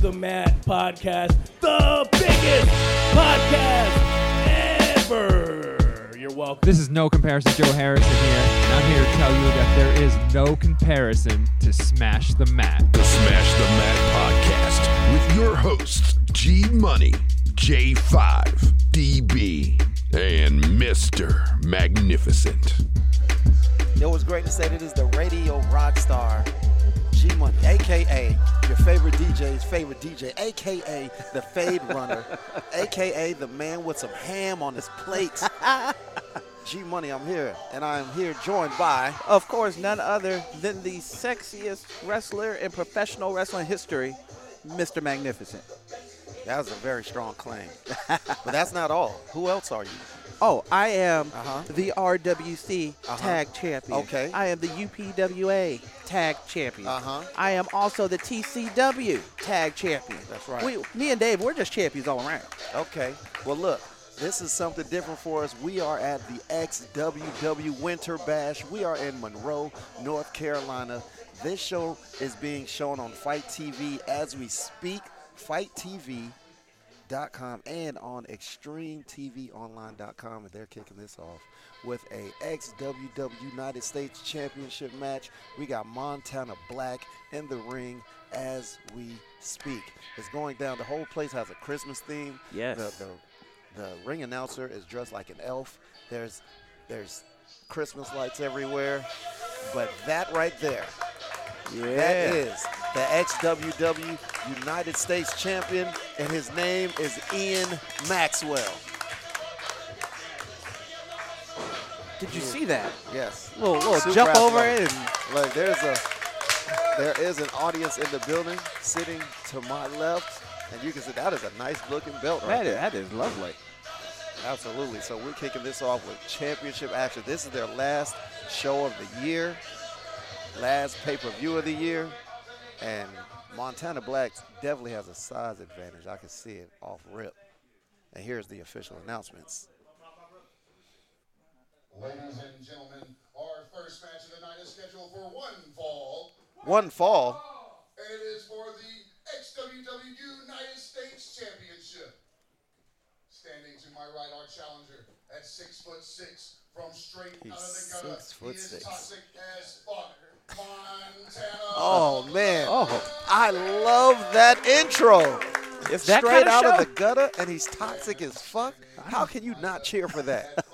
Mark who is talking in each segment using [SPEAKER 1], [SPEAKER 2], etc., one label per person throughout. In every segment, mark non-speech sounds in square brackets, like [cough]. [SPEAKER 1] the Mat Podcast, the biggest podcast ever. You're welcome.
[SPEAKER 2] This is no comparison, Joe Harrison here. And I'm here to tell you that there is no comparison to Smash the Mat.
[SPEAKER 3] The Smash the Mat podcast with your hosts, G Money, J5, DB, and Mr. Magnificent.
[SPEAKER 4] Yo, what's great to say that is the radio rock star, G Money, aka your favorite DJ's favorite DJ, aka the fade runner, aka the man with some ham on his plate. G Money, I'm here, and I am here joined by
[SPEAKER 5] Of course, none other than the sexiest wrestler in professional wrestling history, Mr. Magnificent.
[SPEAKER 4] that was a very strong claim, [laughs] but that's not all. Who else are you?
[SPEAKER 5] Oh, I am
[SPEAKER 4] Uh-huh.
[SPEAKER 5] the RWC
[SPEAKER 4] Uh-huh.
[SPEAKER 5] Tag Champion.
[SPEAKER 4] Okay.
[SPEAKER 5] I am the UPWA Tag Champion.
[SPEAKER 4] Uh-huh.
[SPEAKER 5] I am also the TCW Tag Champion.
[SPEAKER 4] That's right.
[SPEAKER 5] We, me and Dave, we're just champions all around.
[SPEAKER 4] Okay. Well, look, this is something different for us. We are at the XWW Winter Bash. We are in Monroe, North Carolina. This show is being shown on Fight TV as we speak. FightTV.com and on ExtremeTVOnline.com, and they're kicking this off with a XWW United States Championship match. We got Montana Black in the ring as we speak. It's going down. The whole place has a Christmas theme.
[SPEAKER 5] Yes.
[SPEAKER 4] The, the, the ring announcer is dressed like an elf. There's there's Christmas lights everywhere, but that right there. That is the XWW United States champion, and his name is Ian Maxwell.
[SPEAKER 5] Did you see that?
[SPEAKER 4] Yes.
[SPEAKER 5] Little, little
[SPEAKER 4] Super
[SPEAKER 5] jump over
[SPEAKER 4] athletic.
[SPEAKER 5] it. And,
[SPEAKER 4] Look, there's a there is an audience in the building sitting to my left, and you can see that is a nice looking belt right
[SPEAKER 5] that, is,
[SPEAKER 4] there.
[SPEAKER 5] that is lovely.
[SPEAKER 4] Absolutely. So we're kicking this off with championship action. This is their last show of the year, last pay-per-view of the year, and Montana Black definitely has a size advantage. I can see it off rip. And here's the official announcements.
[SPEAKER 6] Ladies and gentlemen, our first match of the night is scheduled for one fall,
[SPEAKER 4] One fall.
[SPEAKER 6] and it is for the XWW United States Championship. Standing to my right, our challenger at six foot six from straight out of the
[SPEAKER 4] He's
[SPEAKER 6] gutter.
[SPEAKER 4] six foot
[SPEAKER 6] he is
[SPEAKER 4] six.
[SPEAKER 6] toxic as fuck. Montana.
[SPEAKER 4] Oh man.
[SPEAKER 5] Oh.
[SPEAKER 4] I love that intro.
[SPEAKER 5] It's that
[SPEAKER 4] straight
[SPEAKER 5] kind of
[SPEAKER 4] out
[SPEAKER 5] show.
[SPEAKER 4] of the gutter, and he's toxic as fuck. How can you not cheer for
[SPEAKER 5] [laughs]
[SPEAKER 4] that?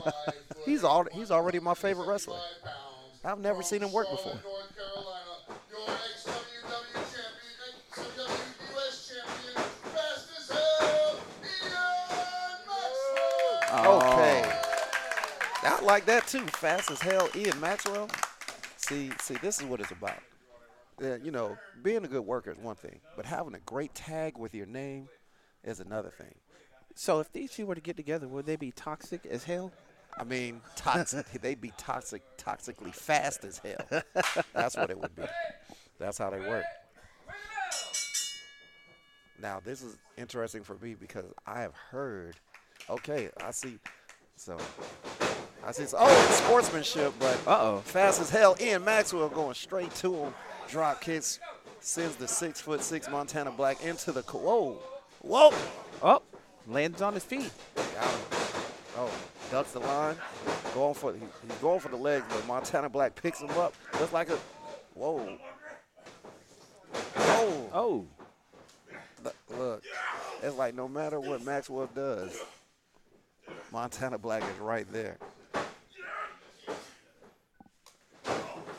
[SPEAKER 4] he's al- he's already my favorite wrestler.
[SPEAKER 6] pounds.
[SPEAKER 4] I've never seen him work before.
[SPEAKER 6] North Carolina, your XWW champion, XWS champion, fast as hell, Ian Maxwell.
[SPEAKER 4] Oh. Okay, I like that too. Fast as hell, Ian Maxwell. See, see, this is what it's about. Uh, you know, being a good worker is one thing, but having a great tag with your name is another thing.
[SPEAKER 5] So if these two were to get together, would they be toxic as hell?
[SPEAKER 4] I mean, toxic. [laughs] They'd be toxic, toxically fast as hell. That's what it would be. That's how they work. Now, this is interesting for me because I have heard. Okay, I see. So, I see. Oh, it's sportsmanship, but
[SPEAKER 5] Uh-oh.
[SPEAKER 4] fast as hell. Ian Maxwell going straight to him. Drop kicks, sends the six foot six Montana Black into the. co- Whoa, whoa.
[SPEAKER 5] Oh, lands on his feet.
[SPEAKER 4] Got him. Oh, ducks the line. Going for he- he's going for the legs, but Montana Black picks him up just like a whoa. Oh,
[SPEAKER 5] Oh.
[SPEAKER 4] look, it's like no matter what Maxwell does, Montana Black is right there.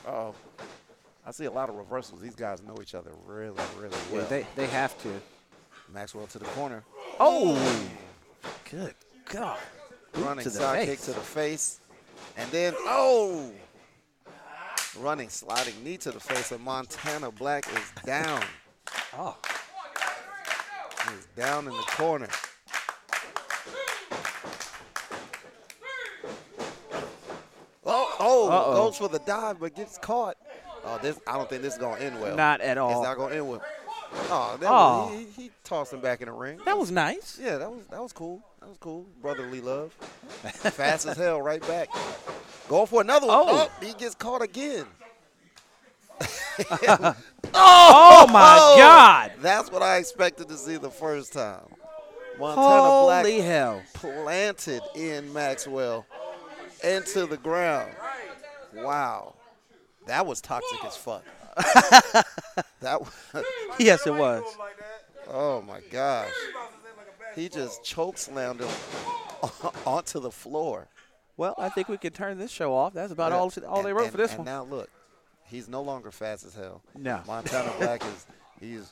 [SPEAKER 4] Oh, I see a lot of reversals. These guys know each other really, really
[SPEAKER 5] Yeah,
[SPEAKER 4] well.
[SPEAKER 5] they, they have to.
[SPEAKER 4] Maxwell to the corner,
[SPEAKER 5] Oh, good God.
[SPEAKER 4] running
[SPEAKER 5] to the
[SPEAKER 4] side kick
[SPEAKER 5] face.
[SPEAKER 4] to the face, and then oh, running sliding knee to the face of Montana Black is down.
[SPEAKER 5] Oh.
[SPEAKER 4] He's down in the corner. Oh, oh,
[SPEAKER 5] Uh-oh.
[SPEAKER 4] goes for the dive but gets caught. Oh, this I don't think this is gonna end well.
[SPEAKER 5] Not at all.
[SPEAKER 4] It's not gonna end well. Oh, that
[SPEAKER 5] Oh.
[SPEAKER 4] Was, he, he tossed him back in the ring.
[SPEAKER 5] That was nice.
[SPEAKER 4] Yeah, that was that was cool. That was cool. Brotherly love. Fast as hell, right back. Going for another one.
[SPEAKER 5] Oh.
[SPEAKER 4] Oh, he gets caught again.
[SPEAKER 5] Oh, my God.
[SPEAKER 4] That's what I expected to see the first time. Montana Black
[SPEAKER 5] Holy hell.
[SPEAKER 4] planted in Maxwell into the ground. Wow. That was toxic as fuck. [laughs] that was,
[SPEAKER 5] Yes, it was.
[SPEAKER 4] [laughs] oh my gosh. He just choke slammed him [laughs] onto the floor.
[SPEAKER 5] Well, I think we can turn this show off. That's about all, all they
[SPEAKER 4] And-
[SPEAKER 5] wrote
[SPEAKER 4] and-
[SPEAKER 5] for this
[SPEAKER 4] and
[SPEAKER 5] one.
[SPEAKER 4] now look, he's no longer fast as hell.
[SPEAKER 5] No. [laughs]
[SPEAKER 4] Montana Black is he's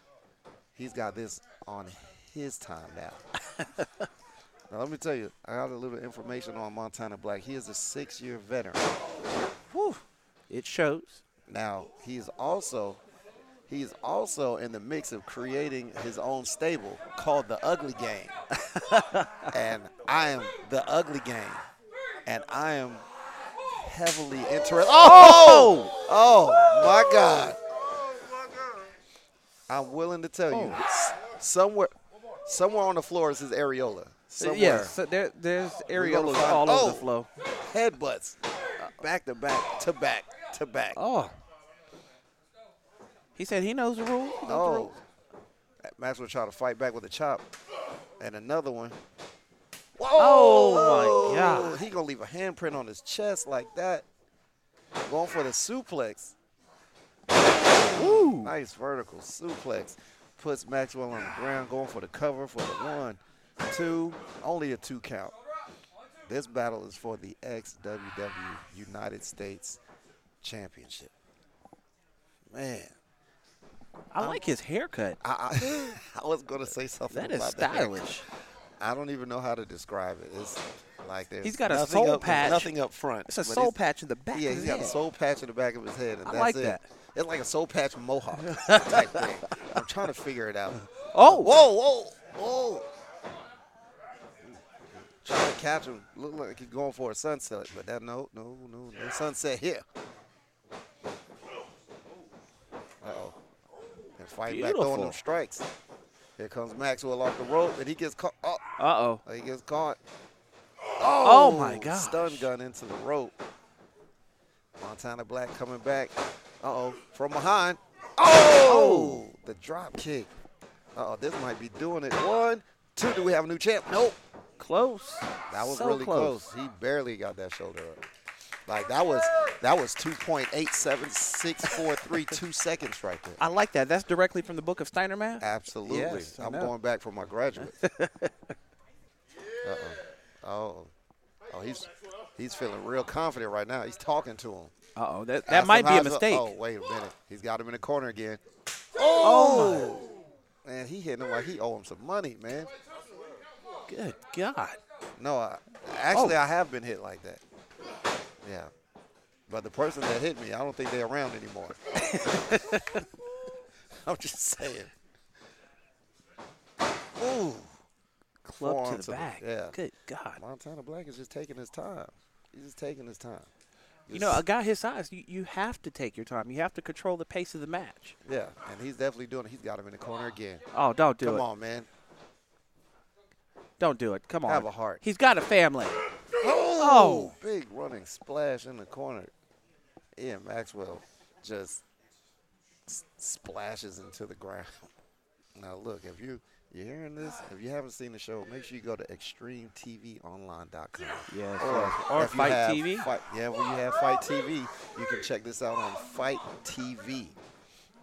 [SPEAKER 4] he's got this on his time now.
[SPEAKER 5] [laughs]
[SPEAKER 4] now let me tell you, I got a little information on Montana Black. He is a six-year veteran.
[SPEAKER 5] Whew. It shows.
[SPEAKER 4] Now he's also he's also in the mix of creating his own stable called the Ugly Game, [laughs] and I am the Ugly Game, and I am heavily interested. Oh, oh my God! I'm willing to tell you, s- somewhere, somewhere on the floor is his areola. Somewhere,
[SPEAKER 5] Yes, so there, there's areolas
[SPEAKER 4] find-
[SPEAKER 5] all over
[SPEAKER 4] Oh.
[SPEAKER 5] the floor.
[SPEAKER 4] headbutts, Uh, back to back, to back, to back.
[SPEAKER 5] Oh. He said he knows the rules. He knows the
[SPEAKER 4] Oh.
[SPEAKER 5] rules.
[SPEAKER 4] Maxwell tried to fight back with a chop. And another one. Whoa!
[SPEAKER 5] Oh, my God.
[SPEAKER 4] He gonna leave a handprint on his chest like that. Going for the suplex. Nice vertical suplex. Puts Maxwell on the ground, going for the cover for the one, two, only a two count. This battle is for the XWW United States Championship. Man,
[SPEAKER 5] I like his haircut. [laughs]
[SPEAKER 4] I, [laughs] I, I was gonna say something.
[SPEAKER 5] That is
[SPEAKER 4] about the haircut.
[SPEAKER 5] stylish.
[SPEAKER 4] I don't even know how to describe it. It's like there's
[SPEAKER 5] He's got a
[SPEAKER 4] nothing
[SPEAKER 5] soul
[SPEAKER 4] up, there's
[SPEAKER 5] patch.
[SPEAKER 4] Nothing up front.
[SPEAKER 5] It's a
[SPEAKER 4] but
[SPEAKER 5] soul patch in the back.
[SPEAKER 4] Yeah,
[SPEAKER 5] of
[SPEAKER 4] he's
[SPEAKER 5] his
[SPEAKER 4] got a
[SPEAKER 5] head.
[SPEAKER 4] soul patch in the back of his head, and
[SPEAKER 5] I
[SPEAKER 4] that's
[SPEAKER 5] like
[SPEAKER 4] it.
[SPEAKER 5] that.
[SPEAKER 4] It's like a soul patch
[SPEAKER 5] [laughs]
[SPEAKER 4] mohawk type thing. I'm trying to figure it out.
[SPEAKER 5] Oh,
[SPEAKER 4] Whoa, whoa, whoa! Trying to catch him. Look like he's going for a sunset, but that no, no, no, no sunset here. Uh oh. And fight back throwing
[SPEAKER 5] Beautiful.
[SPEAKER 4] them strikes. Here comes Maxwell off the rope, and he gets caught. Oh.
[SPEAKER 5] Uh-oh.
[SPEAKER 4] He gets caught.
[SPEAKER 5] Oh, my God.
[SPEAKER 4] Stun gun into the rope. Montana Black coming back. Uh oh, from behind. Oh, the drop kick. Uh oh, this might be doing it. One, two. Do we have a new champ? Nope.
[SPEAKER 5] Close.
[SPEAKER 4] That was
[SPEAKER 5] So
[SPEAKER 4] really close. He barely got that shoulder up. Like that was that was 2.876432 seconds right there.
[SPEAKER 5] I like that. That's directly from the book of Steiner Man.
[SPEAKER 4] Absolutely.
[SPEAKER 5] Yes, I
[SPEAKER 4] I'm
[SPEAKER 5] know.
[SPEAKER 4] going back for my graduate.
[SPEAKER 5] [laughs]
[SPEAKER 4] Uh-oh. Oh. Oh, he's he's feeling real confident right now. He's talking to him.
[SPEAKER 5] Uh-oh. That,
[SPEAKER 4] Ask
[SPEAKER 5] that
[SPEAKER 4] him
[SPEAKER 5] might be a
[SPEAKER 4] how's the-
[SPEAKER 5] mistake.
[SPEAKER 4] Oh, wait a minute. He's got him in the corner again. Oh, man, he hitting him like he owe him some money, man.
[SPEAKER 5] Good God.
[SPEAKER 4] No, I,
[SPEAKER 5] Oh.
[SPEAKER 4] actually, I have been hit like that. Yeah. But the person that hit me, I don't think they're around
[SPEAKER 5] [laughs]
[SPEAKER 4] anymore. [laughs] I'm just saying. Ooh.
[SPEAKER 5] Club
[SPEAKER 4] Forearm
[SPEAKER 5] to the back.
[SPEAKER 4] yeah.
[SPEAKER 5] Good God.
[SPEAKER 4] Montana Black is just taking his time. He's just taking his time.
[SPEAKER 5] You know, a guy his size, you, you have to take your time. You have to control the pace of the match.
[SPEAKER 4] Yeah, and he's definitely doing it. He's got him in the corner again.
[SPEAKER 5] Oh, don't do
[SPEAKER 4] Come
[SPEAKER 5] it.
[SPEAKER 4] on, man.
[SPEAKER 5] Don't do it. Come on.
[SPEAKER 4] Have a heart.
[SPEAKER 5] He's got a family.
[SPEAKER 4] Oh, big running splash in the corner. Ian Maxwell just s- splashes into the ground. [laughs] Now look, if you you're hearing this, if you haven't seen the show, make sure you go to extremetvonline.com.
[SPEAKER 5] Yes, yes.
[SPEAKER 4] Or,
[SPEAKER 5] Or
[SPEAKER 4] if you
[SPEAKER 5] Fight
[SPEAKER 4] have
[SPEAKER 5] TV.
[SPEAKER 4] Fight, yeah, when you have Fight TV, you can check this out on Fight TV.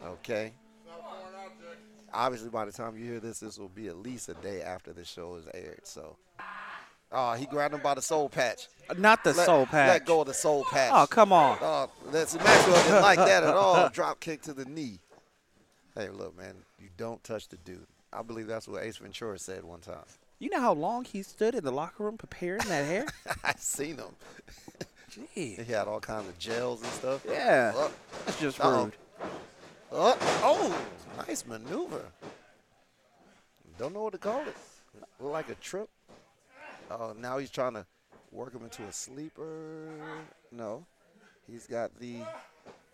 [SPEAKER 4] Okay. Obviously, by the time you hear this, this will be at least a day after the show is aired. So, oh, he grabbed him by the soul patch.
[SPEAKER 5] Not the
[SPEAKER 4] Let-
[SPEAKER 5] soul patch.
[SPEAKER 4] Let go of the soul patch.
[SPEAKER 5] Oh, come on.
[SPEAKER 4] Oh, that's Maxwell
[SPEAKER 5] [laughs]
[SPEAKER 4] didn't like that at all. Drop kick to the knee. Hey, look, man, you don't touch the dude. I believe that's what Ace Ventura said one time. [laughs]
[SPEAKER 5] You know how long he stood in the locker room preparing
[SPEAKER 4] [laughs]
[SPEAKER 5] that hair?
[SPEAKER 4] I seen him.
[SPEAKER 5] Gee.
[SPEAKER 4] He had all kinds of gels and stuff.
[SPEAKER 5] Yeah.
[SPEAKER 4] Oh,
[SPEAKER 5] That's just
[SPEAKER 4] Uh-oh.
[SPEAKER 5] rude.
[SPEAKER 4] oh, oh, nice maneuver. Don't know what to call it. Look like a trip. Oh, now he's trying to work him into a sleeper. No, he's got the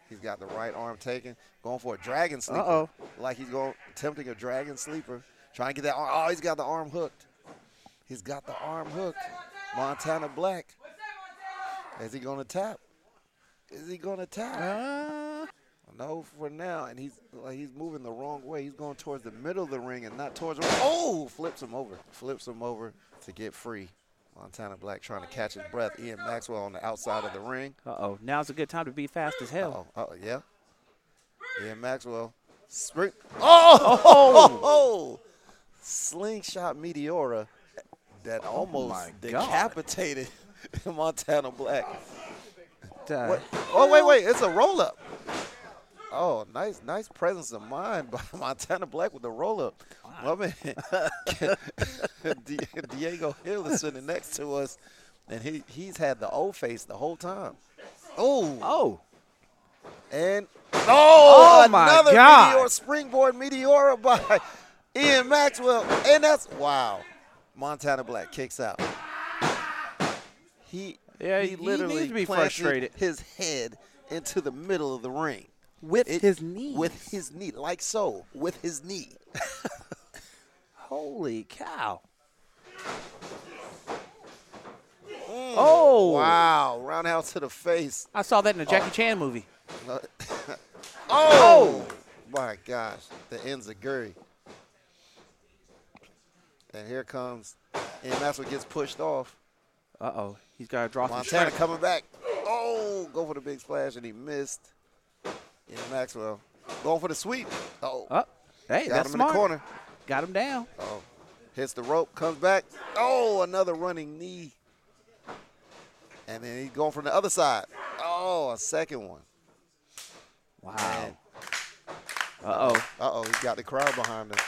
[SPEAKER 4] he's got the right arm taken. Going for a dragon sleeper.
[SPEAKER 5] Uh-oh.
[SPEAKER 4] Like he's going attempting a dragon sleeper. Trying to get that. Arm. Oh, he's got the arm hooked. He's got the arm hooked. Montana Black. Is he going to tap? Is he going to tap?
[SPEAKER 5] Uh,
[SPEAKER 4] No, for now, and he's like he's moving the wrong way. He's going towards the middle of the ring and not towards. The oh, flips him over, flips him over to get free. Montana Black trying to catch his breath. Ian Maxwell on the outside of the ring.
[SPEAKER 5] Uh oh. Now's a good time to be fast as hell.
[SPEAKER 4] Oh, oh yeah. Ian Maxwell. Spring. Oh, oh, oh. slingshot meteora that almost decapitated [laughs] Montana Black.
[SPEAKER 5] Duh.
[SPEAKER 4] What? Oh wait, wait! It's a roll up. Oh, nice, nice presence of mind [laughs] by Montana Black with the roll up. Well, I mean, [laughs] Di- Diego Hill is sitting next to us, and he he's had the old face the whole time. Oh,
[SPEAKER 5] Oh.
[SPEAKER 4] and oh,
[SPEAKER 5] my
[SPEAKER 4] another
[SPEAKER 5] God.
[SPEAKER 4] meteor springboard meteora by [laughs] Ian Maxwell, and that's wow. Montana Black kicks out. He
[SPEAKER 5] Yeah,
[SPEAKER 4] he,
[SPEAKER 5] he
[SPEAKER 4] literally
[SPEAKER 5] needs to be
[SPEAKER 4] planted
[SPEAKER 5] frustrated.
[SPEAKER 4] His head into the middle of the ring
[SPEAKER 5] With
[SPEAKER 4] It-
[SPEAKER 5] his knee.
[SPEAKER 4] with his knee, like so, with his knee.
[SPEAKER 5] Holy cow. Oh.
[SPEAKER 4] Mm. Wow, Oh. roundhouse to the face. [laughs]
[SPEAKER 5] I saw that in a Jackie Chan movie.
[SPEAKER 4] Uh, oh, my gosh, the enziguri. And here comes, and that's what gets pushed off.
[SPEAKER 5] Uh oh. He's got to draw some
[SPEAKER 4] Montana
[SPEAKER 5] strength.
[SPEAKER 4] coming back. Oh, go for the big splash, and he missed. Yeah, Maxwell going for the sweep. Oh,
[SPEAKER 5] Oh. Hey,
[SPEAKER 4] got
[SPEAKER 5] that's
[SPEAKER 4] him
[SPEAKER 5] smart.
[SPEAKER 4] in the corner.
[SPEAKER 5] Got him down.
[SPEAKER 4] Oh, hits the rope, comes back. Oh, another running knee. And then he's going from the other side. Oh, a second one.
[SPEAKER 5] Wow. Uh oh.
[SPEAKER 4] Uh oh, he's got the crowd behind him.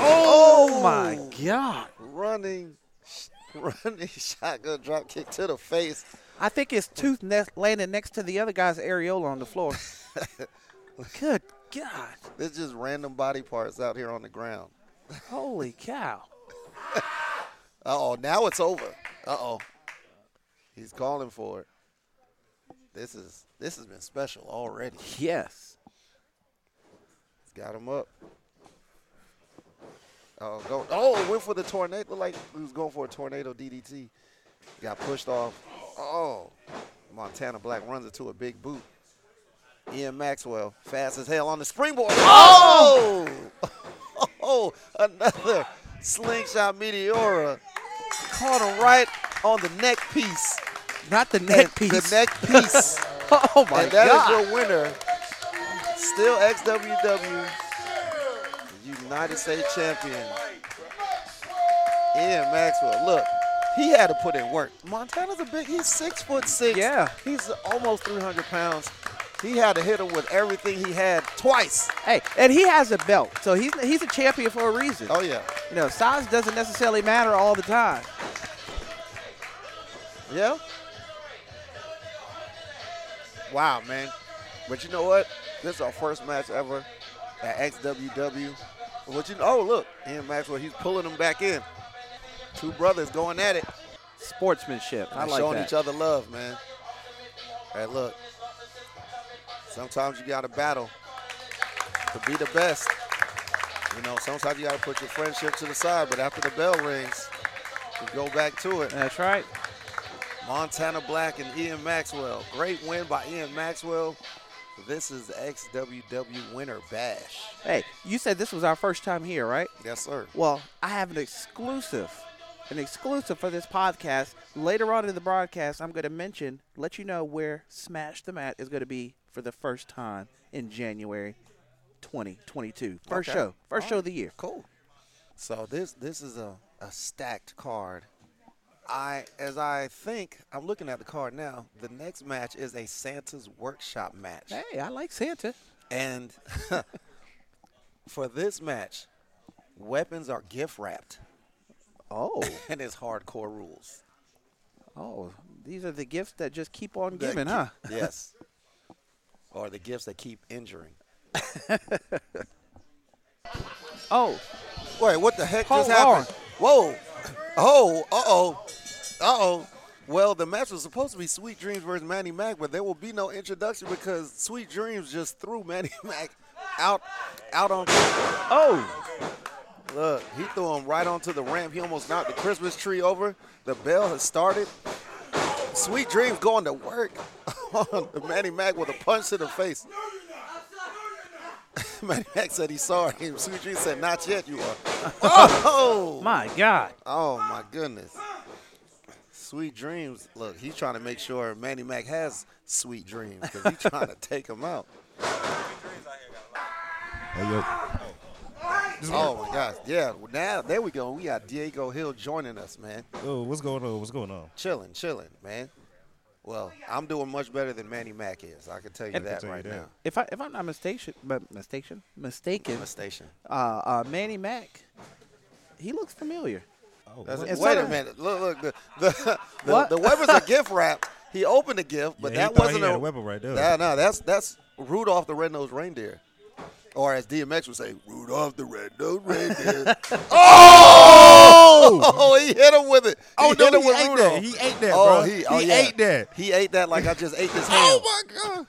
[SPEAKER 5] Oh my God.
[SPEAKER 4] Running, [laughs] sh- running [laughs] shotgun drop kick to the face.
[SPEAKER 5] I think his tooth ne- landed next to the other guy's areola on
[SPEAKER 4] [laughs]
[SPEAKER 5] the floor. Good God.
[SPEAKER 4] There's just random body parts out here on the ground.
[SPEAKER 5] Holy cow.
[SPEAKER 4] Uh oh, now it's over. Uh oh, he's calling for it. This is this has been special already.
[SPEAKER 5] Yes.
[SPEAKER 4] Got him up. Oh, go! Oh, went for the tornado. Looked like he was going for a tornado DDT. Got pushed off. Oh, Montana Black runs into a big boot. Ian Maxwell, fast as hell on the springboard. Oh, oh, [laughs] another slingshot meteora caught him right on the neck piece.
[SPEAKER 5] Not the neck
[SPEAKER 4] And
[SPEAKER 5] piece.
[SPEAKER 4] The neck piece.
[SPEAKER 5] [laughs] Oh my
[SPEAKER 4] And that is
[SPEAKER 5] God.
[SPEAKER 4] your winner, still XWW United States champion, Ian Maxwell. Look, he had to put in work. Montana's a big. He's six foot six.
[SPEAKER 5] Yeah.
[SPEAKER 4] he's almost 300 pounds. He had to hit him with everything he had twice.
[SPEAKER 5] Hey, and he has a belt, so he's he's a champion for a reason.
[SPEAKER 4] Oh yeah,
[SPEAKER 5] You know, size doesn't necessarily matter all the time.
[SPEAKER 4] yeah. Wow, man. But you know what? This is our first match ever at XWW. What you? Oh look, Ian Maxwell. He's pulling him back in. Two brothers going at it.
[SPEAKER 5] Sportsmanship. I
[SPEAKER 4] They're
[SPEAKER 5] like
[SPEAKER 4] showing
[SPEAKER 5] that.
[SPEAKER 4] each other love, man. Hey, look. Sometimes you gotta battle to be the best. You know, sometimes you gotta put your friendship to the side, but after the bell rings, you go back to it.
[SPEAKER 5] That's right.
[SPEAKER 4] Montana Black and Ian Maxwell. Great win by Ian Maxwell. This is XWW Winter Bash.
[SPEAKER 5] Hey, you said this was our first time here, right?
[SPEAKER 4] Yes, sir.
[SPEAKER 5] Well, I have an exclusive, an exclusive for this podcast. Later on in the broadcast, I'm going to mention, let you know where Smash the Mat is going to be for the first time in January 2022. First
[SPEAKER 4] Okay.
[SPEAKER 5] show, first show of the year.
[SPEAKER 4] Cool. So this this is a, a stacked card. I as I think I'm looking at the card now. The next match is a Santa's Workshop match,
[SPEAKER 5] Hey, I like Santa.
[SPEAKER 4] and [laughs] for this match, weapons are gift wrapped,
[SPEAKER 5] Oh,
[SPEAKER 4] and it's hardcore rules.
[SPEAKER 5] oh, these are the gifts that just keep on
[SPEAKER 4] That
[SPEAKER 5] giving,
[SPEAKER 4] ki-
[SPEAKER 5] huh? [laughs]
[SPEAKER 4] Yes. or the gifts that keep injuring.
[SPEAKER 5] Oh,
[SPEAKER 4] Wait, what the heck
[SPEAKER 5] Hold
[SPEAKER 4] just happened? Whoa. [coughs] Oh, uh oh. Uh oh. Well, the match was supposed to be Sweet Dreams versus Manny Mac, but there will be no introduction because Sweet Dreams just threw Manny [laughs] Mac out out on
[SPEAKER 5] oh,
[SPEAKER 4] Look, he threw him right onto the ramp. He almost knocked the Christmas tree over. The bell has started. Sweet Dreams going to work [laughs] on Manny Mac with a punch to the face. [laughs] Manny Mac said he saw him. Sweet Dreams said, "Not yet, you are." Oh,
[SPEAKER 5] My God.
[SPEAKER 4] oh my goodness. Sweet Dreams. Look, he's trying to make sure Manny Mac has sweet dreams because he's trying to take him out. Oh my gosh. Yeah. Now there we go. We got Diego Hill joining us, man.
[SPEAKER 7] Yo, what's going on? What's going on?
[SPEAKER 4] Chilling, chilling, man. Well, I'm doing much better than Manny Mac is. I can tell you
[SPEAKER 5] And-
[SPEAKER 4] that
[SPEAKER 7] Tell you
[SPEAKER 4] right
[SPEAKER 7] that.
[SPEAKER 4] now.
[SPEAKER 5] If I if I'm not mistaken, but mistaken, mistaken,
[SPEAKER 4] On the station.
[SPEAKER 5] uh, uh, Manny Mac, he looks familiar.
[SPEAKER 7] Oh,
[SPEAKER 4] That's-
[SPEAKER 5] what?
[SPEAKER 4] wait a
[SPEAKER 5] And so-
[SPEAKER 4] minute. Look, look. The the, the,
[SPEAKER 5] What?
[SPEAKER 4] the Weber's a gift wrap. He opened the gift, but
[SPEAKER 7] Yeah, he
[SPEAKER 4] that
[SPEAKER 7] thought
[SPEAKER 4] wasn't
[SPEAKER 7] he had
[SPEAKER 4] a,
[SPEAKER 7] a Weber right there.
[SPEAKER 4] Nah, nah, that's that's Rudolph the Red-Nosed Reindeer, or as DMX would say, Rudolph the Red-Nosed
[SPEAKER 7] [laughs]
[SPEAKER 4] Reindeer. oh! [laughs] he hit him with it. He
[SPEAKER 7] Oh,
[SPEAKER 4] hit
[SPEAKER 7] no,
[SPEAKER 4] him
[SPEAKER 7] he
[SPEAKER 4] with
[SPEAKER 7] ate
[SPEAKER 4] Rudolph.
[SPEAKER 7] that. He ate that,
[SPEAKER 4] oh,
[SPEAKER 7] bro.
[SPEAKER 4] He, oh,
[SPEAKER 7] He
[SPEAKER 4] yeah.
[SPEAKER 7] ate that.
[SPEAKER 4] He ate that like I just ate this ham.
[SPEAKER 7] [laughs] Oh,
[SPEAKER 4] my god.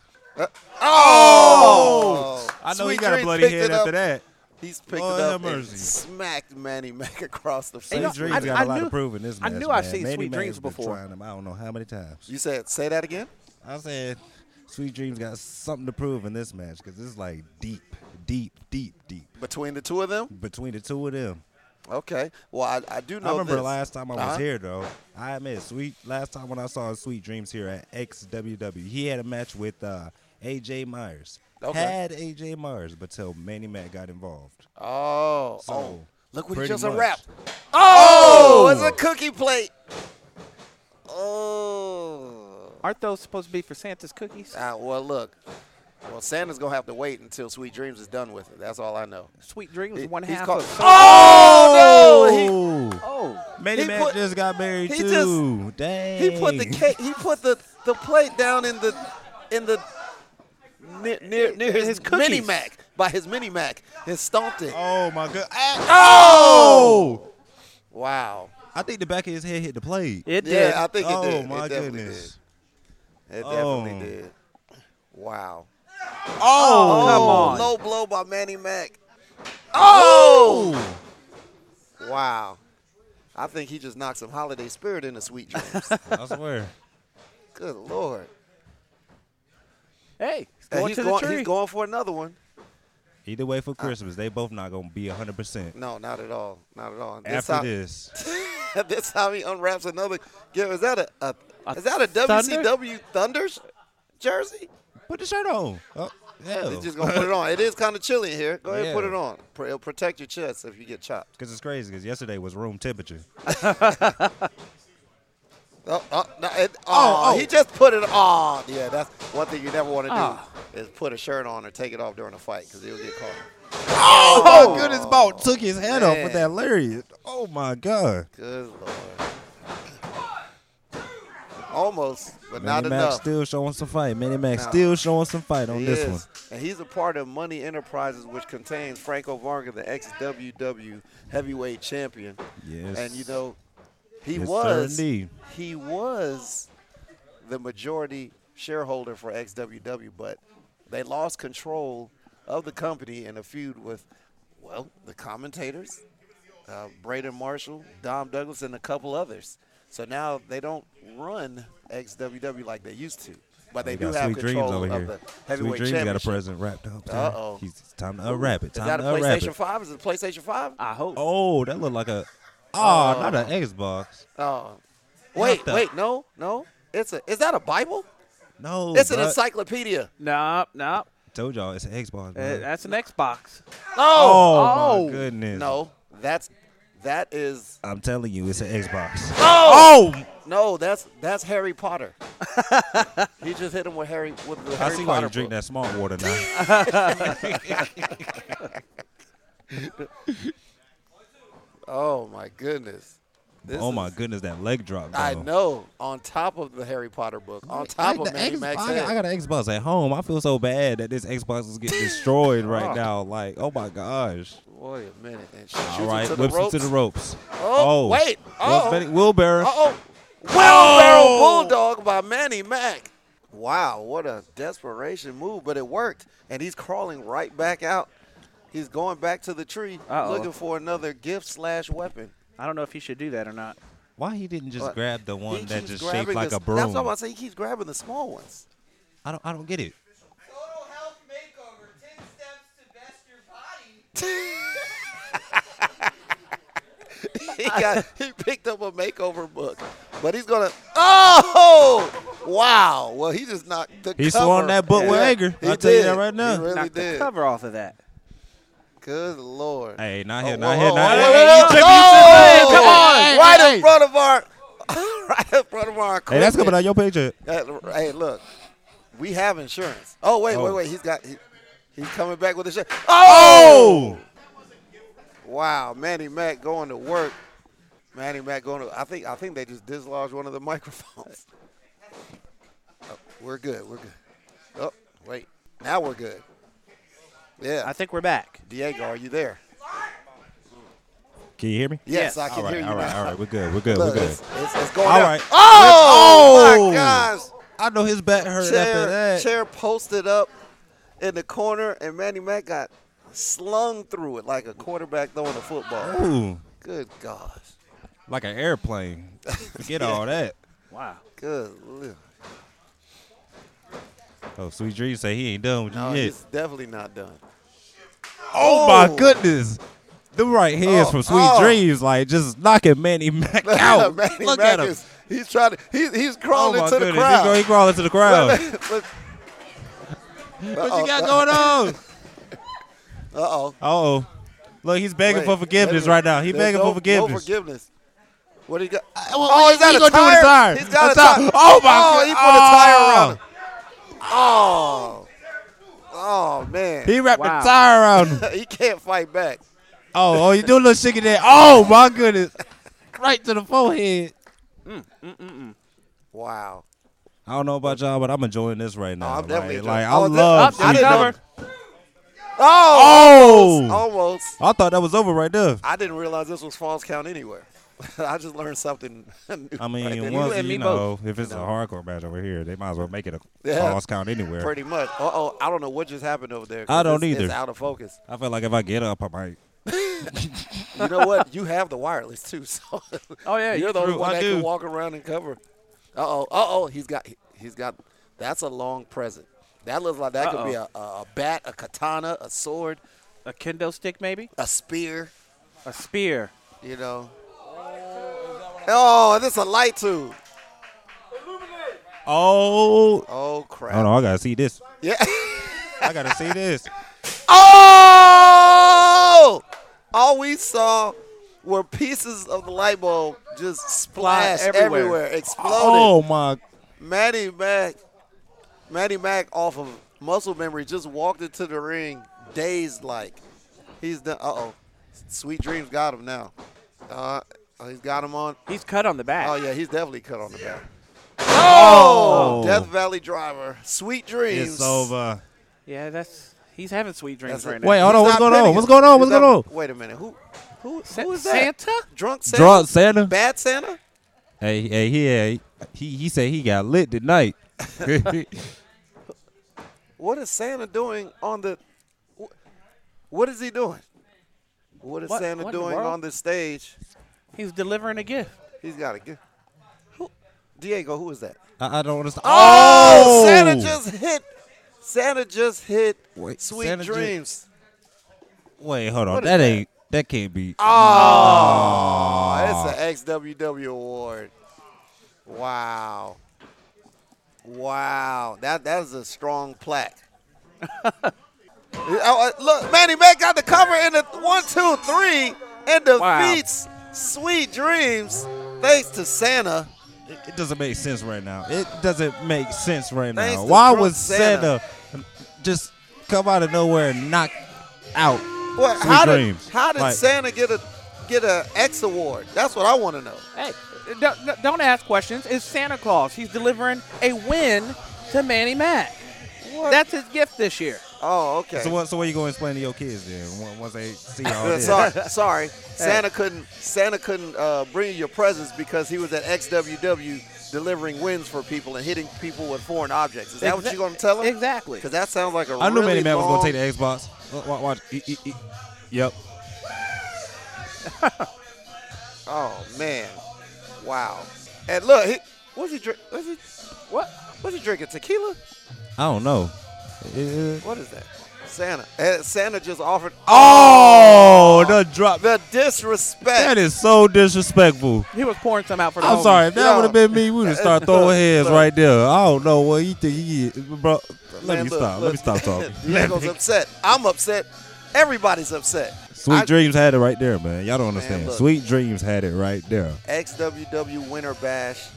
[SPEAKER 4] oh!
[SPEAKER 7] I know he
[SPEAKER 4] Sweet
[SPEAKER 7] got a
[SPEAKER 4] Dreams
[SPEAKER 7] bloody
[SPEAKER 4] picked
[SPEAKER 7] head
[SPEAKER 4] it up.
[SPEAKER 7] after that.
[SPEAKER 4] He's picked
[SPEAKER 7] Lord
[SPEAKER 4] it
[SPEAKER 7] have
[SPEAKER 4] up and
[SPEAKER 7] mercy.
[SPEAKER 4] smacked Manny Mac across the face.
[SPEAKER 5] You
[SPEAKER 7] Sweet
[SPEAKER 5] know,
[SPEAKER 7] Dreams
[SPEAKER 5] I-
[SPEAKER 7] got
[SPEAKER 5] I
[SPEAKER 7] a lot
[SPEAKER 5] knew-
[SPEAKER 7] of proving this
[SPEAKER 5] I
[SPEAKER 7] match,
[SPEAKER 5] knew I
[SPEAKER 7] man.
[SPEAKER 5] seen
[SPEAKER 7] Manny
[SPEAKER 5] Sweet
[SPEAKER 7] Mac's
[SPEAKER 5] Dreams
[SPEAKER 7] been
[SPEAKER 5] before.
[SPEAKER 7] Trying them, I don't know how many times.
[SPEAKER 4] You said, say that again?
[SPEAKER 7] I said, Sweet Dreams got something to prove in this match because this is like deep, deep, deep, deep
[SPEAKER 4] Between the two of them?
[SPEAKER 7] between the two of them.
[SPEAKER 4] Okay. Well, I, I do know
[SPEAKER 7] I remember
[SPEAKER 4] this.
[SPEAKER 7] last time I was
[SPEAKER 4] Uh-huh.
[SPEAKER 7] here though. I admit, Sweet last time when I saw Sweet Dreams here at XWW, he had a match with uh, AJ Myers.
[SPEAKER 4] Okay.
[SPEAKER 7] Had AJ Myers, but till Manny Mac got involved.
[SPEAKER 4] Oh,
[SPEAKER 7] So,
[SPEAKER 4] oh. Look what he
[SPEAKER 7] pretty
[SPEAKER 4] just
[SPEAKER 7] much.
[SPEAKER 4] unwrapped. Oh, it's a cookie plate. Oh.
[SPEAKER 5] Aren't those supposed to be for Santa's cookies?
[SPEAKER 4] Ah, well, look. Well, Santa's going to have to wait until Sweet Dreams is done with it. That's all I know.
[SPEAKER 5] Sweet Dreams,
[SPEAKER 4] He-
[SPEAKER 5] one
[SPEAKER 4] he's
[SPEAKER 5] half
[SPEAKER 4] called-
[SPEAKER 5] of.
[SPEAKER 4] Oh, no! He-
[SPEAKER 5] oh,
[SPEAKER 7] Manny
[SPEAKER 4] He
[SPEAKER 7] Mac
[SPEAKER 4] put-
[SPEAKER 7] just got married
[SPEAKER 4] he
[SPEAKER 7] too. Dang.
[SPEAKER 4] He put the cake. He put the, the plate down in the in the near near, near his,
[SPEAKER 5] His cookies.
[SPEAKER 4] mini mac by his mini mac and stomped it.
[SPEAKER 7] Oh my god. Ah,
[SPEAKER 4] Oh! Wow.
[SPEAKER 7] I think the back of his head hit the plate.
[SPEAKER 5] it
[SPEAKER 4] yeah,
[SPEAKER 5] did.
[SPEAKER 4] I think
[SPEAKER 7] oh
[SPEAKER 4] it did.
[SPEAKER 7] my
[SPEAKER 4] it definitely
[SPEAKER 7] goodness.
[SPEAKER 4] Did. It
[SPEAKER 7] Oh.
[SPEAKER 4] definitely did. Wow.
[SPEAKER 5] oh, come on.
[SPEAKER 4] Low blow by Manny Mac. Oh! Wow. I think he just knocked some holiday spirit into Sweet
[SPEAKER 5] [laughs]
[SPEAKER 4] Dreams.
[SPEAKER 7] I swear.
[SPEAKER 4] Good lord.
[SPEAKER 5] Hey, he's
[SPEAKER 4] And
[SPEAKER 5] going
[SPEAKER 4] he's,
[SPEAKER 5] to
[SPEAKER 4] going,
[SPEAKER 5] the tree.
[SPEAKER 4] he's going for another one.
[SPEAKER 7] Either way for Christmas, they both not gonna be hundred percent.
[SPEAKER 4] No, not at all. Not at all.
[SPEAKER 7] After
[SPEAKER 4] how-
[SPEAKER 7] this.
[SPEAKER 4] [laughs] That's how he unwraps another. Give is that a, a,
[SPEAKER 5] A
[SPEAKER 4] is that a
[SPEAKER 5] Thunder?
[SPEAKER 4] WCW Thunder sh- jersey?
[SPEAKER 7] Put the shirt on. Oh, hell.
[SPEAKER 4] He's just gonna put it on. It is kind of chilly in here. Go ahead, and put
[SPEAKER 7] Yeah.
[SPEAKER 4] it on. Pr- It'll protect your chest if you get chopped.
[SPEAKER 7] Cause it's crazy. Cause yesterday was room temperature.
[SPEAKER 4] Oh, oh, no, it, oh,
[SPEAKER 7] oh.
[SPEAKER 4] he just put it. Oh, yeah. That's one thing you never want to do
[SPEAKER 5] Ah.
[SPEAKER 4] is put a shirt on or take it off during a fight because you'll get caught.
[SPEAKER 7] Oh, my goodness! Bout took his head off
[SPEAKER 4] man.
[SPEAKER 7] with that lariat. Oh my god!
[SPEAKER 4] Good lord. Almost, but not
[SPEAKER 7] Manny Mac
[SPEAKER 4] enough.
[SPEAKER 7] still showing some fight. Manny Mac
[SPEAKER 4] No.
[SPEAKER 7] still showing some fight on
[SPEAKER 4] He
[SPEAKER 7] this
[SPEAKER 4] is.
[SPEAKER 7] one.
[SPEAKER 4] And he's a part of Money Enterprises, which contains Franco Varga, the ex WW heavyweight champion.
[SPEAKER 7] Yes.
[SPEAKER 4] And you know, he
[SPEAKER 7] Yes, sir,
[SPEAKER 4] was
[SPEAKER 7] indeed.
[SPEAKER 4] he was the majority shareholder for XWW, but they lost control of the company in a feud with, well, the commentators, uh, Braden Marshall, Dom Douglas, and a couple others. So now they don't run XWW like they used to, but they,
[SPEAKER 7] We
[SPEAKER 4] do
[SPEAKER 7] got
[SPEAKER 4] have
[SPEAKER 7] sweet dreams
[SPEAKER 4] control
[SPEAKER 7] over
[SPEAKER 4] of
[SPEAKER 7] here.
[SPEAKER 4] the
[SPEAKER 7] Sweet
[SPEAKER 4] heavyweight
[SPEAKER 7] dreams got a
[SPEAKER 4] championship.
[SPEAKER 7] present wrapped up. there.
[SPEAKER 4] Uh-oh.
[SPEAKER 7] He's it's time to unwrap
[SPEAKER 4] Is
[SPEAKER 7] it. Time
[SPEAKER 4] that a
[SPEAKER 7] to unwrap
[SPEAKER 4] PlayStation
[SPEAKER 7] it.
[SPEAKER 4] 5? Is it a PlayStation 5?
[SPEAKER 5] I hope.
[SPEAKER 7] Oh, that looked
[SPEAKER 4] [laughs]
[SPEAKER 7] like a. Oh, not an Xbox.
[SPEAKER 4] Oh. Wait,
[SPEAKER 7] the-
[SPEAKER 4] wait, no, no. It's a is that a Bible?
[SPEAKER 7] No,
[SPEAKER 4] It's an
[SPEAKER 7] bruh.
[SPEAKER 4] encyclopedia.
[SPEAKER 5] No, no,
[SPEAKER 4] Uh-huh.
[SPEAKER 5] uh,
[SPEAKER 7] Told y'all it's an Xbox. bruh.
[SPEAKER 5] that's an Xbox.
[SPEAKER 4] No.
[SPEAKER 7] oh,
[SPEAKER 5] oh.
[SPEAKER 7] my goodness.
[SPEAKER 4] No, that's that is
[SPEAKER 7] I'm telling you, it's an Xbox.
[SPEAKER 4] [laughs] Oh, No, that's that's Harry
[SPEAKER 7] [laughs]
[SPEAKER 4] Potter. he just hit him with Harry with the
[SPEAKER 7] I
[SPEAKER 4] Harry
[SPEAKER 7] see why
[SPEAKER 4] Potter.
[SPEAKER 7] you drink
[SPEAKER 4] book.
[SPEAKER 7] that smart water now.
[SPEAKER 4] Oh my goodness. [laughs] This
[SPEAKER 7] oh my
[SPEAKER 4] is-
[SPEAKER 7] goodness, that leg drop.
[SPEAKER 4] I
[SPEAKER 7] though.
[SPEAKER 4] know. On top of the Harry Potter book. On
[SPEAKER 7] I,
[SPEAKER 4] top
[SPEAKER 7] the
[SPEAKER 4] of Manny
[SPEAKER 7] Xbox-
[SPEAKER 4] Mac's
[SPEAKER 7] I got, I
[SPEAKER 4] head.
[SPEAKER 7] got an Xbox at home. I feel so bad that this Xbox
[SPEAKER 4] [laughs]
[SPEAKER 7] is getting destroyed right now. Like, oh my gosh.
[SPEAKER 4] Wait a minute. And shoots
[SPEAKER 7] All right,
[SPEAKER 4] him to
[SPEAKER 7] whips
[SPEAKER 4] the
[SPEAKER 7] him
[SPEAKER 4] ropes.
[SPEAKER 7] to the ropes.
[SPEAKER 4] Oh, wait. Oh.
[SPEAKER 7] Wilbur.
[SPEAKER 4] Uh-oh. Wheelbarrow Bulldog by Manny Mac. Wow, what a desperation move, but it worked. And he's crawling right back out. He's going back to the tree
[SPEAKER 5] Uh-oh.
[SPEAKER 4] looking for another gift slash weapon.
[SPEAKER 5] I don't know if you should do that or not.
[SPEAKER 7] Why he didn't just
[SPEAKER 4] But
[SPEAKER 7] grab the
[SPEAKER 4] he
[SPEAKER 7] one that
[SPEAKER 4] keeps
[SPEAKER 7] just
[SPEAKER 4] grabbing
[SPEAKER 7] shaped like
[SPEAKER 4] this-
[SPEAKER 7] a broom?
[SPEAKER 4] That's what I'm about to say. He keeps grabbing the small ones.
[SPEAKER 7] I don't I don't get it.
[SPEAKER 8] Total health makeover, 10 steps to best your body.
[SPEAKER 4] he got he picked up a makeover book, but he's gonna. Oh, wow! Well, he just knocked the.
[SPEAKER 7] He
[SPEAKER 4] cover.
[SPEAKER 7] swung that book with anger.
[SPEAKER 4] He
[SPEAKER 7] I'll tell you that
[SPEAKER 4] did.
[SPEAKER 7] right now.
[SPEAKER 4] He really
[SPEAKER 5] Knock the
[SPEAKER 4] did.
[SPEAKER 5] cover off of that.
[SPEAKER 4] Good lord.
[SPEAKER 7] Hey, not here,
[SPEAKER 4] Oh,
[SPEAKER 7] not
[SPEAKER 4] whoa,
[SPEAKER 7] here,
[SPEAKER 4] whoa,
[SPEAKER 7] not
[SPEAKER 4] whoa,
[SPEAKER 7] here.
[SPEAKER 4] whoa,
[SPEAKER 7] Hey, you
[SPEAKER 4] whoa,
[SPEAKER 7] tripping, you
[SPEAKER 4] whoa.
[SPEAKER 7] tripping. Come on.
[SPEAKER 4] Right
[SPEAKER 7] Hey,
[SPEAKER 4] in front of our, [laughs] right in front of our.
[SPEAKER 7] Hey, that's coming
[SPEAKER 4] equipment.
[SPEAKER 7] out your
[SPEAKER 4] [laughs]
[SPEAKER 7] paycheck.
[SPEAKER 4] That- hey, look, we have insurance. Oh wait, wait,
[SPEAKER 7] Oh.
[SPEAKER 4] wait. He's got. He, he's coming back with insurance.
[SPEAKER 7] Oh!
[SPEAKER 4] Wow, Manny Mac going to work. Manny Mac going to. I think. I think they just dislodged one of the [laughs] microphones. Oh, we're good. We're good. Oh, wait. Now we're good. Yeah.
[SPEAKER 5] I think we're back.
[SPEAKER 4] Diego, are you there?
[SPEAKER 7] Can you hear me?
[SPEAKER 4] Yes,
[SPEAKER 5] Yes.
[SPEAKER 4] I can
[SPEAKER 7] All
[SPEAKER 4] hear
[SPEAKER 7] right,
[SPEAKER 4] you
[SPEAKER 7] all right,
[SPEAKER 4] now.
[SPEAKER 7] all right. We're good. We're good.
[SPEAKER 4] Look,
[SPEAKER 7] we're good.
[SPEAKER 4] it's, it's, it's going
[SPEAKER 7] All
[SPEAKER 4] down.
[SPEAKER 7] right.
[SPEAKER 4] Oh,
[SPEAKER 7] Oh!
[SPEAKER 4] my gosh.
[SPEAKER 7] I know his back hurt after
[SPEAKER 4] Chair,
[SPEAKER 7] that.
[SPEAKER 4] chair posted up in the corner, and Manny Mac got slung through it like a quarterback throwing a football.
[SPEAKER 7] Ooh,
[SPEAKER 4] Good gosh.
[SPEAKER 7] like
[SPEAKER 4] [laughs]
[SPEAKER 7] an airplane. Forget all that.
[SPEAKER 5] Wow.
[SPEAKER 4] Good. lord.
[SPEAKER 7] Oh, Sweet Dream say he ain't done with you
[SPEAKER 4] No,
[SPEAKER 7] yet.
[SPEAKER 4] he's definitely not done. [laughs]
[SPEAKER 7] Oh my goodness. The right hands
[SPEAKER 4] Oh,
[SPEAKER 7] from Sweet
[SPEAKER 4] oh.
[SPEAKER 7] Dreams, like just knocking
[SPEAKER 4] [laughs]
[SPEAKER 7] Manny [laughs] Mac out.
[SPEAKER 4] Manny
[SPEAKER 7] Look
[SPEAKER 4] Mac
[SPEAKER 7] at him.
[SPEAKER 4] is- he's trying to. He's he's
[SPEAKER 7] Oh
[SPEAKER 4] crawling
[SPEAKER 7] my
[SPEAKER 4] into the
[SPEAKER 7] goodness. He, go, he
[SPEAKER 4] crowd.
[SPEAKER 7] crawling to the crowd.
[SPEAKER 4] [laughs] Look,
[SPEAKER 7] what you got going [laughs] on?
[SPEAKER 4] Uh-oh.
[SPEAKER 7] Uh oh. Look, he's begging
[SPEAKER 4] Wait,
[SPEAKER 7] for forgiveness
[SPEAKER 4] wait a
[SPEAKER 7] right now. He
[SPEAKER 4] minute. There's
[SPEAKER 7] begging
[SPEAKER 4] no,
[SPEAKER 7] for forgiveness.
[SPEAKER 4] No forgiveness. What do you got? Oh,
[SPEAKER 7] oh,
[SPEAKER 4] he's got
[SPEAKER 7] he
[SPEAKER 4] a
[SPEAKER 7] gonna do
[SPEAKER 4] tire.
[SPEAKER 7] his tire.
[SPEAKER 4] He's got a
[SPEAKER 7] A tire.
[SPEAKER 4] tire.
[SPEAKER 7] Oh, my God.
[SPEAKER 4] He put a tire around him. Oh. Oh man.
[SPEAKER 7] He wrapped
[SPEAKER 5] Wow.
[SPEAKER 7] the tire around [laughs]
[SPEAKER 4] [laughs]
[SPEAKER 7] him.
[SPEAKER 4] he can't fight back.
[SPEAKER 7] Oh, oh, you do a little shaky there. Oh my goodness. Right to the forehead.
[SPEAKER 4] Wow.
[SPEAKER 7] I don't know about y'all, but I'm enjoying this right now.
[SPEAKER 4] I'm definitely
[SPEAKER 7] like, like, I
[SPEAKER 4] enjoying- oh, that-
[SPEAKER 7] love.
[SPEAKER 4] I
[SPEAKER 7] Sweet
[SPEAKER 4] didn't
[SPEAKER 7] Dreams.
[SPEAKER 4] know- Oh,
[SPEAKER 7] Oh,
[SPEAKER 4] almost.
[SPEAKER 7] I thought that was over right there.
[SPEAKER 4] I didn't realize this was false count anywhere. [laughs] I just learned something [laughs] new.
[SPEAKER 7] I mean,
[SPEAKER 4] right there.
[SPEAKER 7] once
[SPEAKER 5] and me
[SPEAKER 7] you know, if it's a hardcore match over here, they might as well make it a
[SPEAKER 4] Yeah.
[SPEAKER 7] false count anywhere.
[SPEAKER 4] Pretty much. Uh oh, I don't know what just happened over there. 'cause
[SPEAKER 7] I don't
[SPEAKER 4] it's- It's
[SPEAKER 7] either.
[SPEAKER 4] out of focus.
[SPEAKER 7] I feel like if I get up, I might.
[SPEAKER 4] You know what? You have the wireless too, [laughs] so
[SPEAKER 5] Oh, yeah,
[SPEAKER 4] you're
[SPEAKER 5] you-
[SPEAKER 4] the only
[SPEAKER 7] true,
[SPEAKER 4] one
[SPEAKER 7] I
[SPEAKER 4] that
[SPEAKER 7] do.
[SPEAKER 4] can walk around and cover. Uh oh, uh oh, he's got he's got. That's a long present. That looks like that could be a, a, a bat, a katana, a sword,
[SPEAKER 5] A kendo stick, maybe?
[SPEAKER 4] a spear.
[SPEAKER 5] A spear.
[SPEAKER 4] You know. Oh, and this a light tube.
[SPEAKER 7] Oh,
[SPEAKER 4] Oh crap!
[SPEAKER 7] oh no, I gotta see this.
[SPEAKER 4] Yeah. [laughs]
[SPEAKER 7] I gotta see this.
[SPEAKER 4] Oh! All we saw were pieces of the light bulb just splashed everywhere,
[SPEAKER 5] everywhere.
[SPEAKER 4] exploded.
[SPEAKER 7] Oh my!
[SPEAKER 4] Maddie Mack, Maddie Mack off of muscle memory just walked into the ring dazed like. He's done. Uh oh. Sweet Dreams got him now. Uh, oh, he's got him on.
[SPEAKER 5] He's cut on the back.
[SPEAKER 4] Oh, yeah, he's definitely cut on the back.
[SPEAKER 7] Oh,
[SPEAKER 4] Death Valley driver. Sweet Dreams.
[SPEAKER 7] it's over.
[SPEAKER 5] Yeah, that's. He's having sweet dreams
[SPEAKER 4] That's it.
[SPEAKER 5] right now.
[SPEAKER 7] Wait, hold
[SPEAKER 4] He's
[SPEAKER 7] on. What's
[SPEAKER 4] not
[SPEAKER 7] going
[SPEAKER 4] pinning
[SPEAKER 7] on? What's
[SPEAKER 4] him.
[SPEAKER 7] going on? What's
[SPEAKER 4] He's
[SPEAKER 7] going on?
[SPEAKER 4] not- Wait a minute. Who, who,
[SPEAKER 5] Sa-
[SPEAKER 4] who is that?
[SPEAKER 5] Santa?
[SPEAKER 4] Drunk Santa?
[SPEAKER 7] Drunk Santa.
[SPEAKER 4] Bad Santa?
[SPEAKER 7] Hey, hey, he, hey, he, he said he got
[SPEAKER 4] [laughs]
[SPEAKER 7] lit tonight. [laughs]
[SPEAKER 4] What is Santa doing on the? wh- What is he doing? What is
[SPEAKER 5] What-
[SPEAKER 4] Santa
[SPEAKER 5] what in the
[SPEAKER 4] doing
[SPEAKER 5] world?
[SPEAKER 4] on the stage?
[SPEAKER 5] He's delivering a gift.
[SPEAKER 4] He's got to get. Who, Diego, who is that?
[SPEAKER 7] I, I don't understand.
[SPEAKER 4] Oh,
[SPEAKER 7] Oh,
[SPEAKER 4] Santa just hit. Santa just hit.
[SPEAKER 7] Wait,
[SPEAKER 4] Sweet
[SPEAKER 7] Santa ju-
[SPEAKER 4] dreams.
[SPEAKER 7] Wait, hold on.
[SPEAKER 4] What is
[SPEAKER 7] That,
[SPEAKER 4] that?
[SPEAKER 7] ain't. That can't be.
[SPEAKER 4] Oh, it's an XWW award. Wow. Wow. That that is a strong plaque. [laughs] Oh, uh, look, Manny Mack got the cover in the one, two, three, and defeats Sweet Dreams thanks to Santa.
[SPEAKER 7] It, it doesn't make sense right now. It doesn't make sense right now.
[SPEAKER 4] Thanks to
[SPEAKER 7] Why
[SPEAKER 4] drunk
[SPEAKER 7] would Santa,
[SPEAKER 4] Santa.
[SPEAKER 7] just come out of nowhere and knock out?
[SPEAKER 4] What,
[SPEAKER 7] Sweet
[SPEAKER 4] how
[SPEAKER 7] Dreams.
[SPEAKER 4] did how did
[SPEAKER 7] Like-
[SPEAKER 4] Santa get a get a X award? That's what I want to know.
[SPEAKER 5] Hey, don't, don't- don't ask questions. It's Santa Claus. He's delivering a win to Manny Mac.
[SPEAKER 4] What?
[SPEAKER 5] That's his gift this year.
[SPEAKER 4] oh, okay.
[SPEAKER 7] So what? So what you going to explain to your kids then? on- Once they see all
[SPEAKER 4] Uh,
[SPEAKER 7] this?
[SPEAKER 4] sorry, sorry.
[SPEAKER 7] [laughs]
[SPEAKER 4] Santa couldn't Santa couldn't uh, bring you your presents because he was at XWW delivering wins for people and hitting people with foreign objects. Is that what
[SPEAKER 5] Exa-
[SPEAKER 4] you're going to tell him?
[SPEAKER 5] Exactly.
[SPEAKER 4] Because that sounds like a
[SPEAKER 7] I knew
[SPEAKER 4] really
[SPEAKER 7] Manny Man was
[SPEAKER 4] long-
[SPEAKER 7] going to take the Xbox. Wa- wa- Watch. E- e- e- Yep.
[SPEAKER 4] Oh man, Wow. And look, he, what's he drink? What's he, what? What's he drinking? Tequila?
[SPEAKER 7] I don't know. Uh,
[SPEAKER 4] What is that? Santa. And Santa just offered.
[SPEAKER 7] oh, the drop.
[SPEAKER 4] the disrespect.
[SPEAKER 7] That is so disrespectful.
[SPEAKER 5] He was pouring some out for the
[SPEAKER 7] I'm
[SPEAKER 5] homies.
[SPEAKER 7] sorry. If that
[SPEAKER 4] Yeah.
[SPEAKER 7] would have been me, we would have started throwing heads
[SPEAKER 4] Oh, [laughs] Look.
[SPEAKER 7] right there. I don't know what you think he is. Bro, let
[SPEAKER 4] Man,
[SPEAKER 7] me
[SPEAKER 4] look,
[SPEAKER 7] stop.
[SPEAKER 4] look.
[SPEAKER 7] Let me stop talking.
[SPEAKER 4] [laughs] Diego's upset. I'm upset. Everybody's upset.
[SPEAKER 7] Sweet
[SPEAKER 4] I-
[SPEAKER 7] Dreams had it right there, man. Y'all don't understand.
[SPEAKER 4] look.
[SPEAKER 7] Sweet Dreams had it right there.
[SPEAKER 4] XWW Winter Bash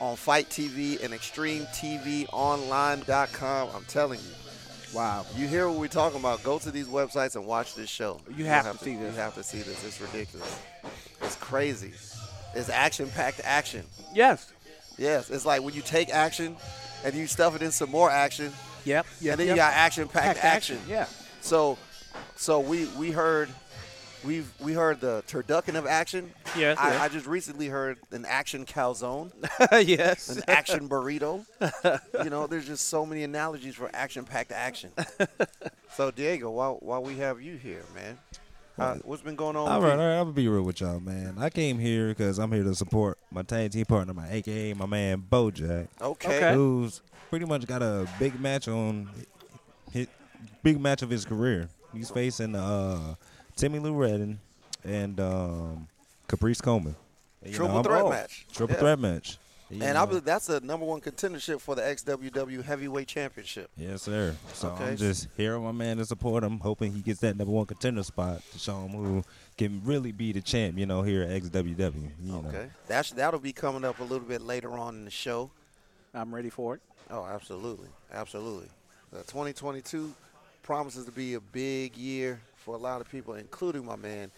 [SPEAKER 4] on Fight TV and Extreme TV Online.com. I'm telling you.
[SPEAKER 5] Wow.
[SPEAKER 4] You hear what we're talking about. Go to these websites and watch this show.
[SPEAKER 5] You
[SPEAKER 4] You'll
[SPEAKER 5] have to see this.
[SPEAKER 4] You have to see this. It's ridiculous. It's crazy. It's action packed action.
[SPEAKER 5] Yes.
[SPEAKER 4] Yes. It's like when you take action and you stuff it in some more action.
[SPEAKER 5] Yep.
[SPEAKER 4] Yeah.
[SPEAKER 5] yep,
[SPEAKER 4] And then
[SPEAKER 5] yep.
[SPEAKER 4] you got action packed
[SPEAKER 5] Packed action,
[SPEAKER 4] action.
[SPEAKER 5] Yeah.
[SPEAKER 4] So so we we heard we've we heard the turducken of action.
[SPEAKER 5] Yes,
[SPEAKER 4] I,
[SPEAKER 5] yes.
[SPEAKER 4] I just recently heard an action calzone,
[SPEAKER 5] [laughs] yes.
[SPEAKER 4] an action burrito. you know, there's just so many analogies for action packed action. so Diego, while while we have you here, man. Uh, what's been going on?
[SPEAKER 7] All
[SPEAKER 4] with
[SPEAKER 7] right, all
[SPEAKER 4] you?
[SPEAKER 7] right. I'm gonna be real with y'all, man. I came here because I'm here to support my tag team partner, my AKA my man Bojack,
[SPEAKER 4] Okay.
[SPEAKER 5] Okay.
[SPEAKER 7] who's pretty much got a big match on his big match of his career. He's facing uh, Timmy Lou Redden and um, Caprice Coleman. And, you
[SPEAKER 4] Triple
[SPEAKER 7] I'm-
[SPEAKER 4] threat
[SPEAKER 7] oh,
[SPEAKER 4] match.
[SPEAKER 7] Triple
[SPEAKER 4] Yeah.
[SPEAKER 7] threat match. You
[SPEAKER 4] And
[SPEAKER 7] know.
[SPEAKER 4] I believe that's the number one contendership for the XWW Heavyweight Championship.
[SPEAKER 7] Yes, sir. So
[SPEAKER 4] Okay.
[SPEAKER 7] I'm just here with my man to support him, hoping he gets that number one contender spot to show him who can really be the champ, you know, here at XWW. You
[SPEAKER 4] Okay.
[SPEAKER 7] Know.
[SPEAKER 4] That's that'll be coming up a little bit later on in the show.
[SPEAKER 5] I'm ready for it.
[SPEAKER 4] Oh, absolutely, absolutely. Uh, 2022 promises to be a big year for a lot of people, including my man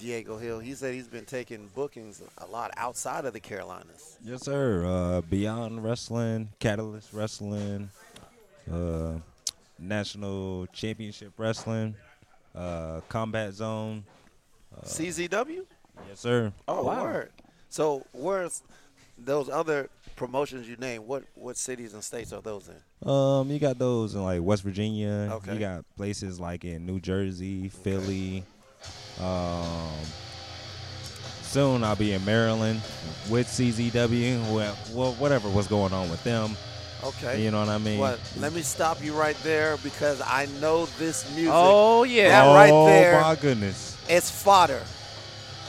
[SPEAKER 4] Diego Hill. He said he's been taking bookings a lot outside of the Carolinas.
[SPEAKER 7] Yes, sir. Uh, Beyond Wrestling, Catalyst Wrestling, uh, National Championship Wrestling, uh, Combat Zone.
[SPEAKER 4] CZW?
[SPEAKER 7] Yes, sir.
[SPEAKER 4] Uh. Oh, word. So where's those other promotions you named? What what cities and states are those in?
[SPEAKER 7] Um, you got those in like West Virginia.
[SPEAKER 4] Okay.
[SPEAKER 7] You got places like in New Jersey, Philly. Um, soon I'll be in Maryland with CZW. Well, well whatever was going on with them.
[SPEAKER 4] Okay.
[SPEAKER 7] You know what I mean?
[SPEAKER 4] Well, let me stop you right there because I know this music.
[SPEAKER 5] Oh yeah.
[SPEAKER 4] That right
[SPEAKER 7] oh
[SPEAKER 4] there.
[SPEAKER 7] my goodness!
[SPEAKER 4] It's fodder.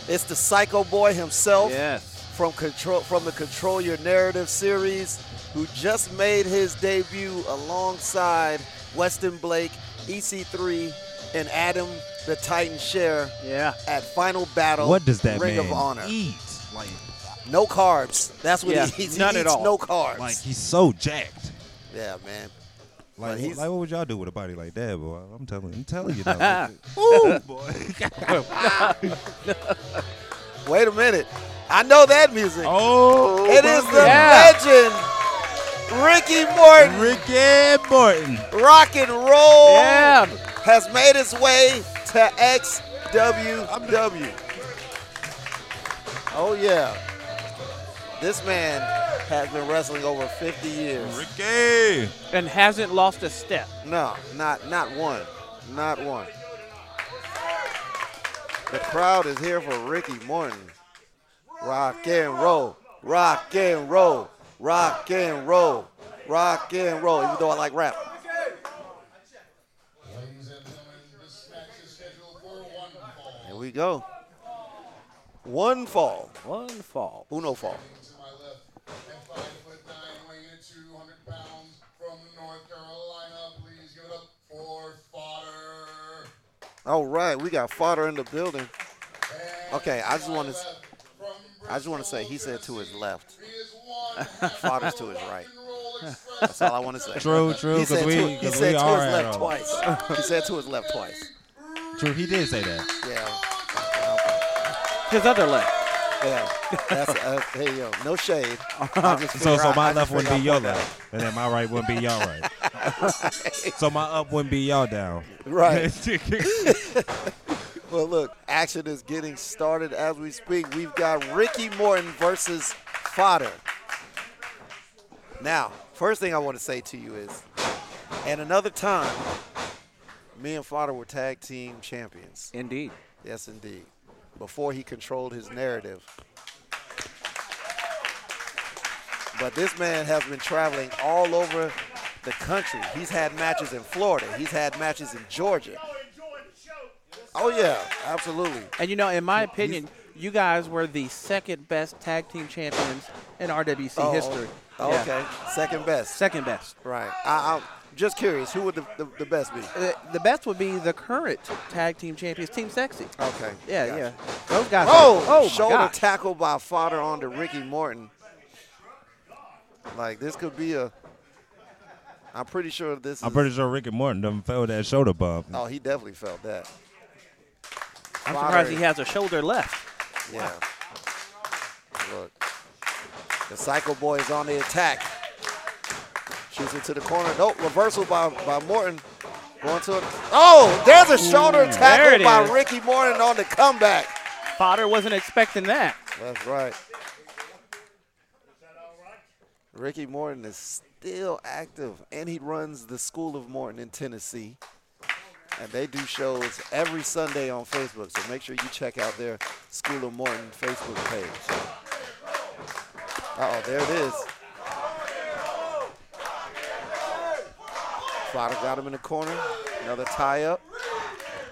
[SPEAKER 4] It's the Psycho Boy himself.
[SPEAKER 5] Yes.
[SPEAKER 4] from control from the Control Your Narrative series, who just made his debut alongside Weston Blake, EC3, and Adam the Titan Share
[SPEAKER 5] Yeah.
[SPEAKER 4] at Final Battle.
[SPEAKER 7] What does that E-
[SPEAKER 4] Ring
[SPEAKER 7] man
[SPEAKER 4] of Honor?
[SPEAKER 7] eat? Like,
[SPEAKER 4] No carbs. That's what [laughs]
[SPEAKER 5] Yeah,
[SPEAKER 4] he eats.
[SPEAKER 5] none
[SPEAKER 4] he
[SPEAKER 5] at
[SPEAKER 4] eats
[SPEAKER 5] all.
[SPEAKER 4] No carbs.
[SPEAKER 7] like he's so jacked.
[SPEAKER 4] yeah, man.
[SPEAKER 7] Like,
[SPEAKER 4] he's-
[SPEAKER 7] like, what would y'all do with a body like that, boy? I'm telling, I'm telling
[SPEAKER 4] [laughs]
[SPEAKER 7] you. now.
[SPEAKER 4] Wait a minute. I know that music.
[SPEAKER 7] oh,
[SPEAKER 4] it is the
[SPEAKER 5] Yeah.
[SPEAKER 4] legend, Ricky Morton.
[SPEAKER 7] Ricky Morton.
[SPEAKER 4] Rock and
[SPEAKER 5] Oh!
[SPEAKER 4] roll.
[SPEAKER 5] Yeah.
[SPEAKER 4] has made its way to XWW. Oh yeah, this man has been wrestling over 50 years.
[SPEAKER 7] Ricky.
[SPEAKER 5] And hasn't lost a step.
[SPEAKER 4] No, not not one, not one. The crowd is here for Ricky Morton. Rock and roll, rock and roll, rock and roll, rock and roll. Even though I like rap.
[SPEAKER 6] Ladies and gentlemen, this match is scheduled for one fall.
[SPEAKER 4] Here we go. One fall,
[SPEAKER 5] One fall.
[SPEAKER 4] uno fall.
[SPEAKER 6] To my left, at five foot nine, weighing in at 200 pounds from North Carolina. Please give it up for fodder.
[SPEAKER 4] All right, we got fodder in the building.
[SPEAKER 6] And
[SPEAKER 4] Okay, I just
[SPEAKER 6] my
[SPEAKER 4] want to,
[SPEAKER 6] left, from
[SPEAKER 4] I just want to say he said to his
[SPEAKER 6] Bristol,
[SPEAKER 4] left. [laughs]
[SPEAKER 6] Tennessee, he is one
[SPEAKER 4] Fodder's to his
[SPEAKER 6] rock
[SPEAKER 4] right.
[SPEAKER 6] and roll express.
[SPEAKER 4] That's all I want to say.
[SPEAKER 7] True, true.
[SPEAKER 4] He said
[SPEAKER 7] Because we,
[SPEAKER 4] to, he
[SPEAKER 7] cause
[SPEAKER 4] said
[SPEAKER 7] we
[SPEAKER 4] to his
[SPEAKER 7] are at
[SPEAKER 4] left
[SPEAKER 7] all.
[SPEAKER 4] twice. He said to his left twice.
[SPEAKER 7] True, he did say that.
[SPEAKER 4] Yeah,
[SPEAKER 5] His other leg.
[SPEAKER 4] yeah. That's uh, hey yo, no shade. I just
[SPEAKER 7] [laughs]
[SPEAKER 4] figure
[SPEAKER 7] So, so
[SPEAKER 4] out- I
[SPEAKER 7] my
[SPEAKER 4] just
[SPEAKER 7] left wouldn't
[SPEAKER 4] figure
[SPEAKER 7] be
[SPEAKER 4] out
[SPEAKER 7] your
[SPEAKER 4] what that-
[SPEAKER 7] left, and then my right wouldn't be y'all right.
[SPEAKER 4] [laughs]
[SPEAKER 7] so my up wouldn't be y'all down.
[SPEAKER 4] Right. Well, look, action is getting started as we speak. We've got Ricky Morton versus Fodder. Now, first thing I want to say to you is, at another time, me and Fodder were tag team champions.
[SPEAKER 5] Indeed.
[SPEAKER 4] Yes, indeed. Before he controlled his narrative. But this man has been traveling all over the country. He's had matches in Florida. He's had matches in Georgia. Oh yeah, absolutely.
[SPEAKER 5] And you know, in my opinion, you guys were the second best tag team champions in RWC
[SPEAKER 4] Oh,
[SPEAKER 5] history.
[SPEAKER 4] oh,
[SPEAKER 5] Yeah.
[SPEAKER 4] okay, second best.
[SPEAKER 5] Second best.
[SPEAKER 4] Right. I, I'm just curious. Who would the, the, the best be?
[SPEAKER 5] Uh, the best would be the current tag team champions, Team Sexy.
[SPEAKER 4] Okay.
[SPEAKER 5] Oh, Yeah,
[SPEAKER 4] gotcha.
[SPEAKER 5] yeah. Those guys.
[SPEAKER 4] Oh,
[SPEAKER 5] are, oh my
[SPEAKER 4] shoulder
[SPEAKER 5] gosh.
[SPEAKER 4] tackle by fodder onto Ricky Morton. Like this could be a. I'm pretty sure this.
[SPEAKER 7] I'm
[SPEAKER 4] is-
[SPEAKER 7] pretty sure Ricky Morton done felt that shoulder bump.
[SPEAKER 4] Oh, he definitely felt that.
[SPEAKER 5] I'm
[SPEAKER 4] Fodder.
[SPEAKER 5] surprised he has a shoulder left.
[SPEAKER 4] Yeah. Look. The Psycho Boy is on the attack. Shoots into the corner. Nope, reversal by, by Morton. Going to a, Oh, there's a shoulder
[SPEAKER 5] there it
[SPEAKER 4] tackle by
[SPEAKER 5] is.
[SPEAKER 4] Ricky Morton on the comeback.
[SPEAKER 5] Fodder wasn't expecting that.
[SPEAKER 4] That's right. Ricky Morton is still active, and he runs the School of Morton in Tennessee. And they do shows every Sunday on Facebook, so make sure you check out their School of Morton Facebook page. Uh oh, there it is. Fodder got him in the corner. Another tie up.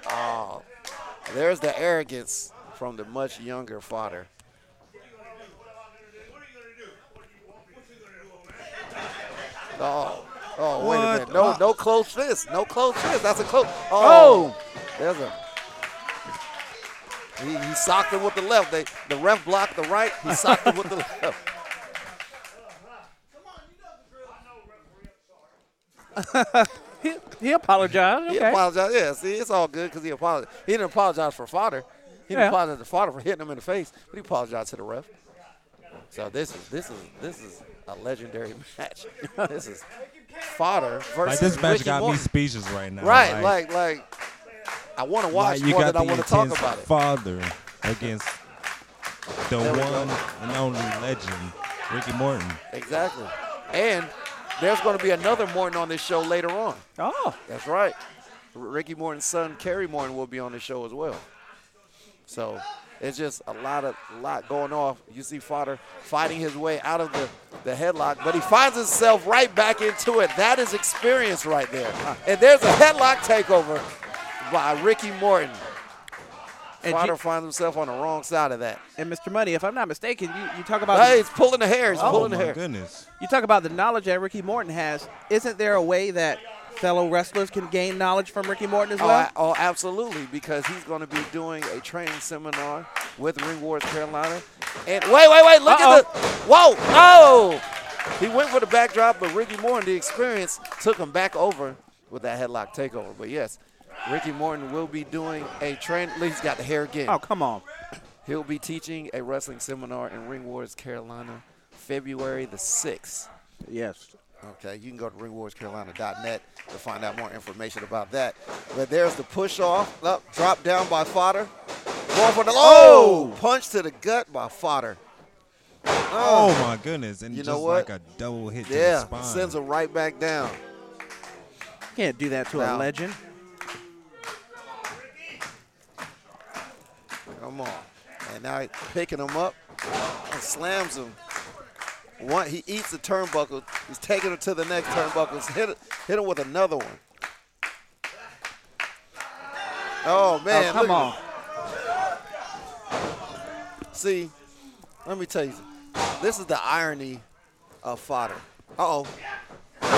[SPEAKER 4] Oh, there's the arrogance from the much younger Fodder. Oh, oh, wait a minute. No, no close fist. No close fist. That's a close. Oh, there's a. He, he socked him with the left. They, the ref blocked the right. He socked him with the [laughs] left.
[SPEAKER 5] He, [laughs] he apologized.
[SPEAKER 4] He
[SPEAKER 5] Okay.
[SPEAKER 4] apologized. Yeah, see, it's all good because he apologized. He didn't apologize for fodder. He didn't
[SPEAKER 5] Yeah.
[SPEAKER 4] apologize to fodder for hitting him in the face, but he apologized to the ref. So this is this is this is a legendary [laughs] match. this is fodder versus
[SPEAKER 7] Like this match
[SPEAKER 4] Ricky
[SPEAKER 7] got
[SPEAKER 4] Morton.
[SPEAKER 7] me speechless right now.
[SPEAKER 4] Right, like like, I want to watch
[SPEAKER 7] like, you
[SPEAKER 4] more
[SPEAKER 7] got
[SPEAKER 4] than I
[SPEAKER 7] the
[SPEAKER 4] want to talk
[SPEAKER 7] intense
[SPEAKER 4] about it.
[SPEAKER 7] father against the
[SPEAKER 4] There we go.
[SPEAKER 7] one and only legend, Ricky Morton.
[SPEAKER 4] Exactly. And there's going to be another Morton on this show later on.
[SPEAKER 5] Oh,
[SPEAKER 4] That's right. R- Ricky Morton's son, Kerry Morton, will be on the show as well. So it's just a lot of lot going off. You see Fodder fighting his way out of the, the headlock, but he finds himself right back into it. That is experience right there. And there's a headlock takeover by Ricky Morton.
[SPEAKER 5] and,
[SPEAKER 4] Fodder
[SPEAKER 5] G-
[SPEAKER 4] finds himself on the wrong side of that.
[SPEAKER 5] and Mr. Money, if I'm not mistaken, you, you talk about
[SPEAKER 4] Hey, he's pulling the hair. He's
[SPEAKER 7] Oh
[SPEAKER 4] pulling the
[SPEAKER 7] my
[SPEAKER 4] hair.
[SPEAKER 7] goodness.
[SPEAKER 5] You talk about the knowledge that Ricky Morton has. Isn't there a way that fellow wrestlers can gain knowledge from Ricky Morton as
[SPEAKER 4] Oh,
[SPEAKER 5] well?
[SPEAKER 4] a- oh, absolutely, because he's going to be doing a training seminar with Ring Wars Carolina. And wait, wait, wait, look at the. Whoa, oh! He went for the backdrop, but Ricky Morton, the experience, took him back over with that headlock takeover. But yes, Ricky Morton will be doing a train. look, He's got the hair again.
[SPEAKER 5] Oh, come on.
[SPEAKER 4] He'll be teaching a wrestling seminar in Ring Wars Carolina February the 6th.
[SPEAKER 5] Yes.
[SPEAKER 4] Okay, you can go to ringwarscarolina.net to find out more information about that. But there's the push off, up, drop down by Fodder. Going for the oh, punch to the gut by Fodder.
[SPEAKER 7] Oh my goodness. And
[SPEAKER 4] You know
[SPEAKER 7] just
[SPEAKER 4] what?
[SPEAKER 7] like a double hit
[SPEAKER 4] Yeah,
[SPEAKER 7] to the spine.
[SPEAKER 4] sends him right back down.
[SPEAKER 5] Can't do that to
[SPEAKER 4] No.
[SPEAKER 5] a legend.
[SPEAKER 4] Come on, and now he's picking him up and slams him. One, he eats the turnbuckle. He's taking him to the next turnbuckle. Hit it, hit him with another one. Oh man!
[SPEAKER 5] oh,
[SPEAKER 4] look
[SPEAKER 5] come
[SPEAKER 4] at
[SPEAKER 5] on.
[SPEAKER 4] See, let me tell you, something. this is the irony of fodder. Uh oh.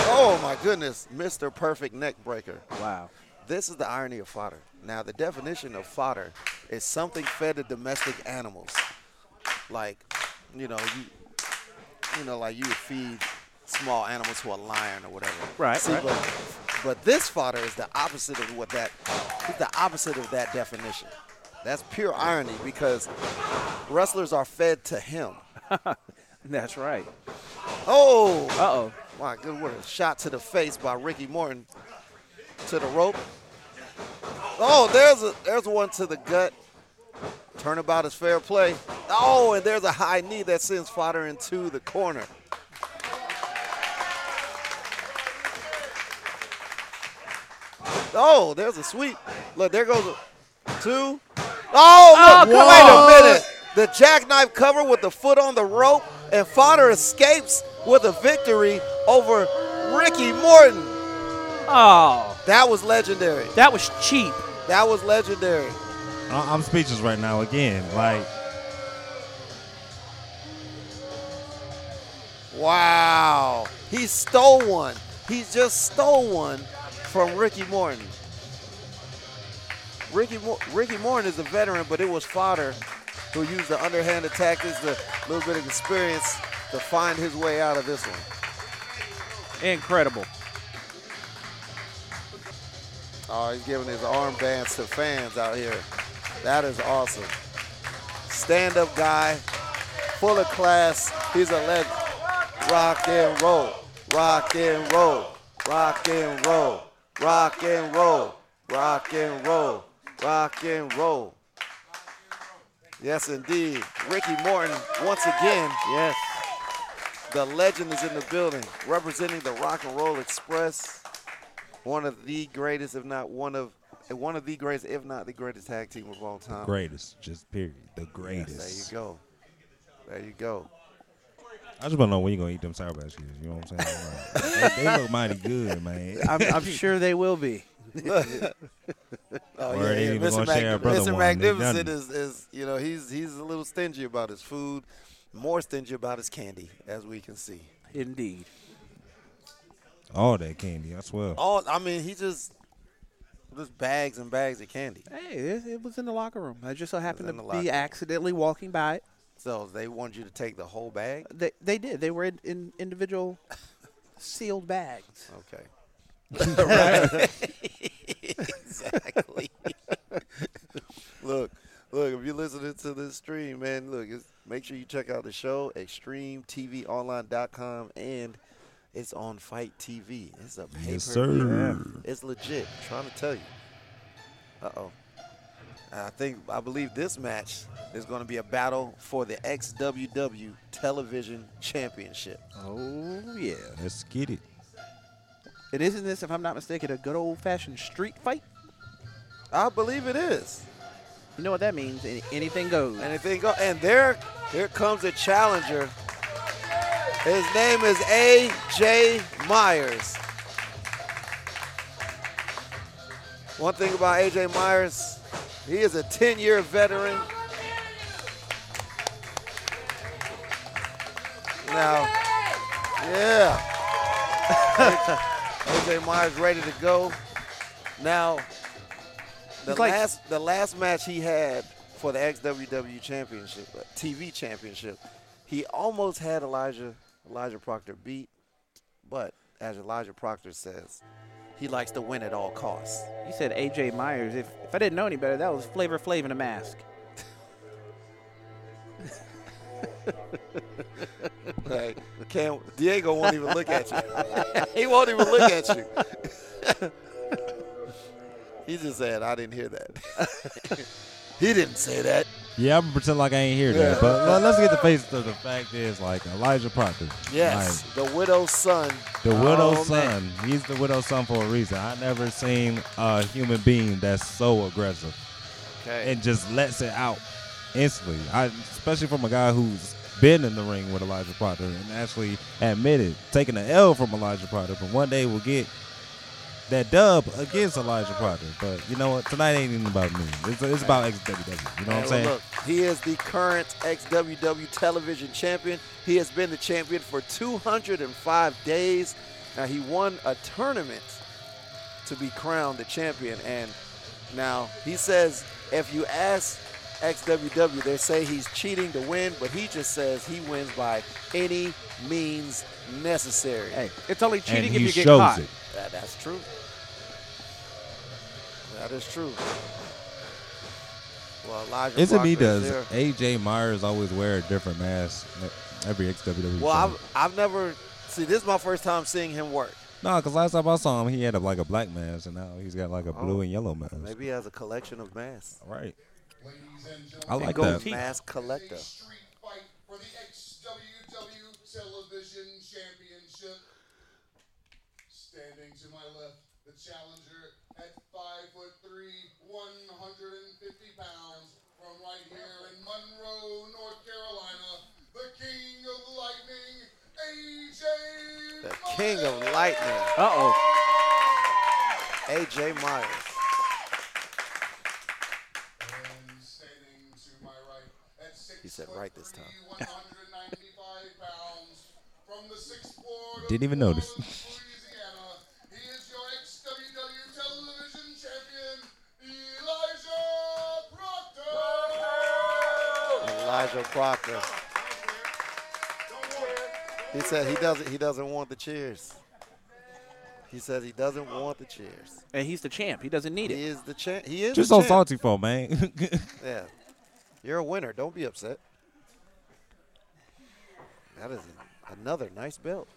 [SPEAKER 4] Oh my goodness, Mr. Perfect Neck Breaker.
[SPEAKER 5] Wow.
[SPEAKER 4] This is the irony of fodder. Now, the definition of fodder is something fed to domestic animals. Like, you know, you, you know, like you would feed small animals to a lion or whatever.
[SPEAKER 5] Right,
[SPEAKER 4] See,
[SPEAKER 5] right.
[SPEAKER 4] But, but this fodder is the opposite of what that, it's the opposite of that definition. That's pure irony because wrestlers are fed to him.
[SPEAKER 5] That's right.
[SPEAKER 4] Oh,
[SPEAKER 5] Uh oh.
[SPEAKER 4] my good, what a shot to the face by Ricky Morton to the rope. Oh, there's a there's one to the gut. Turnabout is fair play. Oh, and there's a high knee that sends Fodder into the corner. Oh, there's a sweep. Look, there goes a two. Oh, look, wait a minute. The jackknife cover with the foot on the rope. and Fodder escapes with a victory over Ricky Morton.
[SPEAKER 5] Oh,
[SPEAKER 4] That was legendary.
[SPEAKER 5] that was cheap.
[SPEAKER 4] That was legendary.
[SPEAKER 7] I- I'm speechless right now again. Like,
[SPEAKER 4] Wow. He stole one. He just stole one from Ricky Morton. Ricky, Mo- Ricky Morton is a veteran, but it was Fodder who used the underhanded tactics, the little bit of experience to find his way out of this one.
[SPEAKER 5] Incredible.
[SPEAKER 4] Oh, he's giving his armbands to fans out here. That is awesome. Stand up guy, full of class. He's a legend. Rock and roll, rock and roll, rock and roll, rock and roll, rock and roll, rock and roll. Yes, indeed. Ricky Morton, once again,
[SPEAKER 5] Yes.
[SPEAKER 4] the legend is in the building, representing the Rock and Roll Express, one of the greatest, if not one of one of the greatest, if not the greatest tag team of all time.
[SPEAKER 7] greatest, just period. The
[SPEAKER 4] Yes,
[SPEAKER 7] greatest.
[SPEAKER 4] there you go. There you go.
[SPEAKER 7] I just want to know when you gonna eat them sour patch kids. You know what I'm saying? Like, they, they look mighty good, man.
[SPEAKER 5] I'm, [laughs] I'm sure they will be.
[SPEAKER 4] [laughs] Oh,
[SPEAKER 7] Or
[SPEAKER 4] yeah,
[SPEAKER 7] they
[SPEAKER 4] yeah.
[SPEAKER 7] even
[SPEAKER 4] Mr.
[SPEAKER 7] gonna share
[SPEAKER 4] Mag-
[SPEAKER 7] a brother
[SPEAKER 4] Mr.
[SPEAKER 7] one. They
[SPEAKER 4] Magnificent
[SPEAKER 7] done.
[SPEAKER 4] is, is, you know, he's he's a little stingy about his food, more stingy about his candy, as we can see.
[SPEAKER 5] Indeed.
[SPEAKER 7] All that candy, I swear.
[SPEAKER 4] All, I mean, he just just bags and bags of candy.
[SPEAKER 5] Hey, it, it was in the locker room. I just so happened to
[SPEAKER 4] in the
[SPEAKER 5] be
[SPEAKER 4] locker room.
[SPEAKER 5] accidentally walking by it.
[SPEAKER 4] So they want you to take the whole bag.
[SPEAKER 5] They, they did. They were in, in individual sealed bags.
[SPEAKER 4] Okay. [laughs] Right. exactly. [laughs] look, look, if you're listening to this stream, man, look, it's, make sure you check out the show, extremetvonline.com, and it's on Fight TV. It's a paper.
[SPEAKER 7] yes, sir.
[SPEAKER 4] It's legit. trying to tell you. Uh oh. I think I believe this match is going to be a battle for the XWW Television Championship.
[SPEAKER 5] Oh, yeah.
[SPEAKER 7] Let's get it.
[SPEAKER 5] And isn't this, if I'm not mistaken, a good old fashioned street fight?
[SPEAKER 4] I believe it is.
[SPEAKER 5] You know what that means? Any- Anything goes.
[SPEAKER 4] And if they go, and there, here comes a challenger. His name is A.J. Myers. One thing about A.J. Myers, he is a 10-year veteran. Now, yeah, [laughs] A.J. Myers ready to go. Now, the
[SPEAKER 5] It's like-
[SPEAKER 4] last the last match he had for the XWW Championship, uh, TV Championship, he almost had Elijah Elijah Proctor beat, but as Elijah Proctor says, he likes to win at all costs.
[SPEAKER 5] You said AJ Myers. If, if I didn't know any better, that was Flavor Flav in a mask.
[SPEAKER 4] Like, can't Diego won't even look at you. he won't even look at you. he just said, "I didn't hear that." [laughs] he didn't say that.
[SPEAKER 7] Yeah, I'm gonna pretend like I ain't hear that. But let- let's get the face of the fact is like Elijah Proctor.
[SPEAKER 4] Yes, the widow's son.
[SPEAKER 7] Like, the widow's
[SPEAKER 4] Oh, man.
[SPEAKER 7] son. He's the widow's son for a reason. I never seen a human being that's so aggressive
[SPEAKER 4] Okay.
[SPEAKER 7] and just lets it out instantly. I, especially from a guy who's been in the ring with Elijah Proctor and actually admitted taking an L from Elijah Proctor, but one day we'll get that dub against Elijah Proctor. But you know what? Tonight ain't even about me. It's, it's about XWW. You know what I'm
[SPEAKER 4] Hey,
[SPEAKER 7] saying?
[SPEAKER 4] well, Look, he is the current XWW television champion. He has been the champion for 205 days. Now, he won a tournament to be crowned the champion. And now he says if you ask XWW, they say he's cheating to win, but he just says he wins by any means necessary.
[SPEAKER 5] Hey, it's only cheating
[SPEAKER 7] and
[SPEAKER 5] if
[SPEAKER 7] he
[SPEAKER 5] you get
[SPEAKER 7] shows
[SPEAKER 5] caught.
[SPEAKER 7] it.
[SPEAKER 4] That- that's true. That is true. Well, Elijah
[SPEAKER 7] Isn't
[SPEAKER 4] Proctor
[SPEAKER 7] me
[SPEAKER 4] is
[SPEAKER 7] does
[SPEAKER 4] there.
[SPEAKER 7] AJ Myers always wear a different mask at every XWW?
[SPEAKER 4] Well,
[SPEAKER 7] show?
[SPEAKER 4] I've, I've never see. This is my first time seeing him work.
[SPEAKER 7] no, because last time I saw him, he had a, like a black mask, and now he's got like a blue
[SPEAKER 4] Oh,
[SPEAKER 7] and yellow mask.
[SPEAKER 4] Maybe he has a collection of masks.
[SPEAKER 7] Right.
[SPEAKER 6] Ladies and
[SPEAKER 7] I
[SPEAKER 6] gentlemen,
[SPEAKER 7] like
[SPEAKER 4] Go
[SPEAKER 7] that.
[SPEAKER 4] mask collector.
[SPEAKER 6] big street fight for the XWW Television Championship. Standing to my left, the challenger at five foot three, 150 pounds, from right here in Monroe, North Carolina, the king of the
[SPEAKER 4] King of Lightning,
[SPEAKER 5] Uh oh.
[SPEAKER 4] AJ Myers.
[SPEAKER 6] And standing to my right at six
[SPEAKER 4] He said
[SPEAKER 6] foot
[SPEAKER 4] right this time.
[SPEAKER 6] 195 pounds from the sixth ward of
[SPEAKER 7] [laughs] Didn't even
[SPEAKER 6] New
[SPEAKER 4] [laughs]
[SPEAKER 7] notice.
[SPEAKER 6] Orleans, Louisiana, he is your XWW television champion, Elijah Proctor.
[SPEAKER 4] Elijah Proctor. He said he doesn't he doesn't want the cheers. He says he doesn't want the cheers.
[SPEAKER 5] And he's the champ. He doesn't need
[SPEAKER 4] He
[SPEAKER 5] it.
[SPEAKER 4] is the champ. He is
[SPEAKER 7] Just
[SPEAKER 4] the
[SPEAKER 7] so
[SPEAKER 4] champ.
[SPEAKER 7] salty for man. [laughs]
[SPEAKER 4] Yeah. You're a winner. Don't be upset. That is another nice belt.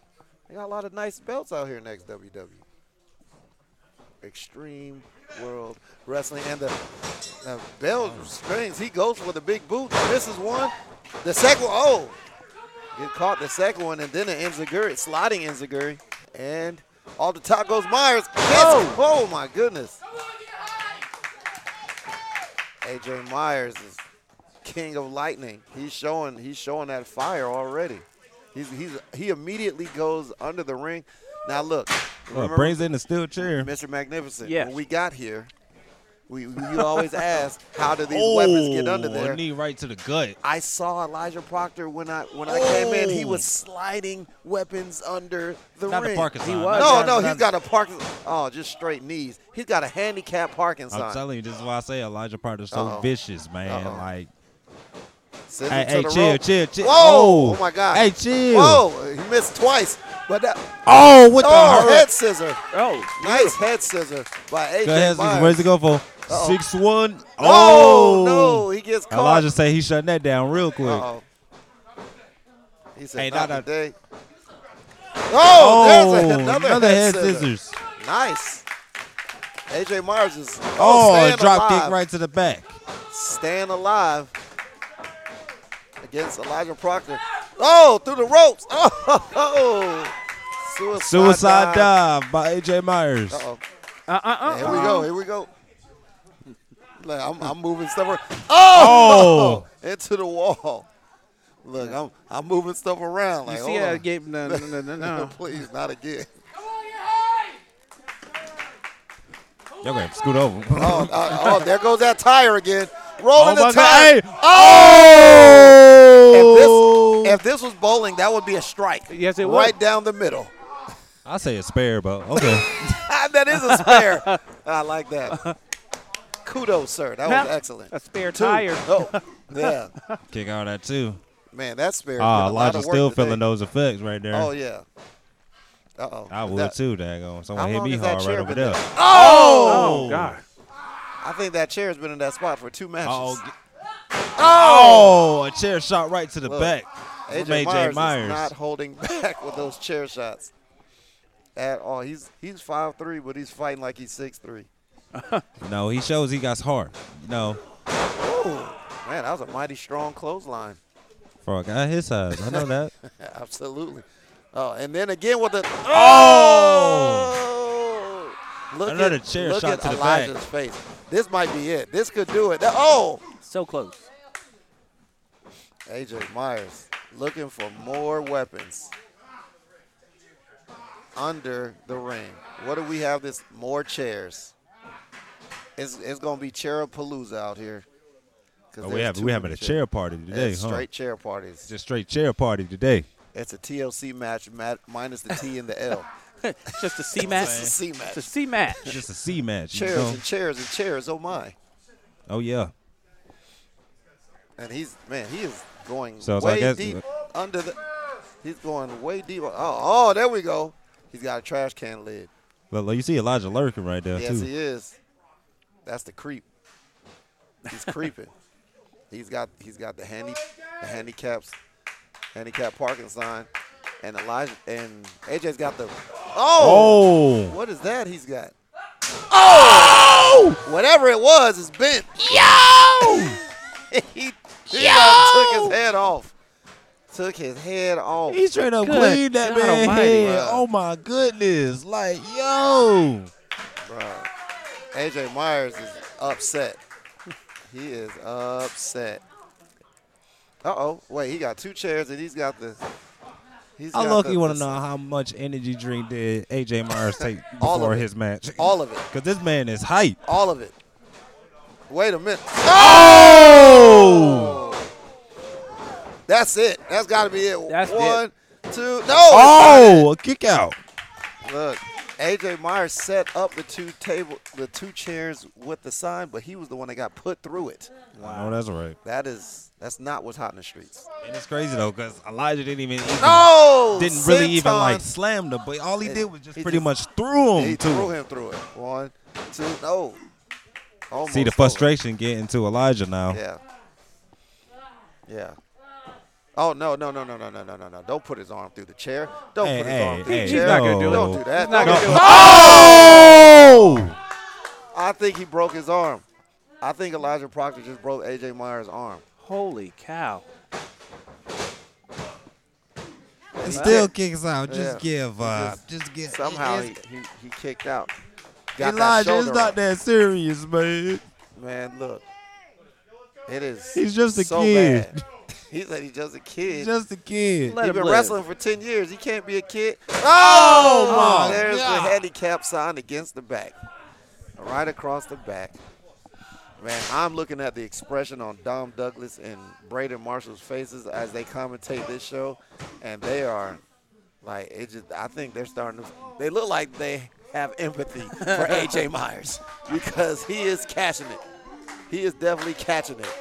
[SPEAKER 4] They got a lot of nice belts out here next E. WW. Extreme World Wrestling and the, the bell strings. He goes for the big boot. This is one. The second one. Oh, get caught the second one and then the Enziguri sliding Enziguri and all the top goes Myers. Oh, oh my goodness. AJ Myers is king of lightning. He's showing he's showing that fire already. He's he's he immediately goes under the ring. Now look,
[SPEAKER 7] Well,
[SPEAKER 4] remember
[SPEAKER 7] brings in the steel chair.
[SPEAKER 4] Mr. Magnificent.
[SPEAKER 5] Yes.
[SPEAKER 4] When we got here, we you always ask how do these weapons get under
[SPEAKER 7] Oh,
[SPEAKER 4] there?
[SPEAKER 7] Knee right to the gut.
[SPEAKER 4] I saw Elijah Proctor when I when I came in. He was sliding weapons under the
[SPEAKER 9] Not the
[SPEAKER 4] ring.
[SPEAKER 9] Parkinson.
[SPEAKER 4] He
[SPEAKER 9] Not-
[SPEAKER 4] was.
[SPEAKER 9] not-
[SPEAKER 4] no, no,
[SPEAKER 9] not-
[SPEAKER 4] he's got a parking. Oh, just straight knees. He's got a handicap parking
[SPEAKER 7] I'm
[SPEAKER 4] sign.
[SPEAKER 7] telling you, this is why I say Elijah Parker's so
[SPEAKER 4] Uh-oh.
[SPEAKER 7] vicious, man.
[SPEAKER 4] Uh-oh.
[SPEAKER 7] Like,
[SPEAKER 4] Sends
[SPEAKER 7] hey,
[SPEAKER 4] him to
[SPEAKER 7] hey
[SPEAKER 4] the
[SPEAKER 7] chill,
[SPEAKER 4] rope.
[SPEAKER 7] chill, chill.
[SPEAKER 4] Whoa!
[SPEAKER 7] Oh,
[SPEAKER 4] Oh my God!
[SPEAKER 7] Hey, chill.
[SPEAKER 4] Whoa! He missed twice, but that
[SPEAKER 7] Oh, what
[SPEAKER 4] oh
[SPEAKER 7] the
[SPEAKER 4] head scissor,
[SPEAKER 5] Oh.
[SPEAKER 4] nice head scissor by AJ
[SPEAKER 7] Go ahead,
[SPEAKER 4] Myers.
[SPEAKER 7] where's it go for?
[SPEAKER 4] Uh-oh.
[SPEAKER 7] Six one.
[SPEAKER 4] Oh, no, he gets caught.
[SPEAKER 7] Elijah say he shutting that down real quick.
[SPEAKER 4] Uh-oh. He said,
[SPEAKER 7] Hey,
[SPEAKER 4] not
[SPEAKER 7] not a-
[SPEAKER 4] today. Oh, there's a- another,
[SPEAKER 7] head
[SPEAKER 4] scissor.
[SPEAKER 7] scissors.
[SPEAKER 4] Nice. AJ Myers is oh,
[SPEAKER 7] Oh,
[SPEAKER 4] staying
[SPEAKER 7] drop
[SPEAKER 4] alive.
[SPEAKER 7] kick right to the back.
[SPEAKER 4] Staying alive against Elijah Proctor. Oh, through the ropes. [laughs] Oh, suicide,
[SPEAKER 7] Suicide dive by AJ Myers.
[SPEAKER 4] Uh-oh.
[SPEAKER 5] Uh uh uh.
[SPEAKER 4] Here we go. Here we go. Look, I'm, I'm moving stuff. Around. [laughs]
[SPEAKER 7] Oh,
[SPEAKER 4] into the wall. Look, I'm I'm moving stuff around. Like, oh.
[SPEAKER 5] You see
[SPEAKER 4] hold
[SPEAKER 5] how
[SPEAKER 4] on.
[SPEAKER 5] it gave no no no no
[SPEAKER 4] No,
[SPEAKER 5] no.
[SPEAKER 4] [laughs] please, not again.
[SPEAKER 7] y'all gonna scoot over.
[SPEAKER 4] Oh, uh, oh, there goes that tire again. Rolling
[SPEAKER 7] Oh my
[SPEAKER 4] the tire.
[SPEAKER 7] God. Hey. Oh!
[SPEAKER 4] If this, if this was bowling, that would be a strike.
[SPEAKER 5] oh. Yes, it would.
[SPEAKER 4] Right down the middle. [laughs]
[SPEAKER 7] I say a spare, but okay.
[SPEAKER 4] Ah, that is a
[SPEAKER 5] [laughs]
[SPEAKER 4] spare. I like that. Kudos, sir. That was
[SPEAKER 5] Now-
[SPEAKER 4] excellent.
[SPEAKER 5] A spare
[SPEAKER 4] Two.
[SPEAKER 5] tire.
[SPEAKER 4] Oh, yeah.
[SPEAKER 7] Kick out that too.
[SPEAKER 4] Man, that spare.
[SPEAKER 7] Ah,
[SPEAKER 4] did a lot
[SPEAKER 7] Elijah
[SPEAKER 4] of work
[SPEAKER 7] still
[SPEAKER 4] today.
[SPEAKER 7] feeling those effects right there.
[SPEAKER 4] Oh, yeah. Uh oh.
[SPEAKER 7] I would too, daggone.
[SPEAKER 4] How
[SPEAKER 7] Someone hit
[SPEAKER 4] long
[SPEAKER 7] me
[SPEAKER 4] has that
[SPEAKER 7] hard right
[SPEAKER 4] chair
[SPEAKER 7] over
[SPEAKER 4] been [laughs]
[SPEAKER 7] there.
[SPEAKER 5] Oh God.
[SPEAKER 4] I think that chair's been in that spot for two matches.
[SPEAKER 7] Oh, g- oh, a chair shot right to the
[SPEAKER 4] Look,
[SPEAKER 7] back.
[SPEAKER 4] AJ,
[SPEAKER 7] from AJ
[SPEAKER 4] Myers,
[SPEAKER 7] Myers.
[SPEAKER 4] is not holding [laughs] back with those chair shots at all. He's he's five three, but he's fighting like he's six three.
[SPEAKER 7] No, he shows he got heart. No,
[SPEAKER 4] Man, that was a mighty strong clothesline.
[SPEAKER 7] for a guy his size, I
[SPEAKER 4] [laughs]
[SPEAKER 7] know that.
[SPEAKER 4] Absolutely. Oh, and then again with the
[SPEAKER 7] oh,
[SPEAKER 4] oh, look
[SPEAKER 7] Another
[SPEAKER 4] at,
[SPEAKER 7] chair
[SPEAKER 4] look
[SPEAKER 7] shot
[SPEAKER 4] at
[SPEAKER 7] to the back.
[SPEAKER 4] Elijah's face. This might be it. This could do it. Oh,
[SPEAKER 5] So close.
[SPEAKER 4] AJ Myers looking for more weapons under the ring. What do we have? This more chairs. It's it's gonna be chairapalooza out here. 'Cause
[SPEAKER 7] Oh, we
[SPEAKER 4] there's
[SPEAKER 7] have
[SPEAKER 4] too
[SPEAKER 7] we having
[SPEAKER 4] many
[SPEAKER 7] a
[SPEAKER 4] chairs.
[SPEAKER 7] chair party today,
[SPEAKER 4] It's
[SPEAKER 7] huh?
[SPEAKER 4] Straight chair parties.
[SPEAKER 7] Just straight chair party today.
[SPEAKER 4] It's a TLC match mat, minus the T and the L.
[SPEAKER 5] It's [laughs] just
[SPEAKER 4] [laughs]
[SPEAKER 5] a C match.
[SPEAKER 4] It's a C match.
[SPEAKER 5] It's a C match.
[SPEAKER 7] It's just a C match. you
[SPEAKER 4] chairs
[SPEAKER 7] know?
[SPEAKER 4] and chairs and chairs. Oh my!
[SPEAKER 7] Oh yeah.
[SPEAKER 4] And he's man, he is going
[SPEAKER 7] So, so I
[SPEAKER 4] way
[SPEAKER 7] guess-
[SPEAKER 4] deep under the. He's going way deep. Oh, oh, there we go. He's got a trash can lid.
[SPEAKER 7] Look, look, you see Elijah lurking right there
[SPEAKER 4] Yes,
[SPEAKER 7] too.
[SPEAKER 4] he is. That's the creep. He's
[SPEAKER 7] [laughs]
[SPEAKER 4] creeping. He's got he's got the handy the handicaps handicap parking sign, and Elijah and AJ's got the oh,
[SPEAKER 7] Oh,
[SPEAKER 4] what is that he's got? Oh, whatever it was, it's bent. Yo, [laughs] he, he done took his head off. Took his head off.
[SPEAKER 7] he straight up
[SPEAKER 5] Good
[SPEAKER 7] cleaned that
[SPEAKER 5] God
[SPEAKER 7] man
[SPEAKER 5] almighty,
[SPEAKER 7] head.
[SPEAKER 4] bruh.
[SPEAKER 7] [laughs] Oh my goodness, like yo.
[SPEAKER 4] Bruh. AJ Myers is upset. He is upset. Uh oh. Wait, he got two chairs and he's got the He's
[SPEAKER 7] I
[SPEAKER 4] got
[SPEAKER 7] lucky
[SPEAKER 4] the-
[SPEAKER 7] want to
[SPEAKER 4] the-
[SPEAKER 7] know how much energy drink did AJ Myers take
[SPEAKER 4] [laughs] All of
[SPEAKER 7] before
[SPEAKER 4] it.
[SPEAKER 7] his match?
[SPEAKER 4] All of it.
[SPEAKER 7] Cause this man is hype.
[SPEAKER 4] All of it. Wait a minute.
[SPEAKER 7] Oh!
[SPEAKER 4] That's it. That's got to be it.
[SPEAKER 5] That's it.
[SPEAKER 4] One, two. No. it's
[SPEAKER 7] Oh! A kick out.
[SPEAKER 4] not. Look, AJ Myers set up the two table, the two chairs with the sign, but he was the one that got put through it.
[SPEAKER 7] Wow. that's right.
[SPEAKER 4] That is, that's not what's hot in the streets. Oh,
[SPEAKER 7] And it's crazy though, cause Elijah didn't even, even
[SPEAKER 4] No.
[SPEAKER 7] didn't really
[SPEAKER 4] Senton.
[SPEAKER 7] even like slam the boy. All he
[SPEAKER 4] It-
[SPEAKER 7] did was just
[SPEAKER 4] he
[SPEAKER 7] pretty
[SPEAKER 4] just-
[SPEAKER 7] much threw him
[SPEAKER 4] He
[SPEAKER 7] to
[SPEAKER 4] threw him through it. One, two. No. Almost
[SPEAKER 7] See the
[SPEAKER 4] over.
[SPEAKER 7] frustration getting to Elijah now.
[SPEAKER 4] Yeah. Yeah. Oh no no no no no no no no no! Don't put his arm through the chair. Don't
[SPEAKER 7] Hey,
[SPEAKER 4] put his arm
[SPEAKER 7] hey,
[SPEAKER 4] through
[SPEAKER 7] hey,
[SPEAKER 4] the
[SPEAKER 7] He's
[SPEAKER 4] chair.
[SPEAKER 7] not gonna do it.
[SPEAKER 4] Don't do that.
[SPEAKER 5] He's not
[SPEAKER 4] Don't
[SPEAKER 5] gonna do it.
[SPEAKER 7] Oh!
[SPEAKER 4] I think he broke his arm. I think Elijah Proctor just broke AJ Myers' arm.
[SPEAKER 5] Holy cow.
[SPEAKER 7] And still kicks out. Just
[SPEAKER 4] Yeah.
[SPEAKER 7] give up. Just give.
[SPEAKER 4] Somehow he,
[SPEAKER 7] it's-
[SPEAKER 4] he, he kicked out. Got that
[SPEAKER 7] Elijah, it's
[SPEAKER 4] shoulder
[SPEAKER 7] not
[SPEAKER 4] up.
[SPEAKER 7] that
[SPEAKER 4] [laughs]
[SPEAKER 7] serious, man.
[SPEAKER 4] Man, look. It is.
[SPEAKER 7] He's just a
[SPEAKER 4] so
[SPEAKER 7] kid.
[SPEAKER 4] Bad. [laughs] He said he's just a kid.
[SPEAKER 7] He's just a kid.
[SPEAKER 5] Let
[SPEAKER 4] He's
[SPEAKER 5] him
[SPEAKER 4] been
[SPEAKER 5] live.
[SPEAKER 4] wrestling for 10 years. He can't be a kid.
[SPEAKER 7] Oh, my
[SPEAKER 4] There's
[SPEAKER 7] God.
[SPEAKER 4] the handicap sign against the back, right across the back. Man, I'm looking at the expression on Dom Douglas and Braden Marshall's faces as they commentate this show, and they are like it. Just I think they're starting to. They look like they have empathy for AJ Myers because he is catching it. He is definitely catching it.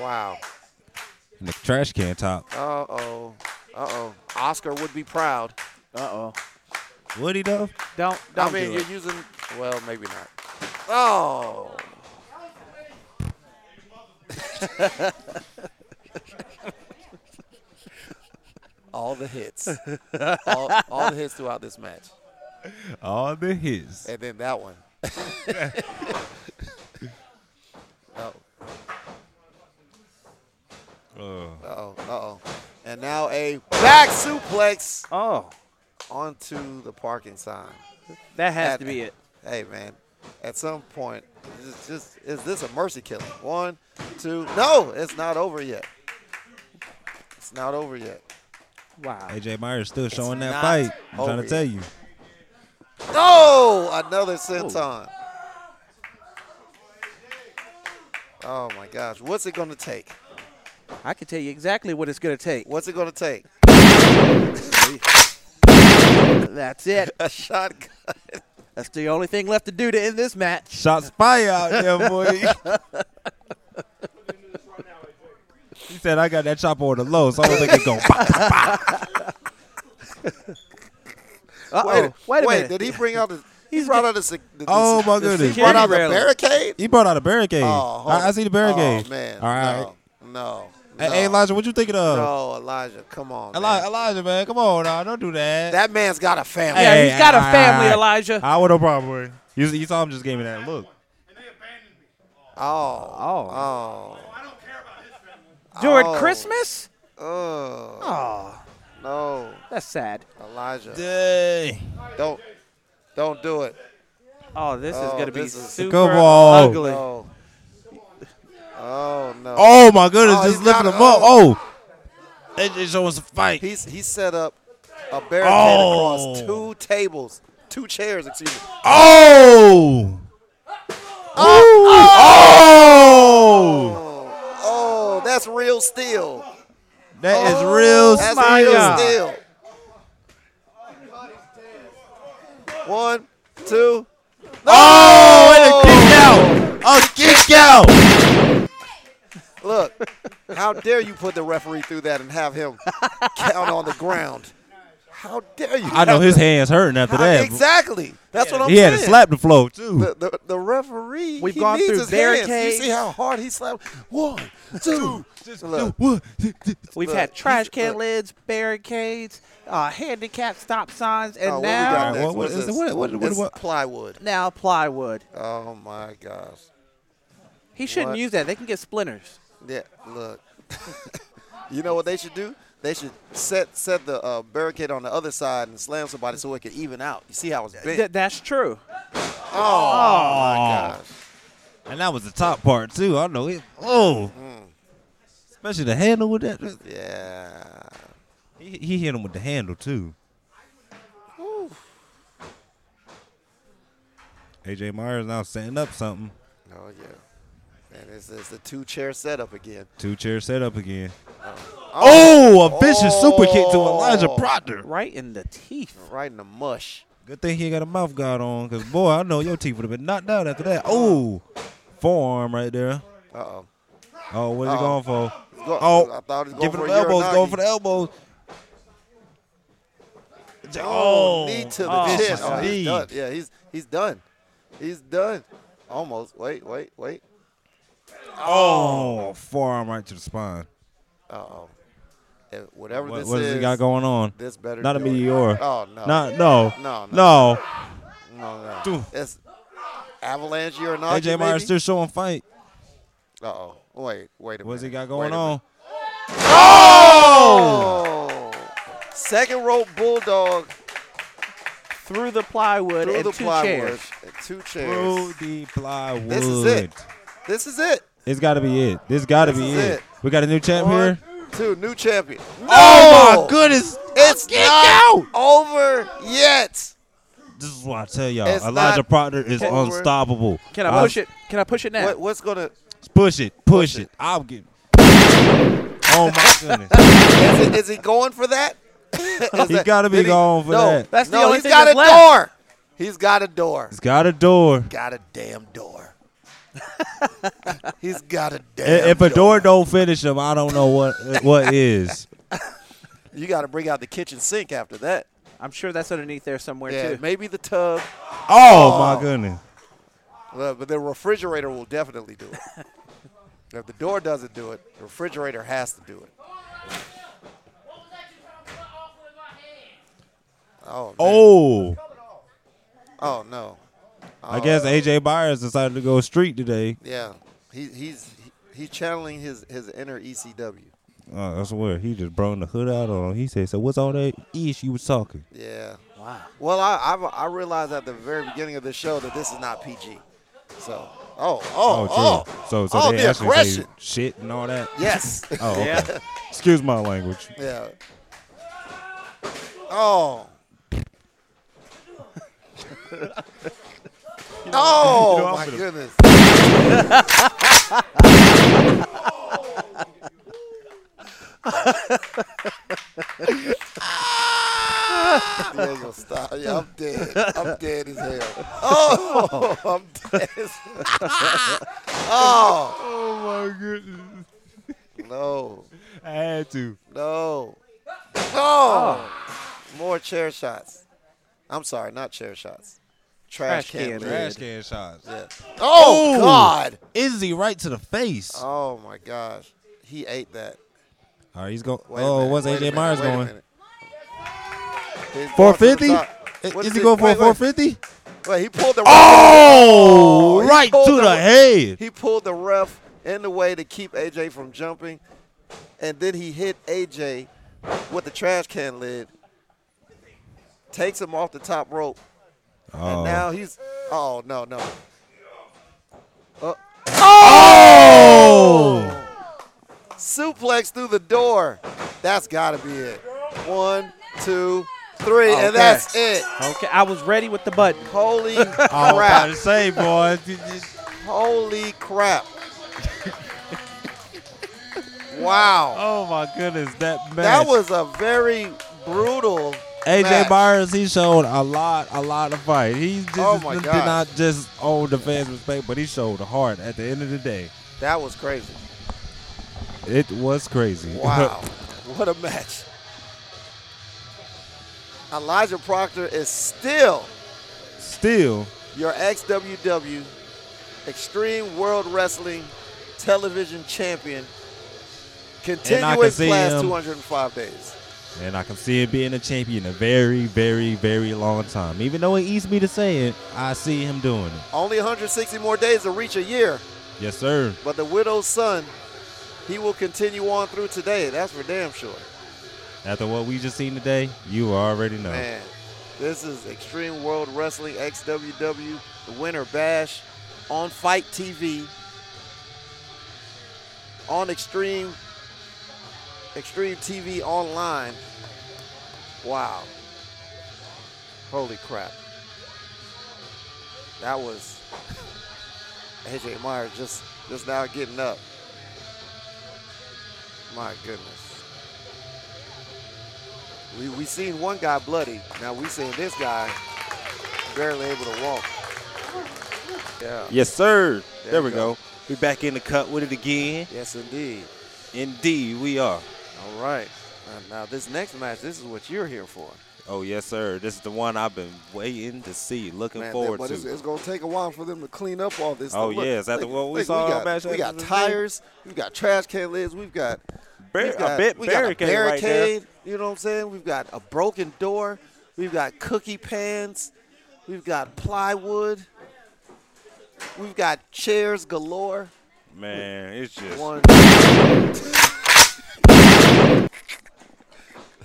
[SPEAKER 4] Wow.
[SPEAKER 7] And the trash can top.
[SPEAKER 4] Uh oh. Uh oh. Oscar would be proud.
[SPEAKER 5] Uh oh.
[SPEAKER 7] Would he though?
[SPEAKER 5] Don't
[SPEAKER 4] I
[SPEAKER 5] don't
[SPEAKER 4] mean,
[SPEAKER 5] do
[SPEAKER 4] you're
[SPEAKER 5] it.
[SPEAKER 4] using. Well, maybe not. Oh. all the
[SPEAKER 5] [laughs]
[SPEAKER 4] hits. all, all the hits throughout this match.
[SPEAKER 7] All the his.
[SPEAKER 4] And then that
[SPEAKER 5] [laughs]
[SPEAKER 4] one. oh. Uh oh. Uh oh. And now a back suplex
[SPEAKER 5] Oh,
[SPEAKER 4] onto the parking sign.
[SPEAKER 5] that has
[SPEAKER 4] At-
[SPEAKER 5] to be it.
[SPEAKER 4] Hey man, at some point, it's just is this a mercy killing? One, two, no, it's not over yet. It's not over yet.
[SPEAKER 5] Wow.
[SPEAKER 7] AJ Myers still showing
[SPEAKER 4] not
[SPEAKER 7] that fight. I'm
[SPEAKER 4] over
[SPEAKER 7] trying to tell you.
[SPEAKER 4] No, another senton. Oh my gosh, what's it gonna take?
[SPEAKER 5] I can tell you exactly what it's gonna take.
[SPEAKER 4] What's it gonna take? [laughs]
[SPEAKER 5] That's it.
[SPEAKER 4] A shotgun.
[SPEAKER 5] [laughs] That's the only thing left to do to end this match.
[SPEAKER 7] Shots fire out
[SPEAKER 4] [laughs]
[SPEAKER 7] there, boy. he said I got that chopper on the low, so I don't think
[SPEAKER 4] [laughs]
[SPEAKER 7] it's going.
[SPEAKER 5] Uh
[SPEAKER 4] Wait,
[SPEAKER 5] oh. Wait a
[SPEAKER 4] wait,
[SPEAKER 5] minute.
[SPEAKER 4] did he bring out the? He
[SPEAKER 5] He's
[SPEAKER 4] brought
[SPEAKER 5] get-
[SPEAKER 4] out the. se- the- the
[SPEAKER 7] Oh
[SPEAKER 4] se-
[SPEAKER 7] my
[SPEAKER 4] the
[SPEAKER 7] goodness!
[SPEAKER 4] Brought out the
[SPEAKER 5] Security railing.
[SPEAKER 4] barricade.
[SPEAKER 7] He brought out a barricade.
[SPEAKER 4] Oh,
[SPEAKER 7] I, I see the barricade.
[SPEAKER 4] Oh man.
[SPEAKER 7] All right.
[SPEAKER 4] No. no,
[SPEAKER 7] Hey, hey,
[SPEAKER 4] no.
[SPEAKER 7] Elijah, what you thinking of?
[SPEAKER 4] No, Elijah, come on.
[SPEAKER 7] Eli-
[SPEAKER 4] man.
[SPEAKER 7] Elijah, man, come on, now, don't do that.
[SPEAKER 4] That man's got a family.
[SPEAKER 5] Yeah,
[SPEAKER 7] Hey,
[SPEAKER 5] he's got a
[SPEAKER 7] I-
[SPEAKER 5] family,
[SPEAKER 7] I-
[SPEAKER 5] Elijah.
[SPEAKER 7] I would have probably. You, you saw him just gave me that look.
[SPEAKER 4] Oh, oh,
[SPEAKER 5] oh. During
[SPEAKER 4] oh.
[SPEAKER 5] Christmas?
[SPEAKER 4] oh,
[SPEAKER 5] Oh,
[SPEAKER 4] no,
[SPEAKER 5] that's sad.
[SPEAKER 4] Elijah,
[SPEAKER 7] Dang.
[SPEAKER 4] don't, don't do it.
[SPEAKER 5] Oh, this is
[SPEAKER 4] Oh,
[SPEAKER 5] gonna be
[SPEAKER 4] this is-
[SPEAKER 5] super
[SPEAKER 7] Come on.
[SPEAKER 5] ugly.
[SPEAKER 4] No. Oh no.
[SPEAKER 7] Oh my goodness,
[SPEAKER 4] Oh,
[SPEAKER 7] just
[SPEAKER 4] he got
[SPEAKER 7] lifting him
[SPEAKER 4] it.
[SPEAKER 7] up. Oh, they just showing some fight.
[SPEAKER 4] He's he set up a barricade across
[SPEAKER 7] Oh.
[SPEAKER 4] two tables, two chairs. Excuse me.
[SPEAKER 7] Oh. Oh.
[SPEAKER 4] Oh, that's real steel.
[SPEAKER 7] That is real
[SPEAKER 4] Oh. That's
[SPEAKER 7] smile.
[SPEAKER 4] real steel. One, two.
[SPEAKER 7] Oh, and a kick out. A kick out.
[SPEAKER 4] Look, how dare you put the referee through that and have him count on the ground? How dare you?
[SPEAKER 7] I know his hands hurting after
[SPEAKER 4] How-
[SPEAKER 7] that.
[SPEAKER 4] Exactly. That's what I'm
[SPEAKER 7] He
[SPEAKER 4] saying.
[SPEAKER 7] had to slap the floor too.
[SPEAKER 4] The, the, the referee.
[SPEAKER 5] We've
[SPEAKER 4] he
[SPEAKER 5] gone
[SPEAKER 4] needs
[SPEAKER 5] through
[SPEAKER 4] his hands.
[SPEAKER 5] barricades.
[SPEAKER 4] You see how hard he slapped?
[SPEAKER 5] [laughs]
[SPEAKER 4] One, two. Look,
[SPEAKER 5] We've
[SPEAKER 4] Look,
[SPEAKER 5] had trash
[SPEAKER 4] he's-
[SPEAKER 5] can
[SPEAKER 4] look.
[SPEAKER 5] lids, barricades, uh, handicap stop signs, and
[SPEAKER 4] oh, what we got
[SPEAKER 5] now
[SPEAKER 4] next?
[SPEAKER 7] What- what
[SPEAKER 4] What's
[SPEAKER 7] is-
[SPEAKER 4] this?
[SPEAKER 7] what- what- what-
[SPEAKER 4] It's
[SPEAKER 7] what-
[SPEAKER 4] plywood.
[SPEAKER 5] now plywood.
[SPEAKER 4] Oh my gosh.
[SPEAKER 5] He shouldn't
[SPEAKER 4] What?
[SPEAKER 5] use that. They can get splinters.
[SPEAKER 4] Yeah, look. [laughs] you know what they should do? They should set set the uh, barricade on the other side and slam somebody so it could even out. You see how it's bent?
[SPEAKER 5] Th- that's true.
[SPEAKER 4] Gosh.
[SPEAKER 7] Oh.
[SPEAKER 4] Mm.
[SPEAKER 7] And that was the top part too. I know it. Oh. Especially the handle with that.
[SPEAKER 4] Yeah.
[SPEAKER 7] He, he hit him with the handle too. AJ Myers now setting up something.
[SPEAKER 4] Oh yeah. And it's, it's the two chair setup again.
[SPEAKER 7] Two chair setup again. Oh, a vicious super kick to
[SPEAKER 4] Oh.
[SPEAKER 7] Elijah Proctor.
[SPEAKER 4] Right in the teeth. Right in the mush.
[SPEAKER 7] Good thing he ain't got a mouth guard on, because boy, I know your teeth would have been knocked out after that. Oh, forearm right there.
[SPEAKER 4] Uh oh.
[SPEAKER 7] Oh, what is he going for?
[SPEAKER 4] go-
[SPEAKER 7] oh,
[SPEAKER 4] I thought he was going
[SPEAKER 7] giving
[SPEAKER 4] for
[SPEAKER 7] him
[SPEAKER 4] a
[SPEAKER 7] elbows. Going
[SPEAKER 4] Uranagi.
[SPEAKER 7] for the elbows.
[SPEAKER 4] Oh, knee to the
[SPEAKER 10] oh,
[SPEAKER 4] chin. Oh,
[SPEAKER 7] knee.
[SPEAKER 4] he's done. Yeah, he's he's done. He's done. Almost. Wait, wait, wait.
[SPEAKER 7] Oh, forearm right to the spine.
[SPEAKER 4] Uh oh. Whatever
[SPEAKER 7] What,
[SPEAKER 4] this
[SPEAKER 7] what does
[SPEAKER 4] is,
[SPEAKER 7] he got going on?
[SPEAKER 4] This better.
[SPEAKER 7] Not a
[SPEAKER 4] do it.
[SPEAKER 7] meteor.
[SPEAKER 4] Oh no.
[SPEAKER 7] Not no.
[SPEAKER 4] No,
[SPEAKER 7] No.
[SPEAKER 4] no, no.
[SPEAKER 7] Dude.
[SPEAKER 4] It's avalanche or not?
[SPEAKER 7] AJ Myers still showing fight.
[SPEAKER 4] Uh oh. Wait, wait a minute.
[SPEAKER 7] What's he got
[SPEAKER 4] Wait
[SPEAKER 7] going
[SPEAKER 4] a
[SPEAKER 7] on?
[SPEAKER 4] minute. Oh! Second rope bulldog
[SPEAKER 5] Through the plywood
[SPEAKER 4] through
[SPEAKER 5] and
[SPEAKER 4] the
[SPEAKER 5] two
[SPEAKER 4] plywood.
[SPEAKER 5] chairs.
[SPEAKER 4] and Two
[SPEAKER 7] Through
[SPEAKER 4] chairs.
[SPEAKER 7] the plywood.
[SPEAKER 4] This is it. This is it.
[SPEAKER 7] It's got to be it. This got to
[SPEAKER 4] This
[SPEAKER 7] be
[SPEAKER 4] is
[SPEAKER 7] it.
[SPEAKER 4] it.
[SPEAKER 7] We got a new champ here.
[SPEAKER 4] Two new champion. No!
[SPEAKER 7] Oh my goodness!
[SPEAKER 4] It's not over yet.
[SPEAKER 7] This is why I tell y'all,
[SPEAKER 4] It's
[SPEAKER 7] Elijah
[SPEAKER 4] not
[SPEAKER 7] Proctor is
[SPEAKER 4] over.
[SPEAKER 7] unstoppable. Uh,
[SPEAKER 5] Can I push it? Can I push it now?
[SPEAKER 4] What, what's gonna?
[SPEAKER 7] Push it. Push it.
[SPEAKER 4] [laughs]
[SPEAKER 7] I'll get. Oh my goodness!
[SPEAKER 4] Is, it, is he going for that?
[SPEAKER 7] He's got to be going for
[SPEAKER 4] no,
[SPEAKER 7] that.
[SPEAKER 5] That's the
[SPEAKER 4] no,
[SPEAKER 5] only
[SPEAKER 4] he's
[SPEAKER 5] thing
[SPEAKER 4] got
[SPEAKER 5] that's
[SPEAKER 4] a
[SPEAKER 5] left.
[SPEAKER 4] door. He's got a door.
[SPEAKER 7] He's got a door.
[SPEAKER 4] Got a damn door. he's got a
[SPEAKER 7] I-
[SPEAKER 4] damn.
[SPEAKER 7] if a door don't finish him, I don't know
[SPEAKER 4] [laughs]
[SPEAKER 7] what what is.
[SPEAKER 4] you got to bring out the kitchen sink after that.
[SPEAKER 5] I'm sure that's underneath there somewhere
[SPEAKER 4] Yeah,
[SPEAKER 5] too.
[SPEAKER 4] maybe the tub,
[SPEAKER 7] Oh my goodness!
[SPEAKER 4] uh, but the refrigerator will definitely do [laughs] it. if the door doesn't do it, the refrigerator has to do it. Oh, man.
[SPEAKER 7] Oh,
[SPEAKER 4] oh no.
[SPEAKER 7] I
[SPEAKER 4] Uh,
[SPEAKER 7] guess AJ Byers decided to go street today.
[SPEAKER 4] Yeah, he, he's he, he's channeling his his inner E ECW.
[SPEAKER 7] Oh, that's where he just brought the hood out on. him. He said, "So what's all that ish you was talking?"
[SPEAKER 4] Yeah.
[SPEAKER 5] Wow.
[SPEAKER 4] Well, I, I I realized at the very beginning of this show that this is not PG. So oh oh oh,
[SPEAKER 7] true. so so
[SPEAKER 4] oh
[SPEAKER 7] they
[SPEAKER 4] the
[SPEAKER 7] actually
[SPEAKER 4] aggression.
[SPEAKER 7] say shit and all that. [laughs]
[SPEAKER 4] Yes.
[SPEAKER 7] Oh, okay. Excuse my language.
[SPEAKER 4] yeah.
[SPEAKER 7] [laughs]
[SPEAKER 4] Oh. oh
[SPEAKER 7] you know, I'm
[SPEAKER 4] my
[SPEAKER 7] gonna-
[SPEAKER 4] goodness. Diego, stop. Yeah, I'm dead. I'm dead as hell. Oh, [laughs] I'm dead. As hell. [laughs] oh,
[SPEAKER 7] Oh my goodness!
[SPEAKER 4] no,
[SPEAKER 7] I had to.
[SPEAKER 4] no, no.
[SPEAKER 7] Oh.
[SPEAKER 4] More chair shots. I'm sorry, not chair shots. Trash,
[SPEAKER 5] Trash
[SPEAKER 4] can.
[SPEAKER 5] can
[SPEAKER 4] lid.
[SPEAKER 7] Trash can shots.
[SPEAKER 4] Yeah. Oh,
[SPEAKER 7] Oh!
[SPEAKER 4] God.
[SPEAKER 7] Izzy right to the face.
[SPEAKER 4] Oh my gosh. He ate that.
[SPEAKER 7] All right, he's going.
[SPEAKER 4] Wait a
[SPEAKER 7] oh,
[SPEAKER 4] minute,
[SPEAKER 7] what's
[SPEAKER 4] wait a
[SPEAKER 7] AJ
[SPEAKER 4] minute,
[SPEAKER 7] Myers
[SPEAKER 4] wait a
[SPEAKER 7] going?
[SPEAKER 4] minute. He's going to the
[SPEAKER 7] 450?
[SPEAKER 4] top.
[SPEAKER 7] I-
[SPEAKER 4] What's
[SPEAKER 7] Is he
[SPEAKER 4] it-
[SPEAKER 7] going for a
[SPEAKER 4] wait, wait.
[SPEAKER 7] 450?
[SPEAKER 4] Wait, he pulled the.
[SPEAKER 7] Oh,
[SPEAKER 4] he
[SPEAKER 7] right
[SPEAKER 4] pulled
[SPEAKER 7] to the head.
[SPEAKER 4] He pulled the ref in the way to keep AJ from jumping, and then he hit AJ with the trash can lid. Takes him off the top rope, and
[SPEAKER 7] Oh.
[SPEAKER 4] now he's. Oh no no. Uh,
[SPEAKER 7] oh!
[SPEAKER 4] suplex through the door. That's got to be it. One, two, three, and that's it.
[SPEAKER 5] Okay, I was ready with the button.
[SPEAKER 4] Holy
[SPEAKER 7] I was about to
[SPEAKER 4] crap!
[SPEAKER 7] say, boy. you just-
[SPEAKER 4] Holy crap! wow.
[SPEAKER 7] Oh my goodness, that match.
[SPEAKER 4] That was a very brutal
[SPEAKER 7] AJ
[SPEAKER 4] match.
[SPEAKER 7] Myers. He showed a lot, a lot of fight. He just
[SPEAKER 4] Oh my
[SPEAKER 7] did
[SPEAKER 4] gosh.
[SPEAKER 7] not just owe the fans respect, but he showed the heart. At the end of the day,
[SPEAKER 4] That was
[SPEAKER 7] [laughs]
[SPEAKER 4] crazy.
[SPEAKER 7] it was crazy.
[SPEAKER 4] Wow. what a match. Elijah Proctor is still
[SPEAKER 7] [laughs] Still,
[SPEAKER 4] your XWW Extreme World Wrestling Television Champion, continuing
[SPEAKER 7] see
[SPEAKER 4] class
[SPEAKER 7] him.
[SPEAKER 4] 205 days.
[SPEAKER 7] And I can see it being a champion a very, very, very long time. Even though it eats me to say it, I see him doing it.
[SPEAKER 4] Only 160 more days to reach a year,
[SPEAKER 7] Yes, sir.
[SPEAKER 4] but the widow's son, he will continue on through today. That's for damn sure.
[SPEAKER 7] After what we just seen today, you already know.
[SPEAKER 4] Man, this is Extreme World Wrestling XWW, the Winter Bash on Fight TV, on Extreme Extreme TV online. Wow. Holy crap. That was [laughs] AJ Meyer just just now getting up. My goodness. We we seen one guy bloody. Now we seen this guy barely able to walk. Yeah.
[SPEAKER 7] Yes, sir.
[SPEAKER 4] There
[SPEAKER 7] There,
[SPEAKER 4] we
[SPEAKER 7] we go. We back in the cut with it again.
[SPEAKER 4] Yes, indeed.
[SPEAKER 7] Indeed, we are.
[SPEAKER 4] All right. Uh, now this next match, this is what you're here for.
[SPEAKER 7] Oh yes, sir. This is the one I've been waiting to see, looking
[SPEAKER 4] Man,
[SPEAKER 7] forward
[SPEAKER 4] but
[SPEAKER 7] to.
[SPEAKER 4] It's, it's gonna take a while for them to clean up all this.
[SPEAKER 7] Oh,
[SPEAKER 4] Look,
[SPEAKER 7] yeah, is that the-
[SPEAKER 4] think-
[SPEAKER 7] what we
[SPEAKER 4] think
[SPEAKER 7] saw
[SPEAKER 4] We got,
[SPEAKER 7] back
[SPEAKER 4] we
[SPEAKER 7] at
[SPEAKER 4] got
[SPEAKER 7] the
[SPEAKER 4] tires. We've got trash can lids. We've got.
[SPEAKER 7] Bar-
[SPEAKER 4] we've
[SPEAKER 7] a
[SPEAKER 4] got,
[SPEAKER 7] bit
[SPEAKER 4] we got
[SPEAKER 7] barricade
[SPEAKER 4] a
[SPEAKER 7] right there.
[SPEAKER 4] barricade. You know what I'm saying? We've got a broken door. We've got cookie pans. We've got plywood. We've got chairs galore.
[SPEAKER 7] Man, it's just
[SPEAKER 4] One.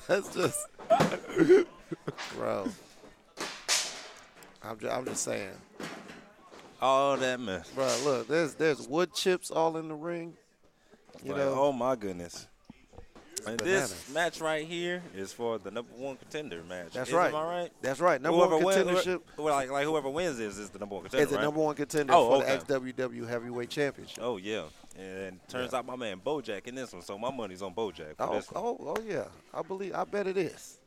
[SPEAKER 4] That's just, bro. I'm just, I'm just saying,
[SPEAKER 7] all that mess.
[SPEAKER 4] bro. Look, there's there's wood chips all in the ring. You
[SPEAKER 7] Like,
[SPEAKER 4] know,
[SPEAKER 7] oh my goodness. And
[SPEAKER 4] bananas.
[SPEAKER 7] this match right here is for the number one contender match.
[SPEAKER 4] that's
[SPEAKER 7] Isn't
[SPEAKER 4] right.
[SPEAKER 7] Am I right?
[SPEAKER 4] That's right. Number one
[SPEAKER 7] whoever wins,
[SPEAKER 4] contendership
[SPEAKER 7] whoever- like like whoever wins this is the number one contender.
[SPEAKER 4] is the
[SPEAKER 7] right?
[SPEAKER 4] number one contender
[SPEAKER 7] Oh,
[SPEAKER 4] for the XWW Heavyweight Championship.
[SPEAKER 7] Oh yeah. And turns out my man Bojack in this one, so my money's on Bojack. for
[SPEAKER 4] Oh,
[SPEAKER 7] this one.
[SPEAKER 4] oh, oh yeah. I believe. I bet it is.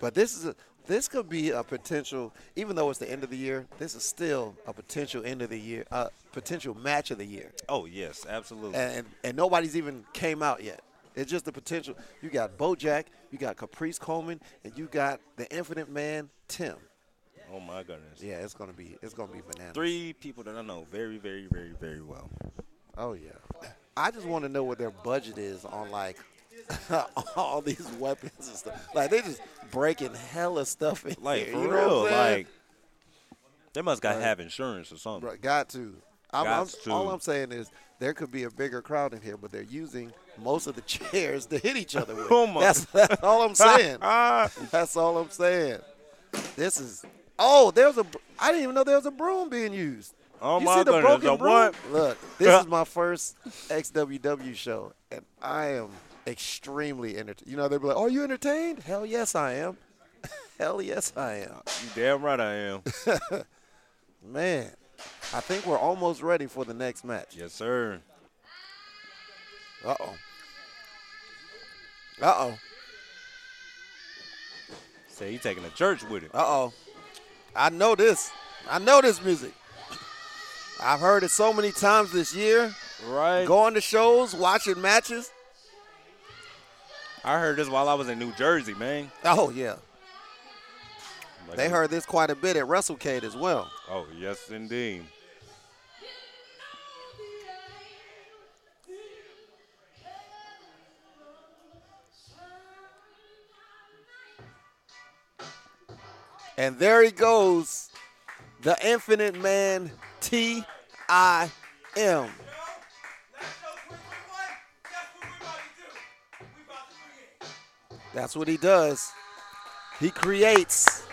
[SPEAKER 4] But this is a, this could be a potential. Even though it's the end of the year, this is still a potential end of the year, uh, potential match of the year,
[SPEAKER 7] Oh, yes, absolutely.
[SPEAKER 4] and and nobody's even came out yet. It's just the potential. You got BoJack, you got Caprice Coleman, and you got the Infinite Man Tim.
[SPEAKER 7] oh my goodness.
[SPEAKER 4] Yeah, it's gonna be it's gonna be bananas.
[SPEAKER 7] Three people that I know very, very, very, very well.
[SPEAKER 4] Oh yeah. I just want to know what their budget is on like [laughs] all these weapons and stuff. Like they just breaking hella stuff in
[SPEAKER 7] Like
[SPEAKER 4] here,
[SPEAKER 7] for
[SPEAKER 4] you know
[SPEAKER 7] real,
[SPEAKER 4] What I'm saying?
[SPEAKER 7] like they must got have insurance or something.
[SPEAKER 4] Bro, got to. I'm, I'm,
[SPEAKER 7] Got to.
[SPEAKER 4] All I'm saying is there could be a bigger crowd in here, but they're using most of the [laughs] chairs to hit each other with.
[SPEAKER 7] Oh my-
[SPEAKER 4] That's, that's all
[SPEAKER 7] [laughs]
[SPEAKER 4] I'm saying.
[SPEAKER 7] Ah,
[SPEAKER 4] that's all I'm saying. This is. Oh, there's a. br- I didn't even know there was a broom being used.
[SPEAKER 7] Oh
[SPEAKER 4] you
[SPEAKER 7] my
[SPEAKER 4] see the
[SPEAKER 7] goodness,
[SPEAKER 4] broken
[SPEAKER 7] a
[SPEAKER 4] broom?
[SPEAKER 7] what?
[SPEAKER 4] Look,
[SPEAKER 7] [laughs]
[SPEAKER 4] this is my first XWW show, and I am extremely entertained. You know, they'd be like, "Are you entertained?" Hell yes, I am. [laughs] Hell yes, I am.
[SPEAKER 7] [laughs] you damn right I am.
[SPEAKER 4] Man, I think we're almost ready for the next match.
[SPEAKER 7] yes, sir.
[SPEAKER 4] Uh oh. Uh oh.
[SPEAKER 7] Say he taking the church with him.
[SPEAKER 4] Uh oh. I know this. I know this music. [coughs] I've heard it so many times this year.
[SPEAKER 7] Right.
[SPEAKER 4] Going to shows, watching matches.
[SPEAKER 7] I heard this while I was in New Jersey, man.
[SPEAKER 4] Oh yeah,
[SPEAKER 7] Like,
[SPEAKER 4] they heard this quite a bit at WrestleCade as well.
[SPEAKER 7] Oh yes, indeed.
[SPEAKER 4] And there he goes, the Infinite Man, T I M. That's what he does. He creates.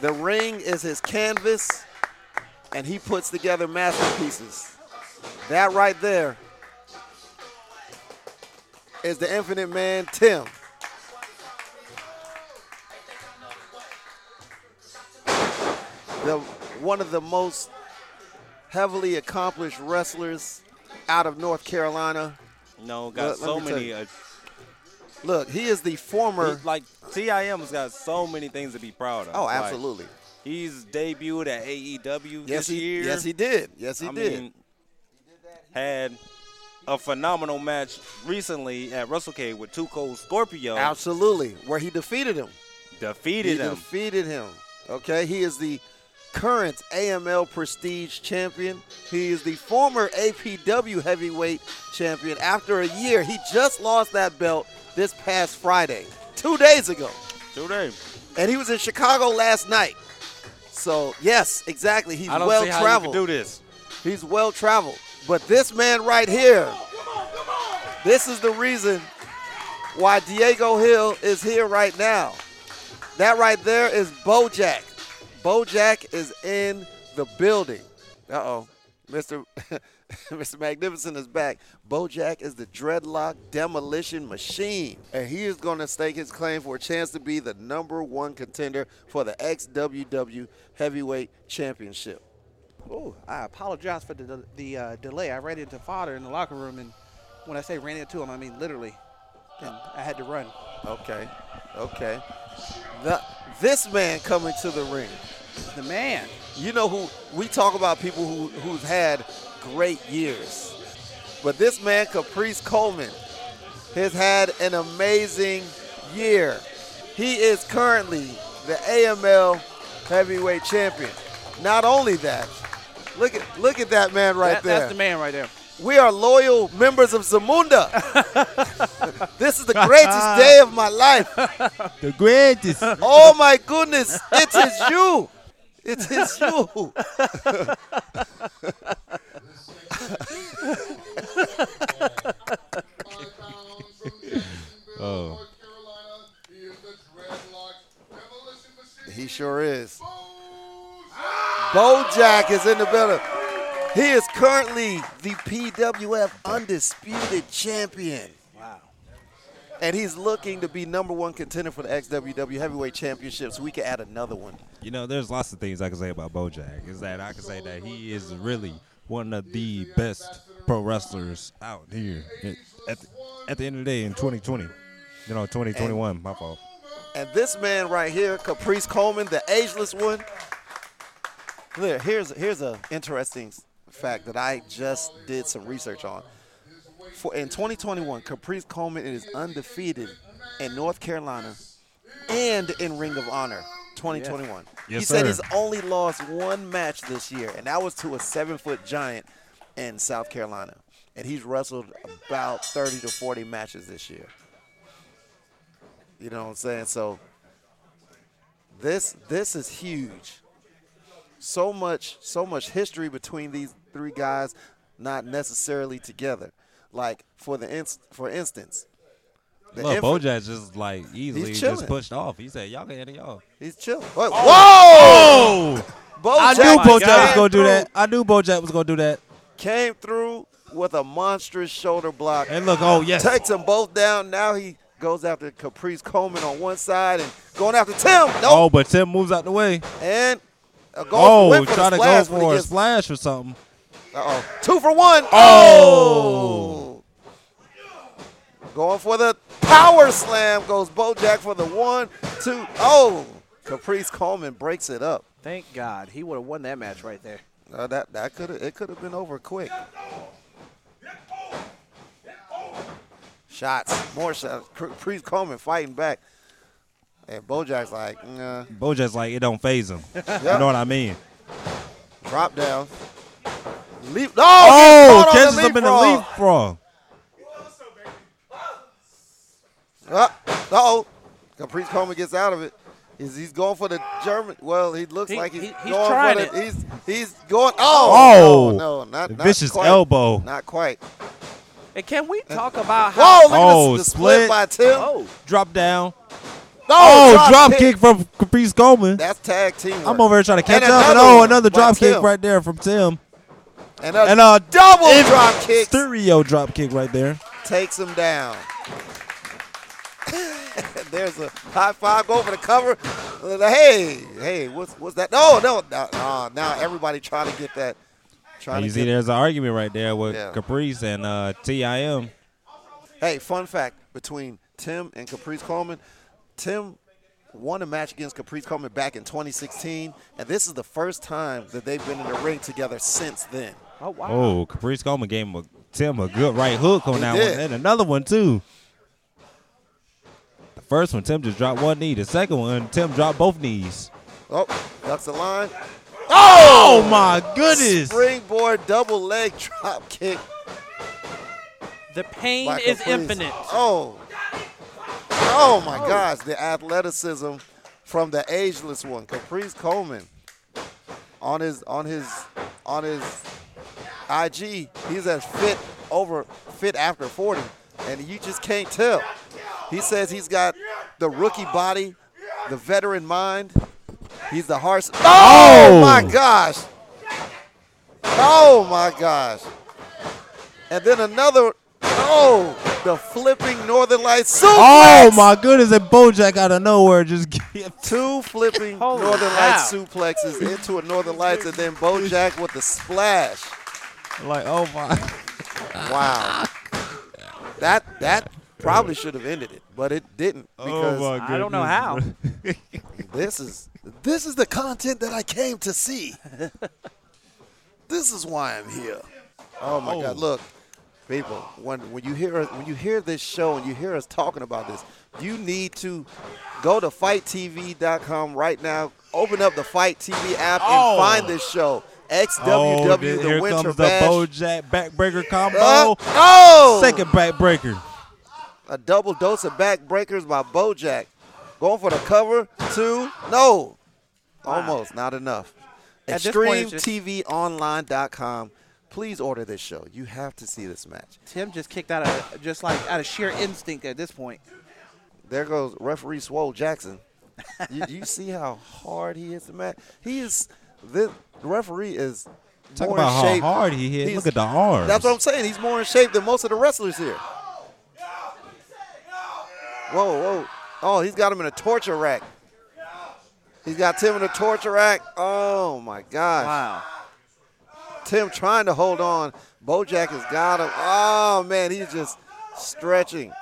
[SPEAKER 4] The ring is his canvas, and he puts together masterpieces. That right there is the Infinite Man, Tim. The, one of the most heavily accomplished wrestlers out of North Carolina.
[SPEAKER 7] No, got
[SPEAKER 4] Let- let
[SPEAKER 7] so
[SPEAKER 4] me tell
[SPEAKER 7] many.
[SPEAKER 4] you.
[SPEAKER 7] Uh,
[SPEAKER 4] Look, he is the former.
[SPEAKER 7] he- like TIM's got so many things to be proud of.
[SPEAKER 4] Oh,
[SPEAKER 7] Like,
[SPEAKER 4] absolutely.
[SPEAKER 7] he's debuted at AEW
[SPEAKER 4] Yes,
[SPEAKER 7] this
[SPEAKER 4] he.
[SPEAKER 7] year.
[SPEAKER 4] Yes, he did. Yes, he
[SPEAKER 7] I
[SPEAKER 4] did.
[SPEAKER 7] mean, had a phenomenal match recently at WrestleCade with Two Cold Scorpio.
[SPEAKER 4] Absolutely, where he defeated him.
[SPEAKER 7] uh, defeated
[SPEAKER 4] he
[SPEAKER 7] him.
[SPEAKER 4] defeated him. Okay, he is the current AML Prestige champion. He is the former APW Heavyweight champion. After a year, he just lost that belt this past Friday, two days ago,
[SPEAKER 7] Today.
[SPEAKER 4] and he was in Chicago last night. So yes, exactly. He's
[SPEAKER 7] I don't
[SPEAKER 4] well
[SPEAKER 7] see how you
[SPEAKER 4] traveled.
[SPEAKER 7] can do this.
[SPEAKER 4] He's well traveled. But this man right here, this is the reason why Diego Hill is here right now. That right there is Bojack. Bojack is in the building. Uh oh. [laughs] Mr. Mr. Magnificent is back. Bojack is the dreadlock demolition machine, and he is going to stake his claim for a chance to be the number one contender for the XWW Heavyweight Championship.
[SPEAKER 5] Oh, I apologize for the the uh, delay. I ran into father in the locker room, and when I say ran into him, I mean literally. And I had to run.
[SPEAKER 4] Okay, okay. The, this man coming to the ring.
[SPEAKER 5] The man.
[SPEAKER 4] You know who we talk about people who who's had great years, but this man Caprice Coleman has had an amazing year. He is currently the AML heavyweight champion. Not only that, look at look at that man right
[SPEAKER 5] That-
[SPEAKER 4] there.
[SPEAKER 5] That's the man right there.
[SPEAKER 4] We are loyal members of
[SPEAKER 7] [laughs]
[SPEAKER 4] Zamunda. this is the greatest day of my life.
[SPEAKER 7] [laughs] The greatest.
[SPEAKER 4] Oh my goodness, it is you. It is you.
[SPEAKER 6] Five pounds from Jacksonville,
[SPEAKER 7] Oh.
[SPEAKER 4] [laughs]
[SPEAKER 6] North Carolina, he is the dreadlock demolition machine.
[SPEAKER 4] He sure is.
[SPEAKER 6] Bojack.
[SPEAKER 4] Bojack is in the building. He is currently the PWF undisputed champion. Wow. And he's looking to be number one contender for the XWW Heavyweight Championship, so we can add another one.
[SPEAKER 7] You know, there's lots of things I can say about Bojack. Is that I can say that he is really one of the best pro wrestlers out here. At, at the, at the end of the day, in 2020, you know, 2021, my fault.
[SPEAKER 4] And this man right here, Caprice Coleman, the ageless one. Look, here's here's a interesting s- fact that I just did some research on. For in 2021, Caprice Coleman is undefeated in North Carolina and in Ring of Honor 2021.
[SPEAKER 7] Yes,
[SPEAKER 4] he said
[SPEAKER 7] sir.
[SPEAKER 4] he's only lost one match this year, and that was to a seven-foot giant in South Carolina. And he's wrestled about 30 to 40 matches this year. You know what I'm saying? So this this is huge. So much so much history between these three guys, not necessarily together. Like for the inst- for instance, the
[SPEAKER 7] Look,
[SPEAKER 4] inf-
[SPEAKER 7] Bojack's just like easily
[SPEAKER 4] chilling.
[SPEAKER 7] just pushed off. He said, "Y'all can handle y'all."
[SPEAKER 4] he's chill. Wait, Whoa! Bojack
[SPEAKER 7] Oh. I knew
[SPEAKER 4] came
[SPEAKER 7] Bojack was gonna do
[SPEAKER 4] through-
[SPEAKER 7] that. I knew Bojack was gonna do that.
[SPEAKER 4] Came through with a monstrous shoulder block.
[SPEAKER 7] And look, oh yes,
[SPEAKER 4] takes them both down. Now he goes after Caprice Coleman on one side and going after Tim. Nope.
[SPEAKER 7] Oh, but Tim moves out the way.
[SPEAKER 4] And a goal
[SPEAKER 7] Oh,
[SPEAKER 4] went for
[SPEAKER 7] try
[SPEAKER 4] the
[SPEAKER 7] to go
[SPEAKER 4] splash when he
[SPEAKER 7] for a
[SPEAKER 4] gets-
[SPEAKER 7] splash or something.
[SPEAKER 4] Uh-oh. Two for one. Oh.
[SPEAKER 7] Oh.
[SPEAKER 4] Going for the power slam goes Bojack for the one, two, oh. Caprice Coleman breaks it up.
[SPEAKER 5] Thank God he would have won that match right there.
[SPEAKER 4] Uh, that that could have it could have been over quick. Shots, more shots. Caprice Coleman fighting back, and Bojack's like, nah.
[SPEAKER 7] Bojack's like it don't phase him.
[SPEAKER 4] Yeah.
[SPEAKER 7] You know what I mean?
[SPEAKER 4] Drop down. Leap. No!
[SPEAKER 7] Oh,
[SPEAKER 4] he
[SPEAKER 7] catches
[SPEAKER 4] caught on
[SPEAKER 7] him in the
[SPEAKER 4] leapfrog.
[SPEAKER 7] leapfrog.
[SPEAKER 4] Uh oh. Caprice Coleman gets out of it. He's, he's going for the German. Well, he looks
[SPEAKER 5] He-
[SPEAKER 4] like he's,
[SPEAKER 5] he- he's
[SPEAKER 4] going
[SPEAKER 5] trying
[SPEAKER 4] for
[SPEAKER 5] it.
[SPEAKER 4] the. He's, he's going. Oh!
[SPEAKER 7] Oh.
[SPEAKER 4] No, no not, not
[SPEAKER 7] Vicious
[SPEAKER 4] quite.
[SPEAKER 7] elbow.
[SPEAKER 4] Not quite.
[SPEAKER 5] And can we talk about
[SPEAKER 4] Whoa,
[SPEAKER 5] how?
[SPEAKER 4] look
[SPEAKER 7] Oh,
[SPEAKER 4] at this, the split.
[SPEAKER 7] split.
[SPEAKER 4] by Tim.
[SPEAKER 5] Oh,
[SPEAKER 7] Drop down.
[SPEAKER 4] No,
[SPEAKER 7] Oh, drop kick. from Caprice Coleman.
[SPEAKER 4] That's tag team.
[SPEAKER 7] I'm over here trying to catch
[SPEAKER 4] And
[SPEAKER 7] up. And
[SPEAKER 4] another
[SPEAKER 7] oh,
[SPEAKER 4] one
[SPEAKER 7] another
[SPEAKER 4] by
[SPEAKER 7] drop
[SPEAKER 4] Tim.
[SPEAKER 7] kick right there from Tim.
[SPEAKER 4] And a
[SPEAKER 7] And a
[SPEAKER 4] double drop kick
[SPEAKER 7] stereo drop kick right there.
[SPEAKER 4] takes him down. [laughs] There's a high five go for the cover. Hey, hey, what's what's that? No, no, no, no. Now everybody trying to get that. Trying
[SPEAKER 7] You
[SPEAKER 4] to
[SPEAKER 7] see,
[SPEAKER 4] get,
[SPEAKER 7] there's an argument right there with
[SPEAKER 4] Yeah.
[SPEAKER 7] Caprice and uh, Tim.
[SPEAKER 4] Hey, fun fact between Tim and Caprice Coleman, Tim won a match against Caprice Coleman back in 2016, and this is the first time that they've been in the ring together since then.
[SPEAKER 5] oh wow.
[SPEAKER 7] Oh, Caprice Coleman gave him a, Tim a good right hook on
[SPEAKER 4] He
[SPEAKER 7] that
[SPEAKER 4] did.
[SPEAKER 7] one, and another one too. The first one, Tim just dropped one knee. The second one, Tim dropped both knees.
[SPEAKER 4] Oh, ducks the line.
[SPEAKER 7] Oh, my goodness!
[SPEAKER 4] Springboard double leg [laughs] drop kick.
[SPEAKER 9] The pain
[SPEAKER 4] Michael
[SPEAKER 9] is
[SPEAKER 4] Freeze.
[SPEAKER 9] infinite.
[SPEAKER 4] Oh. Oh my gosh, the athleticism from the ageless one, Caprice Coleman. On his on his on his IG, he's as fit over fit after 40 and you just can't tell. He says he's got the rookie body, the veteran mind. He's the horse. Oh,
[SPEAKER 7] Oh!
[SPEAKER 4] my gosh. Oh my gosh. And then another. Oh, the flipping Northern Lights suplex.
[SPEAKER 7] Oh my goodness! And Bojack out of nowhere just [laughs]
[SPEAKER 4] Two flipping Northern Lights suplexes into a Northern Lights, and then BoJack with the splash.
[SPEAKER 7] like, oh my.
[SPEAKER 4] Wow. That that probably should have ended it, but it didn't because
[SPEAKER 7] oh my
[SPEAKER 1] I don't know how.
[SPEAKER 4] this is this is the content that I came to see. this is why I'm here. Oh my God! Look, people, when when you hear us- when you hear this show and you hear us talking about this, you need to go to fighttv.com right now. Open up the Fight TV app and find this show. XWW
[SPEAKER 7] Oh,
[SPEAKER 4] the
[SPEAKER 7] here
[SPEAKER 4] Winter
[SPEAKER 7] comes
[SPEAKER 4] Bash.
[SPEAKER 7] the Bojack backbreaker combo.
[SPEAKER 4] Up. oh,
[SPEAKER 7] Second backbreaker.
[SPEAKER 4] a double dose of backbreakers by Bojack. Going for the cover, two, no. Almost, not enough.
[SPEAKER 5] At this point, it's just-
[SPEAKER 4] ExtremeTVOnline.com. Please order this show. You have to see this match.
[SPEAKER 5] Tim just kicked out of just like out of sheer instinct at this point.
[SPEAKER 4] There goes referee Swole Jackson. you, you see how hard he hits the match? He is, this referee is
[SPEAKER 7] Talk
[SPEAKER 4] more
[SPEAKER 7] about
[SPEAKER 4] in
[SPEAKER 7] how
[SPEAKER 4] shape.
[SPEAKER 7] hard he hit.
[SPEAKER 4] He's-
[SPEAKER 7] Look at the arms.
[SPEAKER 4] That's what I'm saying. He's more in shape than most of the wrestlers here. Whoa, whoa. Oh, he's got him in a torture rack. He's got Tim in a torture rack. Oh, my gosh.
[SPEAKER 5] Wow.
[SPEAKER 4] Tim trying to hold on. Bojack has got him. Oh, man, he's just stretching,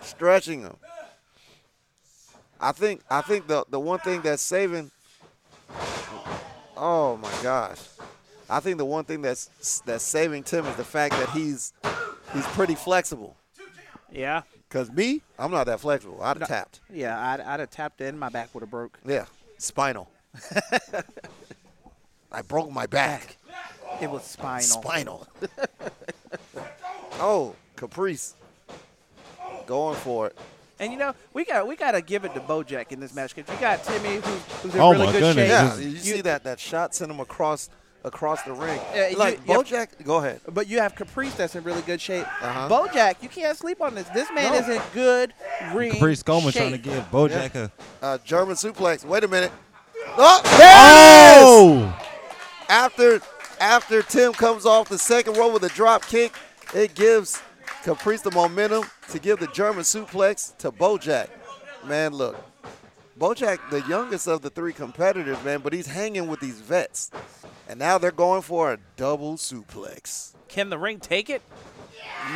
[SPEAKER 4] stretching him. I think I think the, the one thing that's saving Oh my gosh. I think the one thing that's that's saving Tim is the fact that he's he's pretty flexible.
[SPEAKER 1] Yeah.
[SPEAKER 4] Cause me, I'm not that flexible. I'd have tapped.
[SPEAKER 5] Yeah, I'd, I'd have tapped in. My back would have broke.
[SPEAKER 4] Yeah, spinal. [laughs] I broke my back.
[SPEAKER 5] It was spinal.
[SPEAKER 4] Spinal. oh, Caprice. Going for it.
[SPEAKER 5] And you know, we got we got to give it to Bojack in this match because you got Timmy who's, who's in
[SPEAKER 7] Oh
[SPEAKER 5] really
[SPEAKER 7] my
[SPEAKER 5] good
[SPEAKER 7] goodness.
[SPEAKER 5] shape.
[SPEAKER 4] Yeah,
[SPEAKER 7] just-
[SPEAKER 4] you, see that that shot sent him across across the ring.
[SPEAKER 5] Yeah, you-
[SPEAKER 4] like
[SPEAKER 5] you have-
[SPEAKER 4] Bojack, go ahead.
[SPEAKER 5] But you have Caprice that's in really good shape.
[SPEAKER 4] Uh-huh.
[SPEAKER 5] Bojack, you can't sleep on this. This man
[SPEAKER 4] No.
[SPEAKER 5] is in good ring
[SPEAKER 7] Caprice Coleman
[SPEAKER 5] shape.
[SPEAKER 7] trying to give Bojack a.
[SPEAKER 4] Uh, German suplex. Wait a minute. Oh, there it is!
[SPEAKER 7] Oh!
[SPEAKER 4] after after Tim comes off the second row with a drop kick, it gives Caprice the momentum to give the German suplex to Bojack. Man, look. Bojack, the youngest of the three competitors, man, but he's hanging with these vets. And now they're going for a double suplex.
[SPEAKER 1] Can the ring take it?
[SPEAKER 4] Yo!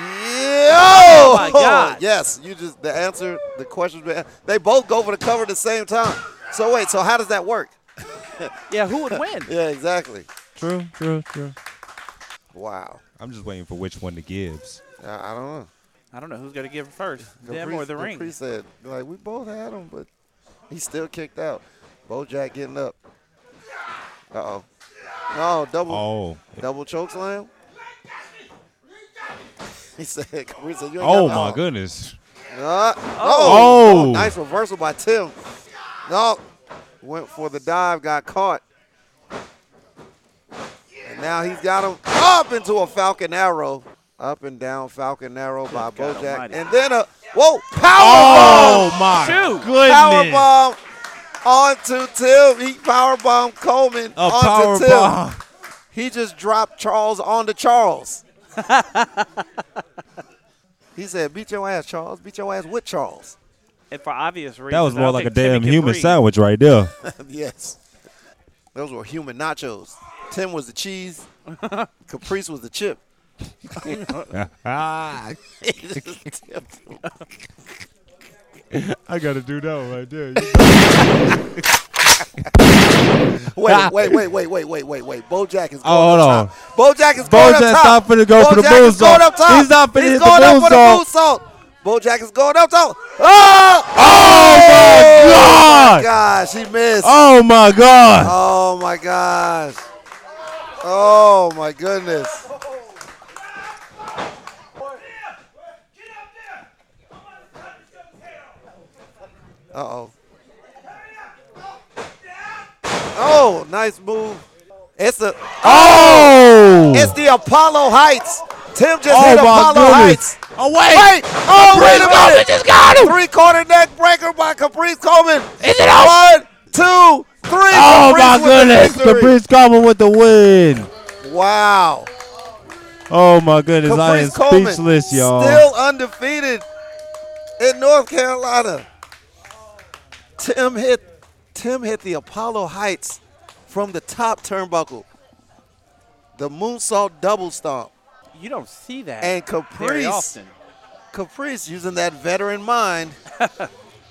[SPEAKER 1] my God.
[SPEAKER 4] [laughs] Yes, you just the answer, the question's been they both go for the cover at the same time. So wait, so how does that work?
[SPEAKER 5] Yeah, who would win?
[SPEAKER 4] Yeah, exactly.
[SPEAKER 7] True, true, true.
[SPEAKER 4] Wow.
[SPEAKER 7] I'm just waiting for which one to gives.
[SPEAKER 4] I I don't know.
[SPEAKER 1] I don't know who's gonna give it first, them
[SPEAKER 4] Priest-
[SPEAKER 1] or the ring.
[SPEAKER 4] priest said, like, we both had him, but he still kicked out. Bojack getting up. Uh oh. Oh, double
[SPEAKER 7] Oh.
[SPEAKER 4] double choke slam. [laughs] He said, Caprice said, you ain't
[SPEAKER 7] Oh
[SPEAKER 4] got-
[SPEAKER 7] my goodness.
[SPEAKER 4] Uh,
[SPEAKER 7] Oh.
[SPEAKER 4] oh, nice reversal by Tim. No, went for the dive, got caught. And now he's got him up into a Falcon Arrow. Up and down Falcon Arrow by
[SPEAKER 1] God
[SPEAKER 4] Bojack.
[SPEAKER 1] almighty.
[SPEAKER 4] And then a, whoa, power
[SPEAKER 7] Oh my
[SPEAKER 1] Shoot.
[SPEAKER 7] goodness.
[SPEAKER 4] bomb. Powerbomb onto Tim. He powerbomb Coleman
[SPEAKER 7] A
[SPEAKER 4] onto
[SPEAKER 7] power
[SPEAKER 4] Tim.
[SPEAKER 7] bomb.
[SPEAKER 4] He just dropped Charles
[SPEAKER 1] [laughs]
[SPEAKER 4] onto Charles. he said, beat your ass, Charles. Beat your ass with Charles.
[SPEAKER 1] And for obvious reasons,
[SPEAKER 7] That was
[SPEAKER 1] I'll
[SPEAKER 7] more like a
[SPEAKER 1] take Timmy
[SPEAKER 7] damn
[SPEAKER 1] can
[SPEAKER 7] human
[SPEAKER 1] breathe.
[SPEAKER 7] sandwich
[SPEAKER 4] [laughs]
[SPEAKER 7] right there.
[SPEAKER 4] yes. Those were human nachos. Tim was the
[SPEAKER 7] [laughs]
[SPEAKER 4] cheese. Caprice was the chip. [laughs]
[SPEAKER 7] ah, I gotta do that one right there. [laughs]
[SPEAKER 4] wait, wait, wait, wait, wait, wait, wait, wait. Bojack is going
[SPEAKER 7] Oh, hold
[SPEAKER 4] up
[SPEAKER 7] on.
[SPEAKER 4] top. Bojack is going
[SPEAKER 7] Bojack's
[SPEAKER 4] up top.
[SPEAKER 7] not finna go for the
[SPEAKER 4] Bojack is
[SPEAKER 7] moonsault.
[SPEAKER 4] going up top.
[SPEAKER 7] He's not finna
[SPEAKER 4] He's
[SPEAKER 7] hit the
[SPEAKER 4] going up
[SPEAKER 7] moonsault.
[SPEAKER 4] for the moonsault. Bojack is going up top. Oh! Oh,
[SPEAKER 7] God!
[SPEAKER 4] my gosh, he missed.
[SPEAKER 7] Oh my god.
[SPEAKER 4] Oh my gosh. Oh my goodness. Uh oh. Oh, nice move. It's the uh,
[SPEAKER 7] Oh!
[SPEAKER 4] it's the Apollo Heights. Tim just
[SPEAKER 7] oh
[SPEAKER 4] hit
[SPEAKER 7] my
[SPEAKER 4] Apollo
[SPEAKER 7] goodness.
[SPEAKER 4] Heights.
[SPEAKER 7] Oh wait.
[SPEAKER 4] Wait! Oh, wait a minute!
[SPEAKER 7] Caprice Coleman just got him.
[SPEAKER 4] Three quarter neck breaker by Caprice Coleman.
[SPEAKER 7] Is it over?
[SPEAKER 4] One, two, three.
[SPEAKER 7] Oh
[SPEAKER 4] Caprice
[SPEAKER 7] my
[SPEAKER 4] with the
[SPEAKER 7] goodness.
[SPEAKER 4] victory.
[SPEAKER 7] Caprice Coleman with the win.
[SPEAKER 4] Wow.
[SPEAKER 7] Oh my goodness, I am
[SPEAKER 4] Caprice Coleman
[SPEAKER 7] speechless, y'all.
[SPEAKER 4] Still undefeated in North Carolina. Tim hit Tim hit the Apollo Heights from the top turnbuckle. The moonsault double stomp.
[SPEAKER 5] You don't see that
[SPEAKER 4] And
[SPEAKER 5] very
[SPEAKER 4] Caprice
[SPEAKER 5] often.
[SPEAKER 4] Caprice using that veteran
[SPEAKER 7] [laughs]
[SPEAKER 4] mind.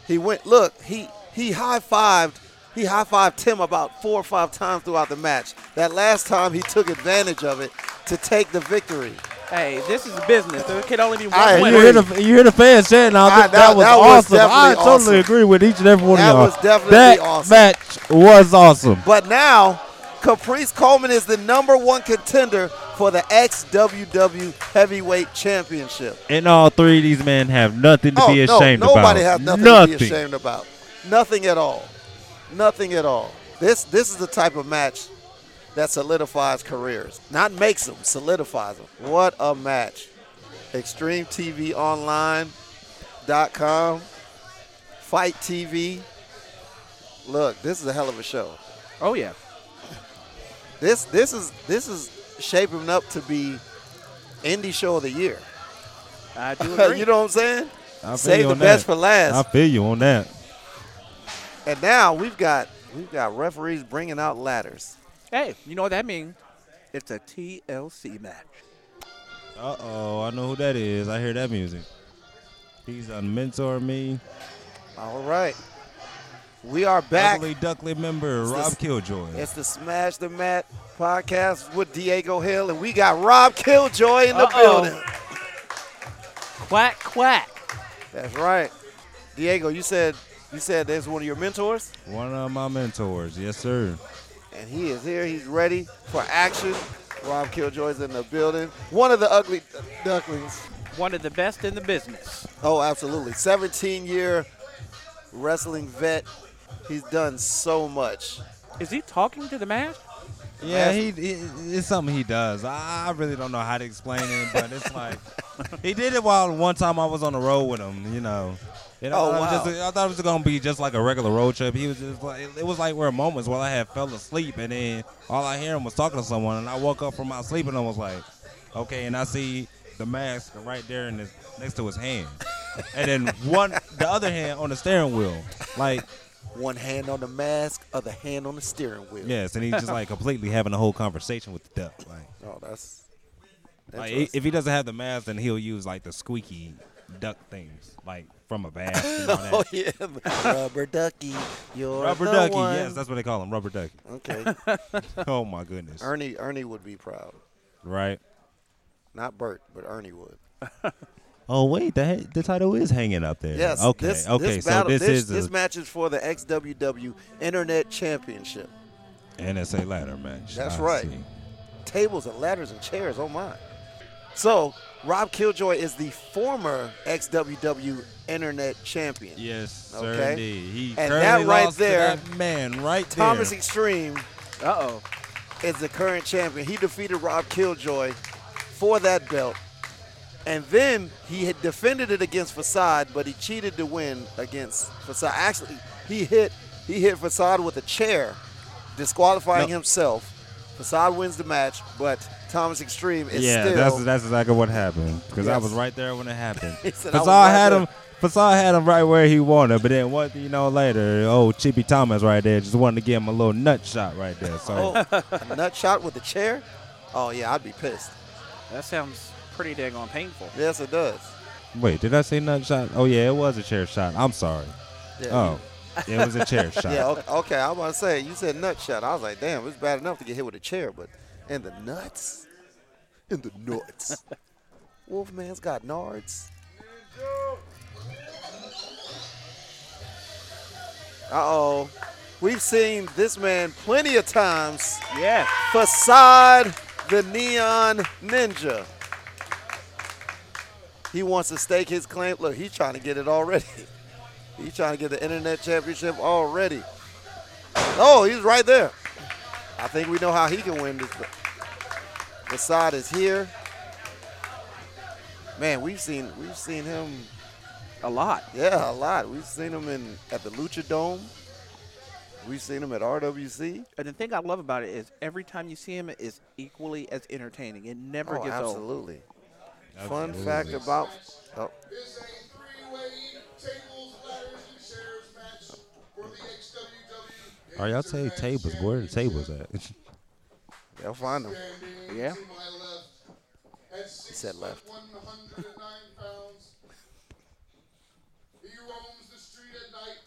[SPEAKER 4] he went look, he he high-fived, he high-fived Tim about four or five times throughout the match. That last time he took advantage of it to take the victory.
[SPEAKER 5] Hey, this is business. There can only be one
[SPEAKER 4] I
[SPEAKER 7] You
[SPEAKER 4] agree.
[SPEAKER 5] winner.
[SPEAKER 7] hear, the, you hear the fans shouting out.
[SPEAKER 4] Ah, that-
[SPEAKER 7] That, that was
[SPEAKER 4] that was
[SPEAKER 7] awesome. I
[SPEAKER 4] definitely
[SPEAKER 7] totally
[SPEAKER 4] awesome.
[SPEAKER 7] agree with each and every one
[SPEAKER 4] That
[SPEAKER 7] of y'all.
[SPEAKER 4] was definitely
[SPEAKER 7] that
[SPEAKER 4] awesome.
[SPEAKER 7] match was awesome.
[SPEAKER 4] But now, Caprice Coleman is the number one contender for the XWW Heavyweight Championship.
[SPEAKER 7] And all three of these men have nothing to be
[SPEAKER 4] Oh, no,
[SPEAKER 7] ashamed about.
[SPEAKER 4] nobody has nothing, to be ashamed about. Nothing at all. Nothing at all. This this is the type of match that solidifies careers, not makes them, solidifies them. What a match! ExtremeTVOnline.com, Fight TV. Look, this is a hell of a show.
[SPEAKER 5] Oh yeah.
[SPEAKER 4] This this is this is shaping up to be indie show of the year.
[SPEAKER 5] I do
[SPEAKER 4] [laughs]
[SPEAKER 5] agree.
[SPEAKER 4] you know what I'm saying?
[SPEAKER 7] I feel you
[SPEAKER 4] Save the
[SPEAKER 7] on
[SPEAKER 4] best
[SPEAKER 7] that.
[SPEAKER 4] for last.
[SPEAKER 7] I feel you on that.
[SPEAKER 4] And now we've got we've got referees bringing out ladders.
[SPEAKER 5] hey, you know what that means?
[SPEAKER 11] It's a TLC match.
[SPEAKER 7] Uh oh, I know who that is. I hear that music. He's on mentor me.
[SPEAKER 4] All right, we are back.
[SPEAKER 7] Ugly Duckly member Rob
[SPEAKER 4] this-
[SPEAKER 7] Killjoy.
[SPEAKER 4] It's the Smash the Mat podcast with Diego Hill, and we got Rob Killjoy in the
[SPEAKER 5] Uh-oh.
[SPEAKER 4] building.
[SPEAKER 5] Quack quack.
[SPEAKER 4] That's right, Diego. You said you said there's one of your mentors,
[SPEAKER 7] One of my mentors. Yes, sir.
[SPEAKER 4] and he is here. He's ready for action. Rob Killjoy's in the building. One of the ugly ducklings.
[SPEAKER 5] One of the best in the business.
[SPEAKER 4] Oh, absolutely. 17 year wrestling vet. He's done so much.
[SPEAKER 5] Is he talking to the mask?
[SPEAKER 7] Yeah,
[SPEAKER 4] Last-
[SPEAKER 7] he, he- it's something he does. I I really don't know how to explain it, but it's
[SPEAKER 4] [laughs]
[SPEAKER 7] like he did it while one time I was on the road with him. You know, and I
[SPEAKER 4] Oh,
[SPEAKER 7] thought it was
[SPEAKER 4] wow.
[SPEAKER 7] just- I thought it was gonna be just like a regular road trip. He was just like it was like where moments while I had fell asleep, and then all I hear him was talking to someone, and I woke up from my sleep and I was like, okay, and I see the mask right there in his, next to his
[SPEAKER 4] [laughs]
[SPEAKER 7] hand, and then one the other hand on the steering wheel, like
[SPEAKER 4] One hand on the mask, other hand on the steering wheel.
[SPEAKER 7] yes, and he's just like completely having a whole conversation with the duck, like.
[SPEAKER 4] Oh, that's. [laughs]
[SPEAKER 7] Like, i-
[SPEAKER 4] interesting.
[SPEAKER 7] if he doesn't have the mask, then he'll use like the squeaky duck things, like from a bag.
[SPEAKER 4] [laughs]
[SPEAKER 7] and all that.
[SPEAKER 4] Oh yeah, rubber ducky, you're
[SPEAKER 7] Rubber
[SPEAKER 4] the
[SPEAKER 7] ducky,
[SPEAKER 4] one.
[SPEAKER 7] yes, that's what they call him,
[SPEAKER 4] [laughs]
[SPEAKER 7] rubber ducky.
[SPEAKER 4] okay,
[SPEAKER 7] [laughs] Oh my goodness,
[SPEAKER 4] Ernie, Ernie would be proud.
[SPEAKER 7] right?
[SPEAKER 4] Not Bert, but Ernie would.
[SPEAKER 7] Oh wait, the he- the title is hanging up there.
[SPEAKER 4] Yes.
[SPEAKER 7] Okay.
[SPEAKER 4] This,
[SPEAKER 7] okay.
[SPEAKER 4] This
[SPEAKER 7] so
[SPEAKER 4] battle,
[SPEAKER 7] this,
[SPEAKER 4] this
[SPEAKER 7] is
[SPEAKER 4] this
[SPEAKER 7] the
[SPEAKER 4] match is for the XWW Internet Championship.
[SPEAKER 7] NSA ladder match.
[SPEAKER 4] That's
[SPEAKER 7] I
[SPEAKER 4] right.
[SPEAKER 7] see.
[SPEAKER 4] tables and ladders and chairs. Oh my! So Rob Killjoy is the former XWW Internet Champion.
[SPEAKER 7] Yes, sir.
[SPEAKER 4] Okay.
[SPEAKER 7] Indeed. He
[SPEAKER 4] And
[SPEAKER 7] currently
[SPEAKER 4] that right
[SPEAKER 7] lost
[SPEAKER 4] there,
[SPEAKER 7] to that man, right
[SPEAKER 4] Thomas
[SPEAKER 7] there.
[SPEAKER 4] Extreme
[SPEAKER 5] Uh oh.
[SPEAKER 4] is the current champion. He defeated Rob Killjoy for that belt, and then he had defended it against Facade, but he cheated to win against Facade. Actually, he hit he hit Facade with a chair, disqualifying
[SPEAKER 7] No.
[SPEAKER 4] himself. Facade wins the match, but Thomas Extreme is
[SPEAKER 7] yeah,
[SPEAKER 4] still
[SPEAKER 7] that's that's exactly what happened because I
[SPEAKER 4] Yes.
[SPEAKER 7] was right there when it
[SPEAKER 4] [laughs]
[SPEAKER 7] happened.
[SPEAKER 4] He said, "I was
[SPEAKER 7] Fasal
[SPEAKER 4] right
[SPEAKER 7] had
[SPEAKER 4] there."
[SPEAKER 7] him. Fasal had him right where he wanted, but then what? You know, later, oh, Chippy Thomas right there just wanted to give him a little nut shot right there. So
[SPEAKER 4] Oh, [laughs] a nut shot with a chair? Oh yeah, I'd be pissed.
[SPEAKER 5] That sounds pretty daggone painful.
[SPEAKER 4] Yes, it does.
[SPEAKER 7] wait, did I say nut shot? Oh yeah, it was a chair shot. I'm sorry.
[SPEAKER 4] Yeah.
[SPEAKER 7] Oh, it was a chair
[SPEAKER 4] [laughs]
[SPEAKER 7] shot.
[SPEAKER 4] Yeah. Okay, okay. I was about to say you said nut shot. I was like, damn, it's bad enough to get hit with a chair, but in the nuts, in the nuts. Wolfman's got nards. Uh oh. We've seen this man plenty of times.
[SPEAKER 5] Yeah.
[SPEAKER 4] Facade the Neon Ninja. He wants to stake his claim. Look, he's trying to get it already. [laughs] He's trying to get the Internet Championship already. Oh, he's right there. I think we know how he can win this. Facade is here. Man, we've seen we've seen him,
[SPEAKER 5] A lot.
[SPEAKER 4] yeah, a lot. We've seen him in at the Lucha Dome. We've seen him at RWC.
[SPEAKER 12] And the thing I love about it is every time you see him, it is equally as entertaining. It never
[SPEAKER 4] Oh,
[SPEAKER 12] gets old.
[SPEAKER 4] absolutely. Fun fact about. Oh,
[SPEAKER 6] is a three-way tables, ladders, and chairs match for the XWW.
[SPEAKER 7] Are y'all saying tables? Where are the tables at? [laughs]
[SPEAKER 4] they'll find him.
[SPEAKER 6] Standing
[SPEAKER 12] Yeah.
[SPEAKER 6] to my left at six
[SPEAKER 4] said
[SPEAKER 6] foot
[SPEAKER 4] left.
[SPEAKER 6] 109
[SPEAKER 4] [laughs]
[SPEAKER 6] pounds. He roams the street at night,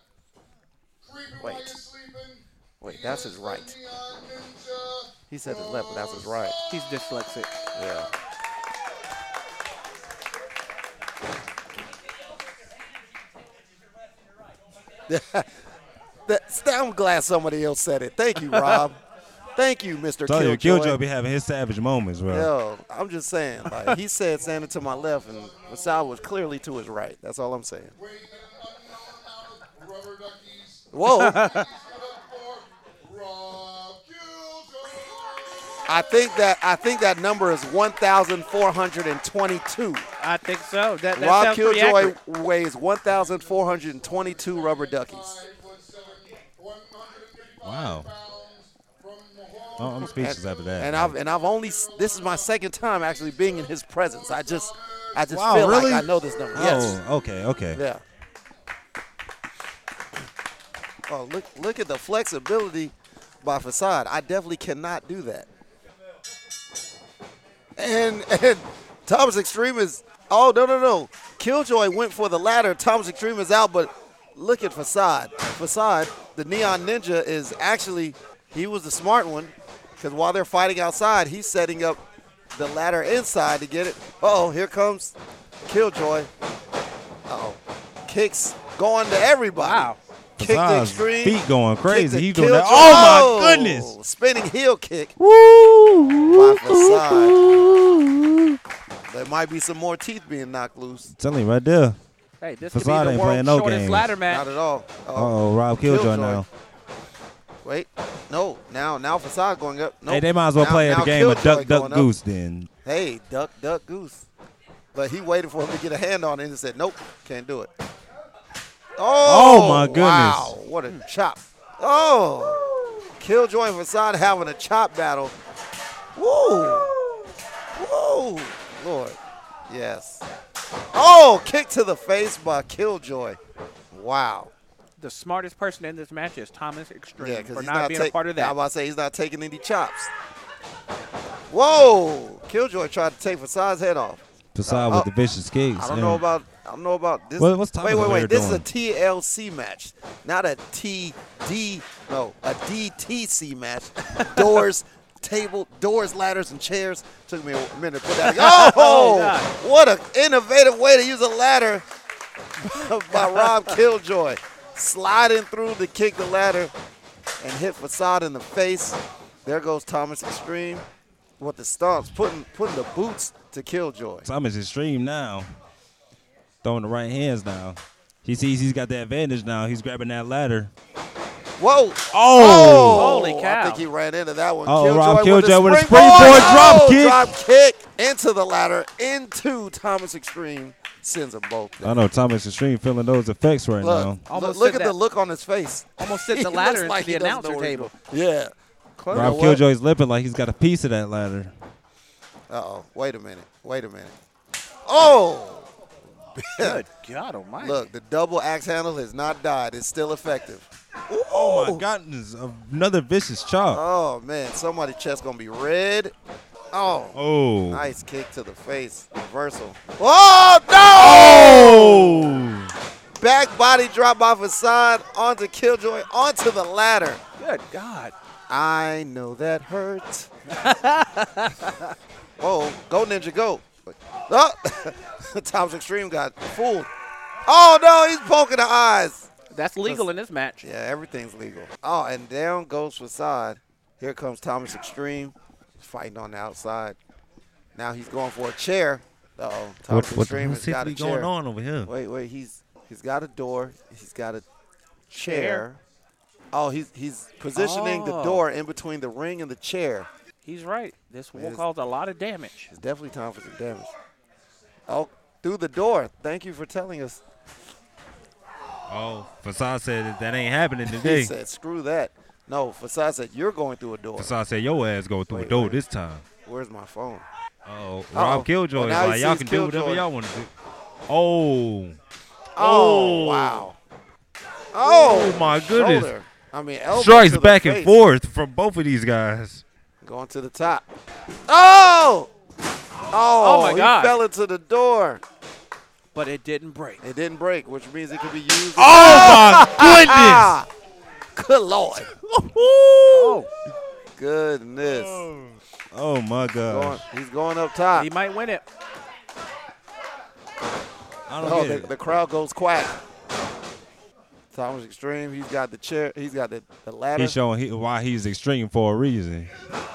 [SPEAKER 6] creeping while
[SPEAKER 4] Wait.
[SPEAKER 6] you're sleeping.
[SPEAKER 4] Wait,
[SPEAKER 6] He
[SPEAKER 4] that's
[SPEAKER 6] is
[SPEAKER 4] his
[SPEAKER 6] the
[SPEAKER 4] right.
[SPEAKER 6] Neon Ninja.
[SPEAKER 4] He said his left, but that's his right.
[SPEAKER 5] He's dyslexic.
[SPEAKER 4] Yeah. [laughs] That's, I'm glad somebody else said it. Thank you,
[SPEAKER 7] [laughs]
[SPEAKER 4] Rob. Thank you, Mr.
[SPEAKER 7] Tell you,
[SPEAKER 4] Killjoy.
[SPEAKER 7] Killjoy be having his savage moments, bro.
[SPEAKER 4] Yo, I'm just saying. Like, he said standing to my left, and Masal was clearly to his right. That's all I'm saying.
[SPEAKER 6] Weighing an unknown amount of rubber duckies.
[SPEAKER 4] Whoa.
[SPEAKER 6] Please give it up for Rob Killjoy.
[SPEAKER 4] I think that I think that number is 1,422.
[SPEAKER 5] I think so. That, that
[SPEAKER 4] Rob
[SPEAKER 5] sounds pretty
[SPEAKER 4] Killjoy
[SPEAKER 5] accurate.
[SPEAKER 4] weighs 1,422 rubber duckies.
[SPEAKER 6] Five foot seven, 155
[SPEAKER 7] Wow. Oh,
[SPEAKER 6] pounds from Lahore,
[SPEAKER 7] I'm I'm speechless after that.
[SPEAKER 4] And
[SPEAKER 7] man.
[SPEAKER 4] I've and I've only s- this is my second time actually being in his presence. I just I just
[SPEAKER 7] Wow,
[SPEAKER 4] feel
[SPEAKER 7] really?
[SPEAKER 4] like I know this number.
[SPEAKER 7] Oh,
[SPEAKER 4] Yes.
[SPEAKER 7] okay, okay.
[SPEAKER 4] Yeah. Oh, look look at the flexibility by Facade. I definitely cannot do that. And [laughs] and Thomas Extreme is oh no no no. Killjoy went for the ladder. Thomas Extreme is out, but look at Facade. Facade, the Neon Ninja is actually he was the smart one because while they're fighting outside, he's setting up the ladder inside to get it. Oh, here comes Killjoy. Oh, kicks going to everybody.
[SPEAKER 5] Wow.
[SPEAKER 4] Kick the
[SPEAKER 7] Besides,
[SPEAKER 4] extreme.
[SPEAKER 7] Feet going
[SPEAKER 4] kick
[SPEAKER 7] crazy.
[SPEAKER 4] the
[SPEAKER 7] He doing that.
[SPEAKER 4] Killjoy-
[SPEAKER 7] Oh my
[SPEAKER 4] Oh,
[SPEAKER 7] goodness.
[SPEAKER 4] Spinning heel kick
[SPEAKER 7] Woo!
[SPEAKER 4] by Facade. There might be some more teeth being knocked loose.
[SPEAKER 7] Telling you right there.
[SPEAKER 5] Hey, this could
[SPEAKER 7] Facade
[SPEAKER 5] be the
[SPEAKER 7] ain't playing
[SPEAKER 5] world's
[SPEAKER 7] no
[SPEAKER 5] shortest
[SPEAKER 7] games.
[SPEAKER 5] ladder match.
[SPEAKER 4] Not at all.
[SPEAKER 7] Uh oh, Rob Killjoy,
[SPEAKER 4] Killjoy.
[SPEAKER 7] now.
[SPEAKER 4] Wait, no. Now, now Facade going up. No.
[SPEAKER 7] Hey, they might as well
[SPEAKER 4] now,
[SPEAKER 7] play
[SPEAKER 4] now
[SPEAKER 7] the game of
[SPEAKER 4] Killjoy
[SPEAKER 7] duck, duck,
[SPEAKER 4] going up.
[SPEAKER 7] goose then.
[SPEAKER 4] Hey, duck, duck, goose. But he waited for him to get a hand on it and said, nope, can't do it. Oh,
[SPEAKER 7] Oh, my goodness.
[SPEAKER 4] Wow, what a chop. Oh, Killjoy and Facade having a chop battle. Woo. Woo. Lord. Yes. Oh, kick to the face by Killjoy. Wow.
[SPEAKER 5] The smartest person in this match is Thomas Extreme
[SPEAKER 4] Yeah,
[SPEAKER 5] for
[SPEAKER 4] because he's not
[SPEAKER 5] not, being a
[SPEAKER 4] ta-
[SPEAKER 5] part of
[SPEAKER 4] I
[SPEAKER 5] that.
[SPEAKER 4] was about to say he's not taking any chops. Whoa! Killjoy tried to take Fasad's head off.
[SPEAKER 7] Facade
[SPEAKER 4] Uh,
[SPEAKER 7] with the vicious kicks.
[SPEAKER 4] I don't
[SPEAKER 7] and-
[SPEAKER 4] know about. I don't know about this.
[SPEAKER 7] What- what's Thomas
[SPEAKER 4] wait, wait,
[SPEAKER 7] over
[SPEAKER 4] wait.
[SPEAKER 7] here
[SPEAKER 4] This
[SPEAKER 7] doing?
[SPEAKER 4] is a TLC match, not a TD. No, a DTC
[SPEAKER 7] [laughs]
[SPEAKER 4] match. Doors, table, doors, ladders, and chairs. Took me a minute to put
[SPEAKER 7] [laughs]
[SPEAKER 4] that.
[SPEAKER 5] Oh,
[SPEAKER 4] Oh, what an innovative way to use a ladder [laughs] by
[SPEAKER 7] [laughs]
[SPEAKER 4] Rob Killjoy, sliding through to kick the ladder and hit Facade in the face. There goes Thomas Extreme with the stomps, putting putting the boots to Killjoy.
[SPEAKER 7] Thomas is stream now. Throwing the right hands now. He sees he's got the advantage now. He's grabbing that ladder.
[SPEAKER 4] Whoa!
[SPEAKER 5] Oh. Holy
[SPEAKER 4] I
[SPEAKER 5] cow.
[SPEAKER 4] think he ran into that one.
[SPEAKER 7] Oh, Rob Killjoy with a
[SPEAKER 4] springboard
[SPEAKER 7] springboard drop
[SPEAKER 4] Oh,
[SPEAKER 7] kick.
[SPEAKER 4] drop kick into the ladder, into Thomas Extreme, sends them both.
[SPEAKER 7] I know Thomas is stream feeling those effects right
[SPEAKER 4] Look,
[SPEAKER 7] now.
[SPEAKER 4] look,
[SPEAKER 5] Almost
[SPEAKER 4] look at
[SPEAKER 5] said
[SPEAKER 4] the
[SPEAKER 5] that.
[SPEAKER 4] look on his face. [laughs]
[SPEAKER 5] Almost sent
[SPEAKER 4] He
[SPEAKER 5] the
[SPEAKER 4] looks
[SPEAKER 5] ladder into
[SPEAKER 4] like he
[SPEAKER 5] the
[SPEAKER 4] doesn't know
[SPEAKER 5] announcer
[SPEAKER 4] what he's
[SPEAKER 5] table.
[SPEAKER 4] doing. Yeah.
[SPEAKER 7] Rob
[SPEAKER 4] what?
[SPEAKER 7] Killjoy's lipping like he's got a piece of that ladder.
[SPEAKER 4] Uh oh. Wait a minute. Wait a minute. Oh,
[SPEAKER 5] Good God Almighty!
[SPEAKER 4] look, the double axe handle has not died. It's still effective.
[SPEAKER 7] Oh Uh, my goodness. Another vicious chop.
[SPEAKER 4] Oh man, somebody's chest gonna be red. Oh.
[SPEAKER 7] Oh.
[SPEAKER 4] Nice kick to the face, reversal. Oh no!
[SPEAKER 7] Oh.
[SPEAKER 4] Back body drop off Assad onto Killjoy onto the ladder.
[SPEAKER 5] Good God!
[SPEAKER 4] I know that hurts. Whoa, go ninja, go! Oh, [laughs] Tom's extreme got fooled. Oh no, he's poking the eyes.
[SPEAKER 5] That's legal in this match.
[SPEAKER 4] Yeah, everything's legal. Oh, and down goes Facade. Here comes Thomas Extreme, fighting on the outside. Now he's going for a chair. Uh oh, Thomas Extreme has got a chair.
[SPEAKER 7] over here?
[SPEAKER 4] Wait, wait. He's he's got a door. He's got a chair. Oh, he's he's positioning the
[SPEAKER 5] Oh.
[SPEAKER 4] door in between the ring and the chair.
[SPEAKER 5] He's right. This will
[SPEAKER 4] Yes.
[SPEAKER 5] cause a lot of damage.
[SPEAKER 4] It's definitely time for some damage. Oh, through the door. Thank you for telling us.
[SPEAKER 7] Oh, Fasad said that, that ain't
[SPEAKER 4] [laughs]
[SPEAKER 7] happening
[SPEAKER 4] He
[SPEAKER 7] today.
[SPEAKER 4] said, "Screw that." No, Fasad said, "You're going through a door."
[SPEAKER 7] Fasad said your ass go through a
[SPEAKER 4] Wait,
[SPEAKER 7] door
[SPEAKER 4] wait.
[SPEAKER 7] this time.
[SPEAKER 4] Where's my phone?
[SPEAKER 7] Oh,
[SPEAKER 4] Uh-oh.
[SPEAKER 7] Rob Killjoy
[SPEAKER 4] Well,
[SPEAKER 7] is
[SPEAKER 4] now he
[SPEAKER 7] like y'all
[SPEAKER 4] sees
[SPEAKER 7] can do whatever
[SPEAKER 4] Killjoy.
[SPEAKER 7] y'all want to do. Oh,
[SPEAKER 4] Oh, wow. Oh,
[SPEAKER 7] Oh, my goodness.
[SPEAKER 4] shoulder. I mean, elbow
[SPEAKER 7] strikes
[SPEAKER 4] to the
[SPEAKER 7] back and
[SPEAKER 4] face.
[SPEAKER 7] forth from both of these guys.
[SPEAKER 4] Going to the top. Oh! Oh,
[SPEAKER 5] my
[SPEAKER 4] he
[SPEAKER 5] God.
[SPEAKER 4] fell into the door.
[SPEAKER 5] But it didn't break.
[SPEAKER 4] It didn't break, which means it could be used.
[SPEAKER 7] Oh my
[SPEAKER 4] [laughs] Ah! Good Lord.
[SPEAKER 7] goodness! oh.
[SPEAKER 4] Goodness.
[SPEAKER 7] oh my
[SPEAKER 4] Going,
[SPEAKER 7] gosh!
[SPEAKER 4] he's going up top.
[SPEAKER 5] He might win it.
[SPEAKER 7] I don't
[SPEAKER 4] Oh,
[SPEAKER 7] get
[SPEAKER 4] the,
[SPEAKER 7] it.
[SPEAKER 4] the crowd goes quack. Thomas Extreme, he's got the chair. He's got the, the ladder.
[SPEAKER 7] He's showing he, why he's extreme for a reason.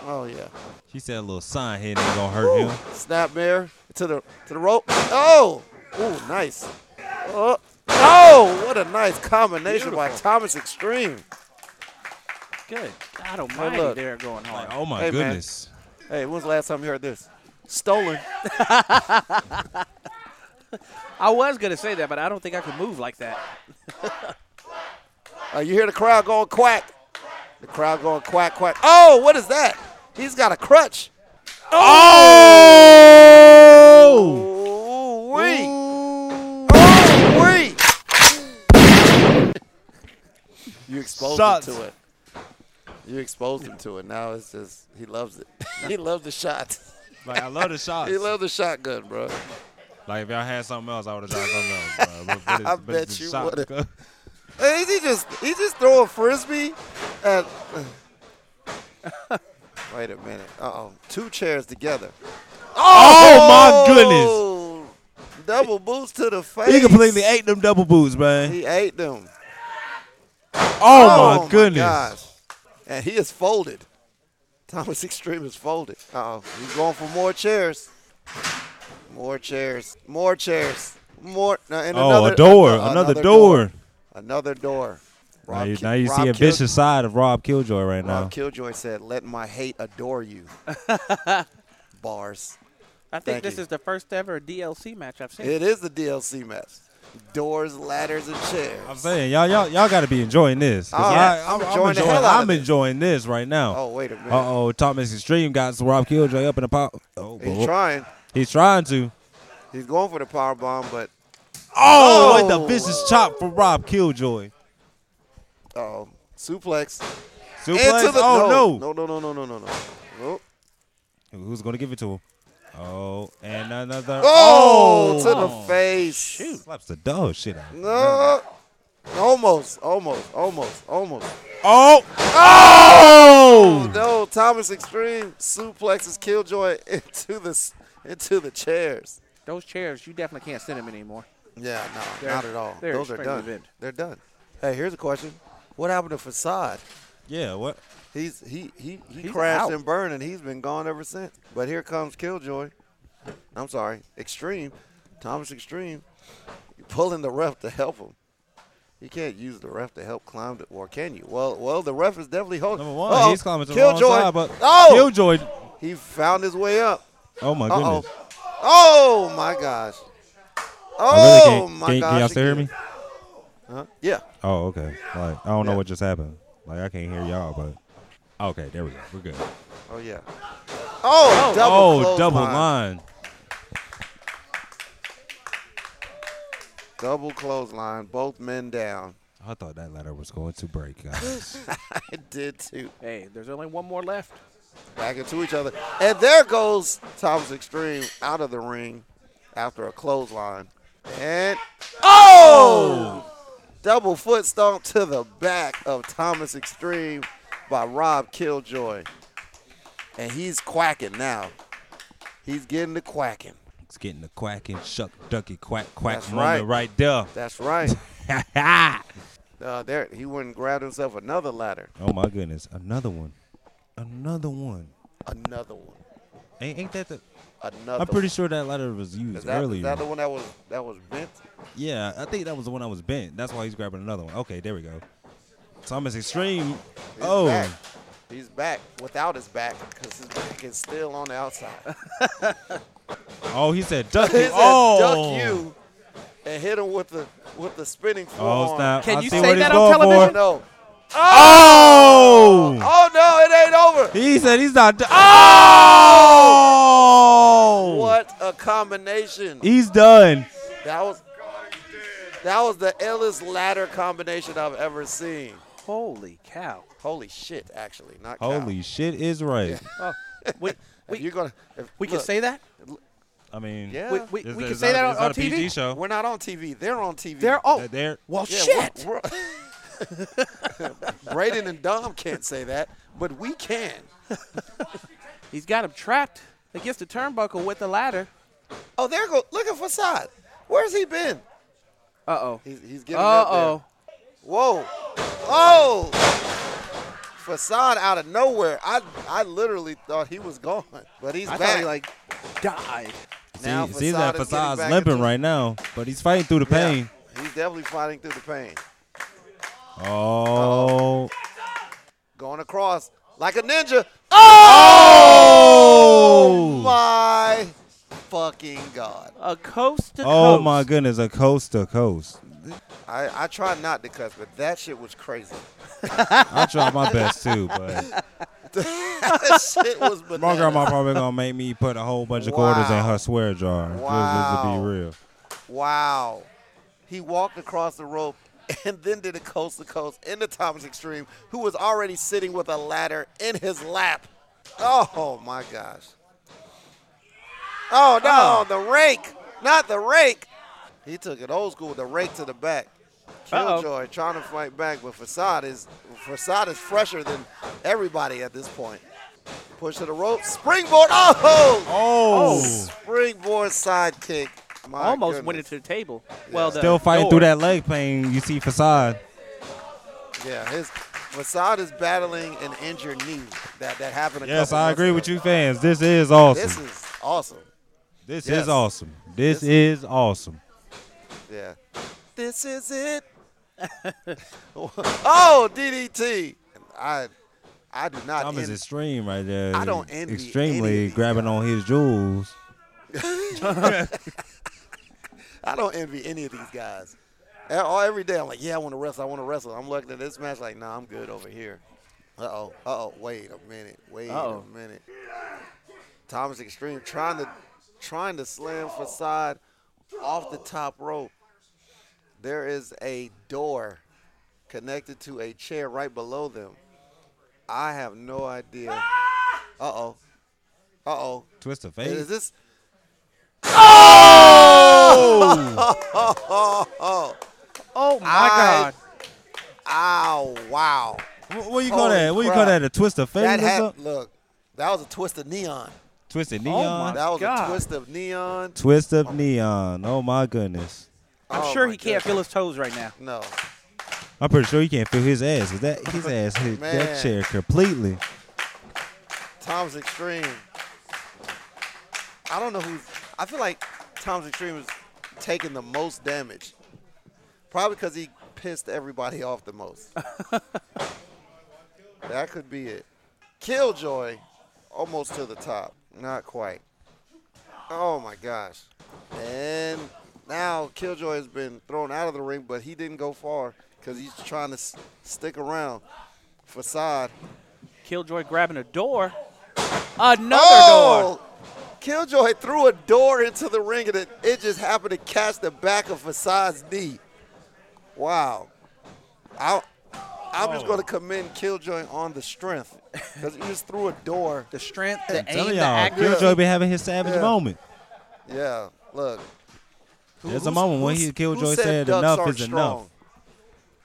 [SPEAKER 4] oh, yeah.
[SPEAKER 7] She said a little sign hit ain't gonna hurt him.
[SPEAKER 4] Snap mirror to the to the rope. Oh, ooh, nice. Oh, oh, what a nice combination by Thomas Extreme.
[SPEAKER 5] Good. God
[SPEAKER 4] Hey,
[SPEAKER 5] almighty,
[SPEAKER 4] look.
[SPEAKER 5] they're going hard.
[SPEAKER 7] Oh my
[SPEAKER 4] Hey, man.
[SPEAKER 7] goodness!
[SPEAKER 4] Hey, when's the last time you heard this? Stolen. oh.
[SPEAKER 5] I was going to say that, but I don't think I could move like that.
[SPEAKER 4] Uh, you hear the crowd going quack. The crowd going quack quack. Oh, what is that? He's got a crutch. Oh, wee. Oh, wee. You exposed
[SPEAKER 7] Shots.
[SPEAKER 4] him to it. You exposed him to it. Now it's just he loves it. [laughs] he loves the shot.
[SPEAKER 7] Like
[SPEAKER 4] [laughs]
[SPEAKER 7] I love the shots.
[SPEAKER 4] He loves the shotgun, bro.
[SPEAKER 7] Like if y'all had something else, I would have tried something else. Bro. But,
[SPEAKER 4] [laughs] I
[SPEAKER 7] but it's- but
[SPEAKER 4] bet
[SPEAKER 7] it's a
[SPEAKER 4] you
[SPEAKER 7] shot.
[SPEAKER 4] would've. Hey, is he just he just throwing frisbee at [sighs] Wait a minute. Uh oh. Two chairs together.
[SPEAKER 7] [laughs] Oh, my goodness!
[SPEAKER 4] Oh, double boost to the face.
[SPEAKER 7] He completely ate them double boots, man.
[SPEAKER 4] He ate them.
[SPEAKER 7] Oh, my goodness!
[SPEAKER 4] gosh. And he is folded. Thomas [laughs] Extreme is folded. Uh oh. He's going for more chairs. More chairs. More chairs. More. Now, and
[SPEAKER 7] oh,
[SPEAKER 4] another,
[SPEAKER 7] a door,
[SPEAKER 4] uh,
[SPEAKER 7] another, door.
[SPEAKER 4] Another door.
[SPEAKER 7] Now
[SPEAKER 4] Rob
[SPEAKER 7] you,
[SPEAKER 4] Ki-
[SPEAKER 7] now you
[SPEAKER 4] Rob
[SPEAKER 7] see a
[SPEAKER 4] Kil-
[SPEAKER 7] vicious side of Rob Killjoy right now.
[SPEAKER 4] Rob Killjoy said, "Let my hate adore you." Bars.
[SPEAKER 5] I think
[SPEAKER 4] Thank
[SPEAKER 5] this
[SPEAKER 4] you.
[SPEAKER 5] is the first ever DLC match I've seen.
[SPEAKER 4] It is the DLC match. Doors, ladders, and chairs.
[SPEAKER 7] I'm saying y'all, y'all, y'all got to be enjoying this. 'cause
[SPEAKER 4] Oh, yeah.
[SPEAKER 7] I,
[SPEAKER 4] I'm enjoying the hell out of
[SPEAKER 7] I'm
[SPEAKER 4] this.
[SPEAKER 7] enjoying this right now.
[SPEAKER 4] Oh wait a minute.
[SPEAKER 7] Uh oh, Thomas Extreme got Rob Killjoy up in the pop. Oh,
[SPEAKER 4] He's
[SPEAKER 7] boy.
[SPEAKER 4] trying.
[SPEAKER 7] he's trying to.
[SPEAKER 4] He's going for the power bomb, but
[SPEAKER 7] Oh, and the
[SPEAKER 4] Oh.
[SPEAKER 7] vicious chop for Rob Killjoy.
[SPEAKER 4] oh, suplex.
[SPEAKER 7] Suplex.
[SPEAKER 4] Into the,
[SPEAKER 7] oh no.
[SPEAKER 4] no! No! No! No! No! No! No! Oh. Nope.
[SPEAKER 7] Who's gonna give it to him? Oh, and another.
[SPEAKER 4] Oh, to the face. Shoot.
[SPEAKER 7] slaps the dog shit out.
[SPEAKER 4] No. Almost, almost, almost, almost.
[SPEAKER 7] Oh, oh!
[SPEAKER 4] No, Thomas Extreme suplexes Killjoy [laughs] into the s- into the chairs.
[SPEAKER 5] Those chairs, you definitely can't send them anymore.
[SPEAKER 4] Yeah, no,
[SPEAKER 5] They're-
[SPEAKER 4] not at all.
[SPEAKER 5] they're
[SPEAKER 4] Those are
[SPEAKER 5] extremely
[SPEAKER 4] done.
[SPEAKER 5] bent.
[SPEAKER 4] They're done. Hey, here's a question: What happened to Facade?
[SPEAKER 7] Yeah, what?
[SPEAKER 4] He's he he he
[SPEAKER 5] He's
[SPEAKER 4] crashed
[SPEAKER 5] out.
[SPEAKER 4] and burned, and he's been gone ever since. But here comes Killjoy. I'm sorry, Extreme, Thomas Extreme, pulling the ref to help him. You can't use the ref to help climb the, or can you? Well, well, the ref is definitely holding.
[SPEAKER 7] Number one,
[SPEAKER 4] Uh-oh,
[SPEAKER 7] he's climbing to
[SPEAKER 4] Killjoy.
[SPEAKER 7] the wrong side, but
[SPEAKER 4] oh,
[SPEAKER 7] Killjoy.
[SPEAKER 4] he found his way up.
[SPEAKER 7] Oh my
[SPEAKER 4] Uh
[SPEAKER 7] goodness.
[SPEAKER 4] oh. Oh my gosh.
[SPEAKER 7] I
[SPEAKER 4] Oh
[SPEAKER 7] really can't-
[SPEAKER 4] my
[SPEAKER 7] can,
[SPEAKER 4] gosh.
[SPEAKER 7] Can y'all still hear me?
[SPEAKER 4] again. Huh? Yeah.
[SPEAKER 7] Oh, okay. Like I don't know
[SPEAKER 4] Yeah.
[SPEAKER 7] what just happened. Like I can't hear y'all, but okay, there we go. We're good.
[SPEAKER 4] Oh yeah. Oh, double
[SPEAKER 7] oh,
[SPEAKER 4] clothesline.
[SPEAKER 7] double line.
[SPEAKER 4] Double clothesline. Both men down. [laughs]
[SPEAKER 7] I thought that ladder was going to break, guys.
[SPEAKER 4] I did too.
[SPEAKER 5] Hey, there's only one more left.
[SPEAKER 4] Back into each other. And there goes Thomas Extreme out of the ring after a clothesline. And oh, double foot stomp to the back of Thomas Extreme by Rob Killjoy. And he's quacking now. He's getting the quacking.
[SPEAKER 7] it's getting the quacking, shuck, ducky, quack, quack
[SPEAKER 4] That's
[SPEAKER 7] moment right, there. [laughs]
[SPEAKER 4] That's right. uh, there, he went and grabbed himself another ladder.
[SPEAKER 7] Oh my goodness, another one, another one.
[SPEAKER 4] Another one.
[SPEAKER 7] Ain't, ain't that the?
[SPEAKER 4] Another.
[SPEAKER 7] I'm pretty
[SPEAKER 4] one.
[SPEAKER 7] sure that ladder was used
[SPEAKER 4] Is that,
[SPEAKER 7] earlier.
[SPEAKER 4] is that the one that was that was bent?
[SPEAKER 7] Yeah, I think that was the one I was bent. That's why he's grabbing another one. Okay, there we go. Thomas Extreme.
[SPEAKER 4] He's
[SPEAKER 7] Oh,
[SPEAKER 4] back. he's back without his back because his back is still
[SPEAKER 7] [laughs]
[SPEAKER 4] on the outside.
[SPEAKER 7] oh, he said duck.
[SPEAKER 4] [laughs] he said,
[SPEAKER 7] oh,
[SPEAKER 4] "Duck you." and hit him with the with the spinning forearm.
[SPEAKER 7] Oh, snap.
[SPEAKER 13] Can
[SPEAKER 7] I
[SPEAKER 13] you
[SPEAKER 7] see
[SPEAKER 13] say
[SPEAKER 7] what he's
[SPEAKER 13] that on
[SPEAKER 7] going
[SPEAKER 13] television?
[SPEAKER 7] For.
[SPEAKER 4] [laughs] No.
[SPEAKER 7] Oh!
[SPEAKER 4] Oh no, it ain't over.
[SPEAKER 7] He said he's not done. Oh!
[SPEAKER 4] What a combination.
[SPEAKER 7] He's done.
[SPEAKER 4] That was that was the illest ladder combination I've ever seen.
[SPEAKER 5] Holy cow.
[SPEAKER 4] Holy shit, actually, not cow.
[SPEAKER 7] Holy shit is right.
[SPEAKER 5] We,
[SPEAKER 4] If you're gonna, if,
[SPEAKER 5] we
[SPEAKER 4] look,
[SPEAKER 5] can say that?
[SPEAKER 7] I mean,
[SPEAKER 4] yeah.
[SPEAKER 5] We, we, we can say that on, on TV?
[SPEAKER 7] PG show.
[SPEAKER 4] We're not on TV. They're on TV.
[SPEAKER 5] They're, oh,
[SPEAKER 7] Uh, there.
[SPEAKER 5] well,
[SPEAKER 4] Yeah,
[SPEAKER 5] shit.
[SPEAKER 4] we're- [laughs] we're- Braden and Dom can't say that, but we can.
[SPEAKER 5] He's got him trapped against the turnbuckle with the ladder.
[SPEAKER 4] Oh, there go. Look at Facade. Where's he been?
[SPEAKER 5] Uh-oh.
[SPEAKER 4] He's, he's getting up there.
[SPEAKER 5] Uh-oh.
[SPEAKER 4] Whoa. Oh. Facade out of nowhere. I I literally thought he was gone, but he's
[SPEAKER 5] I
[SPEAKER 4] back.
[SPEAKER 5] thought he, like, died.
[SPEAKER 4] Now
[SPEAKER 7] see, see that
[SPEAKER 4] Fasada's getting
[SPEAKER 7] facade's
[SPEAKER 4] back
[SPEAKER 7] limping
[SPEAKER 4] into-
[SPEAKER 7] right now, but he's fighting through the
[SPEAKER 4] Yeah.
[SPEAKER 7] pain.
[SPEAKER 4] He's definitely fighting through the pain.
[SPEAKER 7] Oh.
[SPEAKER 4] Going across like a ninja.
[SPEAKER 7] Oh!
[SPEAKER 4] My fucking god.
[SPEAKER 5] A coast to
[SPEAKER 7] Oh
[SPEAKER 5] coast.
[SPEAKER 7] my goodness, a coast to coast.
[SPEAKER 4] I, I try not to cuss, but that shit was crazy. [laughs]
[SPEAKER 7] I try my best too, but [laughs]
[SPEAKER 4] that shit was bananas.
[SPEAKER 7] my grandma probably gonna make me put a whole bunch of quarters in
[SPEAKER 4] Wow.
[SPEAKER 7] her swear jar. Just- Just,
[SPEAKER 4] Wow.
[SPEAKER 7] to be real.
[SPEAKER 4] Wow. He walked across the rope [laughs] and then did a coast to coast into Thomas Extreme, who was already sitting with a ladder in his lap. Oh my gosh. Oh no, the rake. Not the rake. He took it old school, the rake to the back.
[SPEAKER 13] Uh-oh.
[SPEAKER 4] Killjoy trying to fight back, but Facade is Facade is fresher than everybody at this point. Push to the rope, springboard. Oh,
[SPEAKER 7] Oh,
[SPEAKER 4] springboard sidekick. My
[SPEAKER 5] Almost
[SPEAKER 4] goodness.
[SPEAKER 5] went into the table. Well, the
[SPEAKER 7] still fighting
[SPEAKER 5] door.
[SPEAKER 7] through that leg pain. You see facade.
[SPEAKER 4] Yeah, his Masad is battling an injured knee that that happened. A
[SPEAKER 7] Yes,
[SPEAKER 4] couple
[SPEAKER 7] I
[SPEAKER 4] months
[SPEAKER 7] agree
[SPEAKER 4] ago.
[SPEAKER 7] with you, fans. This is awesome.
[SPEAKER 4] This is awesome.
[SPEAKER 7] This
[SPEAKER 4] Yes.
[SPEAKER 7] is awesome. This,
[SPEAKER 4] This-
[SPEAKER 7] is awesome.
[SPEAKER 4] Yeah. This is
[SPEAKER 7] [laughs]
[SPEAKER 4] it. [laughs] oh, DDT. I I do not.
[SPEAKER 7] Thomas
[SPEAKER 4] en-
[SPEAKER 7] extreme right there.
[SPEAKER 4] I don't envy any of
[SPEAKER 7] extremely
[SPEAKER 4] these
[SPEAKER 7] grabbing on his jewels.
[SPEAKER 4] I don't envy any of these guys. E- All every day I'm like, yeah, I want to wrestle. I want to wrestle. I'm looking at this match like, nah, I'm good over here. Uh oh. Uh oh. Wait a minute. Wait
[SPEAKER 5] Uh-oh.
[SPEAKER 4] a minute. Thomas Extreme trying to trying to slam facade off the top rope. There is a door connected to a chair right below them. I have no idea. Uh oh. Uh oh.
[SPEAKER 7] Twist of
[SPEAKER 4] Is
[SPEAKER 7] fate.
[SPEAKER 4] this?
[SPEAKER 5] Oh, my
[SPEAKER 4] I-
[SPEAKER 5] God.
[SPEAKER 4] Ow! Wow.
[SPEAKER 7] What, what you call
[SPEAKER 4] Holy
[SPEAKER 7] that? What you call
[SPEAKER 4] crap.
[SPEAKER 7] that? A twist of fate
[SPEAKER 4] That
[SPEAKER 7] or
[SPEAKER 4] hat,
[SPEAKER 7] something?
[SPEAKER 4] look, that was a twist of neon. Oh
[SPEAKER 7] Twisted
[SPEAKER 5] my
[SPEAKER 7] neon.
[SPEAKER 4] That was
[SPEAKER 5] God.
[SPEAKER 4] a twist of neon.
[SPEAKER 7] twist of neon. Oh my goodness.
[SPEAKER 5] I'm
[SPEAKER 4] Oh,
[SPEAKER 5] sure
[SPEAKER 4] my
[SPEAKER 5] he can't
[SPEAKER 4] goodness.
[SPEAKER 5] feel his toes right now.
[SPEAKER 4] No,
[SPEAKER 7] I'm pretty sure you can't feel his ass. Is that his ass hit
[SPEAKER 4] Man.
[SPEAKER 7] that chair completely?
[SPEAKER 4] Tom's Extreme. I don't know who's. I feel like Tom's Extreme is taking the most damage. Probably because he pissed everybody off the most. that could be it. Killjoy, almost to the top. Not quite. Oh my gosh. And now Killjoy has been thrown out of the ring, but he didn't go far because he's trying to s- stick around. Facade
[SPEAKER 5] Killjoy grabbing a door. Oh! Another door.
[SPEAKER 4] Oh! Killjoy threw a door into the ring and it, it just happened to catch the back of Facade's knee. Wow. I, I'm
[SPEAKER 5] Oh.
[SPEAKER 4] just going to commend Killjoy on the strength because he just threw a door.
[SPEAKER 5] The strength, the aim,
[SPEAKER 7] Telling
[SPEAKER 5] the
[SPEAKER 7] y'all,
[SPEAKER 5] accuracy.
[SPEAKER 7] Killjoy be having his savage
[SPEAKER 4] Yeah.
[SPEAKER 7] moment.
[SPEAKER 4] Yeah, look. Who-
[SPEAKER 7] There's a
[SPEAKER 4] who's-
[SPEAKER 7] moment when
[SPEAKER 4] who's-
[SPEAKER 7] he Killjoy
[SPEAKER 4] who
[SPEAKER 7] said
[SPEAKER 4] ducks
[SPEAKER 7] enough
[SPEAKER 4] aren't
[SPEAKER 7] is enough.
[SPEAKER 4] strong?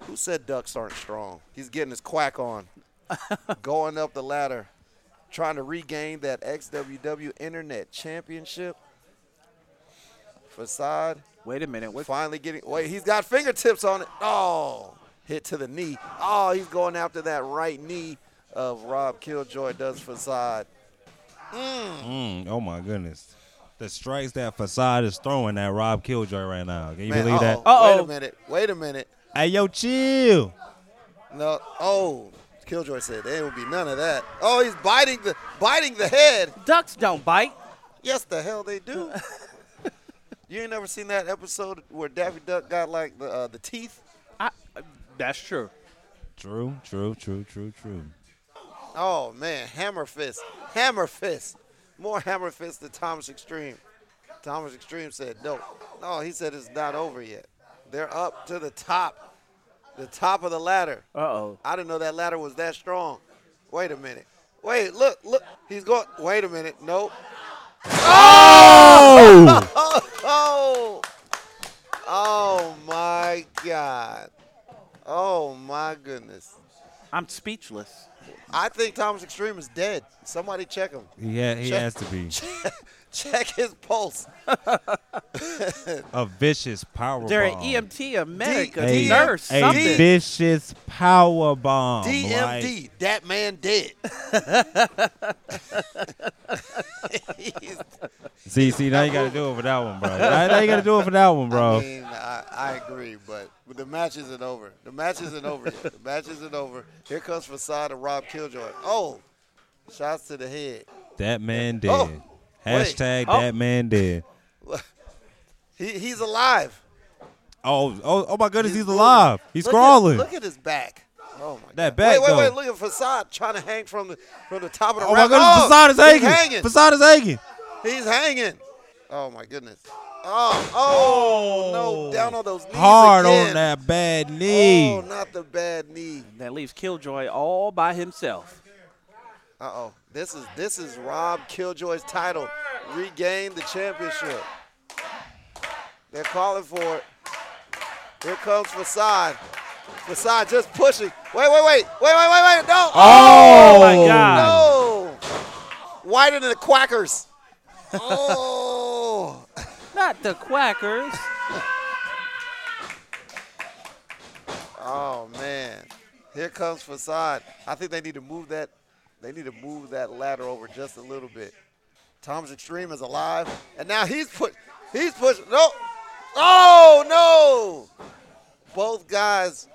[SPEAKER 4] Who said ducks aren't strong? He's getting his quack
[SPEAKER 7] [laughs]
[SPEAKER 4] on, going up the ladder, trying to regain that XWW Internet Championship. Facade
[SPEAKER 5] Wait a minute. What,
[SPEAKER 4] finally getting. Wait, he's got fingertips on it. Oh, hit to the knee. Oh, he's going after that right knee of Rob Killjoy. Does Facade.
[SPEAKER 7] Mm, oh my goodness. The strikes that facade is throwing at Rob Killjoy right now. Can you
[SPEAKER 4] Man, uh-oh.
[SPEAKER 7] believe that?
[SPEAKER 5] Uh-oh.
[SPEAKER 4] Wait a minute. Wait a minute.
[SPEAKER 7] Hey yo, chill.
[SPEAKER 4] No. Oh, Killjoy said there will be none of that. Oh, he's biting the biting the head.
[SPEAKER 5] ducks don't bite.
[SPEAKER 4] Yes, the hell they do. You ain't never seen that episode where Daffy Duck got like the uh, the teeth?
[SPEAKER 14] I, that's true.
[SPEAKER 7] True, true, true, true, true.
[SPEAKER 4] Oh man, Hammer Fist, Hammer Fist, more Hammer Fist than Thomas Extreme. Thomas Extreme said no, no. He said it's not over yet. They're up to the top, the top of the ladder.
[SPEAKER 14] Uh oh.
[SPEAKER 4] I didn't know that ladder was that strong. Wait a minute. Wait, look, look. He's going. Wait a minute. Nope. Oh! oh! [laughs] Oh my God. Oh my goodness.
[SPEAKER 5] I'm speechless.
[SPEAKER 4] I think Thomas Extreme is dead. Somebody check him.
[SPEAKER 7] He, ha- he
[SPEAKER 4] Check-
[SPEAKER 7] has to be
[SPEAKER 4] Check his pulse.
[SPEAKER 7] a vicious power
[SPEAKER 5] They're an E
[SPEAKER 7] bomb.
[SPEAKER 4] E
[SPEAKER 5] EMT, a medic, a
[SPEAKER 7] a,
[SPEAKER 5] nurse,
[SPEAKER 7] a
[SPEAKER 5] something.
[SPEAKER 7] vicious power bomb. like-
[SPEAKER 4] DMD, that man dead. He's-
[SPEAKER 7] see, see, now you got to do it for that one,
[SPEAKER 4] [laughs]
[SPEAKER 7] bro. Now, now you got to do it for that one, bro.
[SPEAKER 4] I mean, I, I agree, but the match isn't over. The match isn't over yet. The match isn't over. Here comes Facade and Rob Killjoy. Oh, shots to the head.
[SPEAKER 7] that man did.
[SPEAKER 4] Oh, wait.
[SPEAKER 7] Hashtag
[SPEAKER 14] Oh.
[SPEAKER 7] that man did.
[SPEAKER 4] He, he's alive.
[SPEAKER 7] Oh, oh, oh my goodness, he's
[SPEAKER 4] moving.
[SPEAKER 7] alive. He's
[SPEAKER 4] Look at-
[SPEAKER 7] crawling.
[SPEAKER 4] Look at his back. Oh my
[SPEAKER 7] That
[SPEAKER 4] God. Wait,
[SPEAKER 7] back,
[SPEAKER 4] wait, wait!
[SPEAKER 7] though.
[SPEAKER 4] Look at Facade trying to hang from the from the top of the.
[SPEAKER 7] oh my
[SPEAKER 4] rack.
[SPEAKER 7] goodness, Facade is
[SPEAKER 4] he's
[SPEAKER 7] hanging.
[SPEAKER 4] hanging.
[SPEAKER 7] Facade is hanging.
[SPEAKER 4] He's hanging. Oh my goodness. Oh, oh, no! Down on those knees
[SPEAKER 7] Hard
[SPEAKER 4] again.
[SPEAKER 7] on that bad knee.
[SPEAKER 4] Oh, not the bad knee.
[SPEAKER 14] That leaves Killjoy all by himself.
[SPEAKER 4] Uh oh. This is this is Rob Killjoy's title. Regained the championship. They're calling for it. Here comes Facade. Facade just pushing. Wait, wait, wait. Wait, wait, wait, wait. No.
[SPEAKER 14] Oh my God!
[SPEAKER 4] No. Whiter than the Quackers. Oh.
[SPEAKER 14] Not the Quackers.
[SPEAKER 4] oh man. Here comes Facade. I think they need to move that. They need to move that ladder over just a little bit. Tom's Extreme is alive, and now he's put. He's pushing. No. Oh no. Both guys.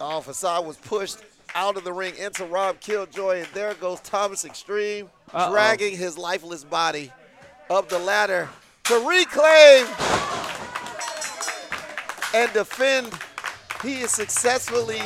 [SPEAKER 4] Oh, Facade was pushed out of the ring into Rob Killjoy, and there goes Thomas Extreme, dragging his lifeless body up the ladder to reclaim and defend. He has successfully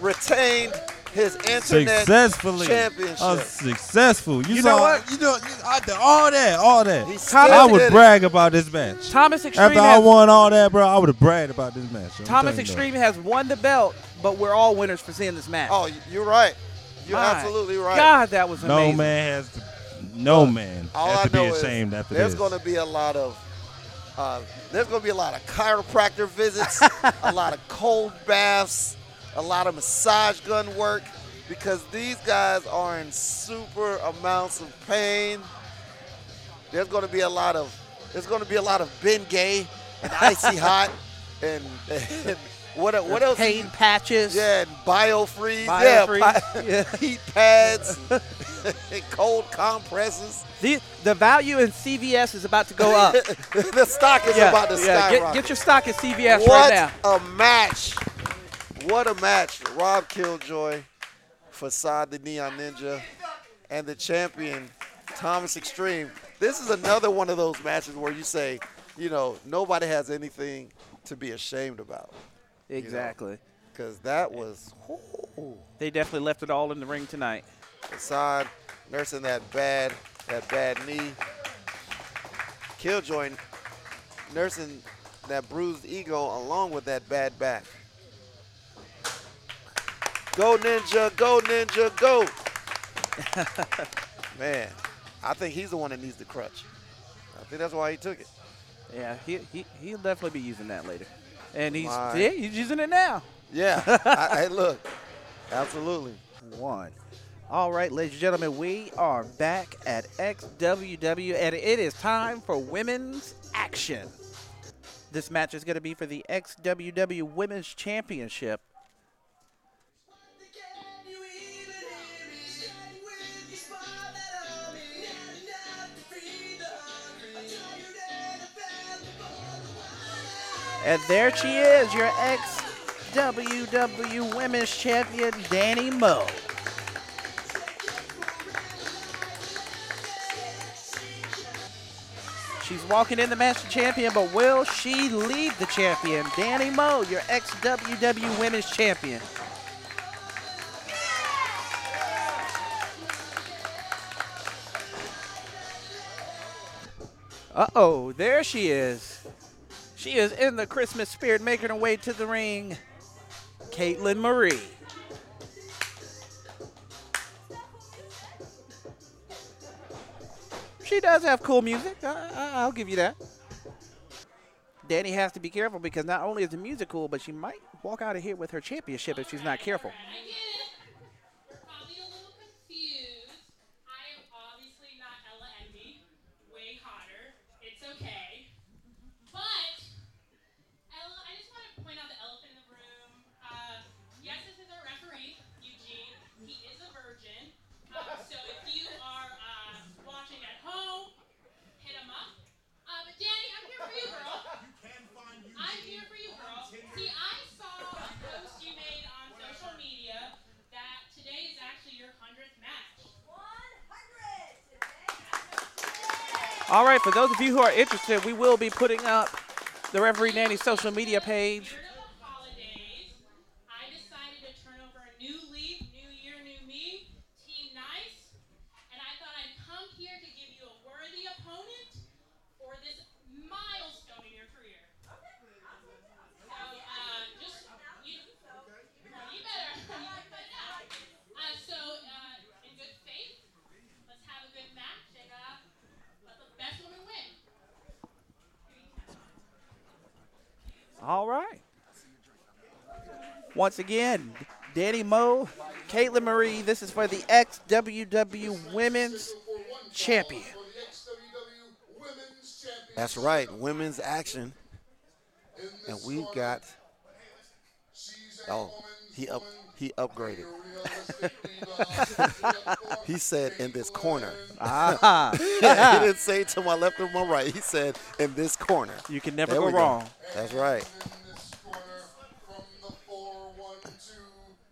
[SPEAKER 4] retained his internet
[SPEAKER 7] Successfully.
[SPEAKER 4] championship.
[SPEAKER 7] Uh, successful. You,
[SPEAKER 14] You
[SPEAKER 7] saw,
[SPEAKER 14] know what?
[SPEAKER 7] You know, you, I did all that, all that.
[SPEAKER 4] He still
[SPEAKER 7] I would
[SPEAKER 4] did it.
[SPEAKER 7] brag about this match.
[SPEAKER 14] Thomas Extreme.
[SPEAKER 7] After I
[SPEAKER 14] Has,
[SPEAKER 7] won all that, bro, I would have bragged about this match. I'm
[SPEAKER 5] Thomas
[SPEAKER 7] telling you.
[SPEAKER 5] Extreme has won the belt, but we're all winners for seeing this match.
[SPEAKER 4] Oh, you're right. You're
[SPEAKER 5] My
[SPEAKER 4] absolutely right.
[SPEAKER 5] God, that was
[SPEAKER 7] No
[SPEAKER 5] amazing.
[SPEAKER 7] man has to. No man
[SPEAKER 4] All
[SPEAKER 7] has
[SPEAKER 4] I
[SPEAKER 7] to be
[SPEAKER 4] know
[SPEAKER 7] ashamed
[SPEAKER 4] is
[SPEAKER 7] after
[SPEAKER 4] there's
[SPEAKER 7] this.
[SPEAKER 4] going to be a lot of uh, there's going to be a lot of chiropractor
[SPEAKER 7] [laughs]
[SPEAKER 4] visits, a lot of cold baths, a lot of massage gun work because these guys are in super amounts of pain. There's going to be a lot of there's going to be a lot of Ben Gay and
[SPEAKER 7] [laughs]
[SPEAKER 4] icy hot and, and what what else?
[SPEAKER 5] Pain patches.
[SPEAKER 4] Yeah, and biofreeze. Yeah,
[SPEAKER 5] Biofreeze.
[SPEAKER 4] pi- heat pads, and [laughs] cold compresses.
[SPEAKER 5] The, the value in CVS is about to go up.
[SPEAKER 4] [laughs] the stock is about to
[SPEAKER 5] Get,
[SPEAKER 4] skyrocket.
[SPEAKER 5] get your stock at CVS right
[SPEAKER 4] what
[SPEAKER 5] now.
[SPEAKER 4] a match! What a match! Rob Killjoy, Facade the Neon Ninja, and the champion Thomas Extreme. This is another one of those matches where you say, you know, nobody has anything to be ashamed about
[SPEAKER 5] Exactly.
[SPEAKER 4] because that was whoo,
[SPEAKER 5] They definitely left it all in the ring tonight.
[SPEAKER 4] Facade nursing that bad that bad knee. Killjoy nursing that bruised ego along with that bad back. Go ninja, go ninja, go. Man, I think he's the one that needs the crutch. I think that's why he took it.
[SPEAKER 5] Yeah, he, he, he'll definitely be using that later. And he's,
[SPEAKER 4] My.
[SPEAKER 5] yeah, he's using it now.
[SPEAKER 4] Yeah. [laughs] I, I look. Absolutely.
[SPEAKER 5] one. All right, ladies and gentlemen, we are back at XWW, and it is time for women's action. This match is going to be for the XWW Women's Championship. And there she is, your XWW Women's Champion, Danny Moe. She's walking in the Master Champion, but will she lead the champion? Danny Moe, your ex WW Women's Champion. Uh oh, there she is. She is in the Christmas spirit, making her way to the ring. Caitlin Marie. She does have cool music. I, I, I'll give you that. Danny has to be careful because not only is the music cool, but she might walk out of here with her championship if she's not careful.
[SPEAKER 15] I get it. Probably a little confused. I am obviously not Ella Envy. Way hotter. It's okay. But Ella, I just want to point out the elephant in the room. Uh, yes, this is our referee, Eugene. He is a virgin. Uh, so if you are uh, watching at home, hit him up. Uh, but Danny, I'm here for you, girl. I'm here for you, girl. See, I saw a post you made on social media that today is actually your 100th match.
[SPEAKER 5] All right, for those of you who are interested, we will be putting up the Referee Nanny social media page.
[SPEAKER 15] Holidays, I decided to turn over a new leaf, new year, new me, Team Nice, and I thought I'd come here to give you a worthy opponent for this milestone in your career. So, uh, just, you, you better, [laughs] you better not. Uh, so, uh, in good faith, let's have a good match and uh, let the best woman win.
[SPEAKER 5] All right. Once again, Danny Moe, Caitlin Marie, this is for the XWW Women's
[SPEAKER 4] [laughs]
[SPEAKER 5] Champion.
[SPEAKER 4] That's right, women's action. And we've got. Oh, he up, he upgraded. [laughs] he said in this corner. [laughs]
[SPEAKER 5] Ah.
[SPEAKER 4] he
[SPEAKER 5] [laughs]
[SPEAKER 4] didn't say to my left or my right. He said in this corner.
[SPEAKER 5] You can never
[SPEAKER 4] There
[SPEAKER 5] go
[SPEAKER 4] we
[SPEAKER 5] wrong.
[SPEAKER 4] That's right.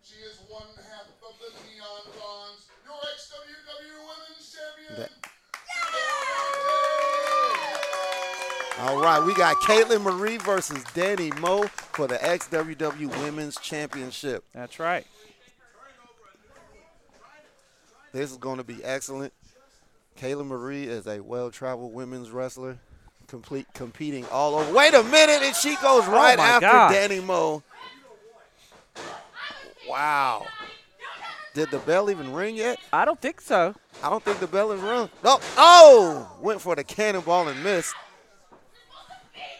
[SPEAKER 6] She is one half of the Neon Blondes, your XWW Women's Champion.
[SPEAKER 4] That- All right, we got Caitlin Marie versus Danny Moe for the XWW Women's Championship.
[SPEAKER 5] That's right.
[SPEAKER 4] This is going to be excellent. Kayla Marie is a well-traveled women's wrestler, complete competing all over. Wait a minute, and she goes right
[SPEAKER 5] Oh my
[SPEAKER 4] after
[SPEAKER 5] gosh.
[SPEAKER 4] Danny Moe. Wow. Did the bell even ring yet?
[SPEAKER 5] I don't think so.
[SPEAKER 4] I don't think the bell is rung. No. Oh, went for the cannonball and missed.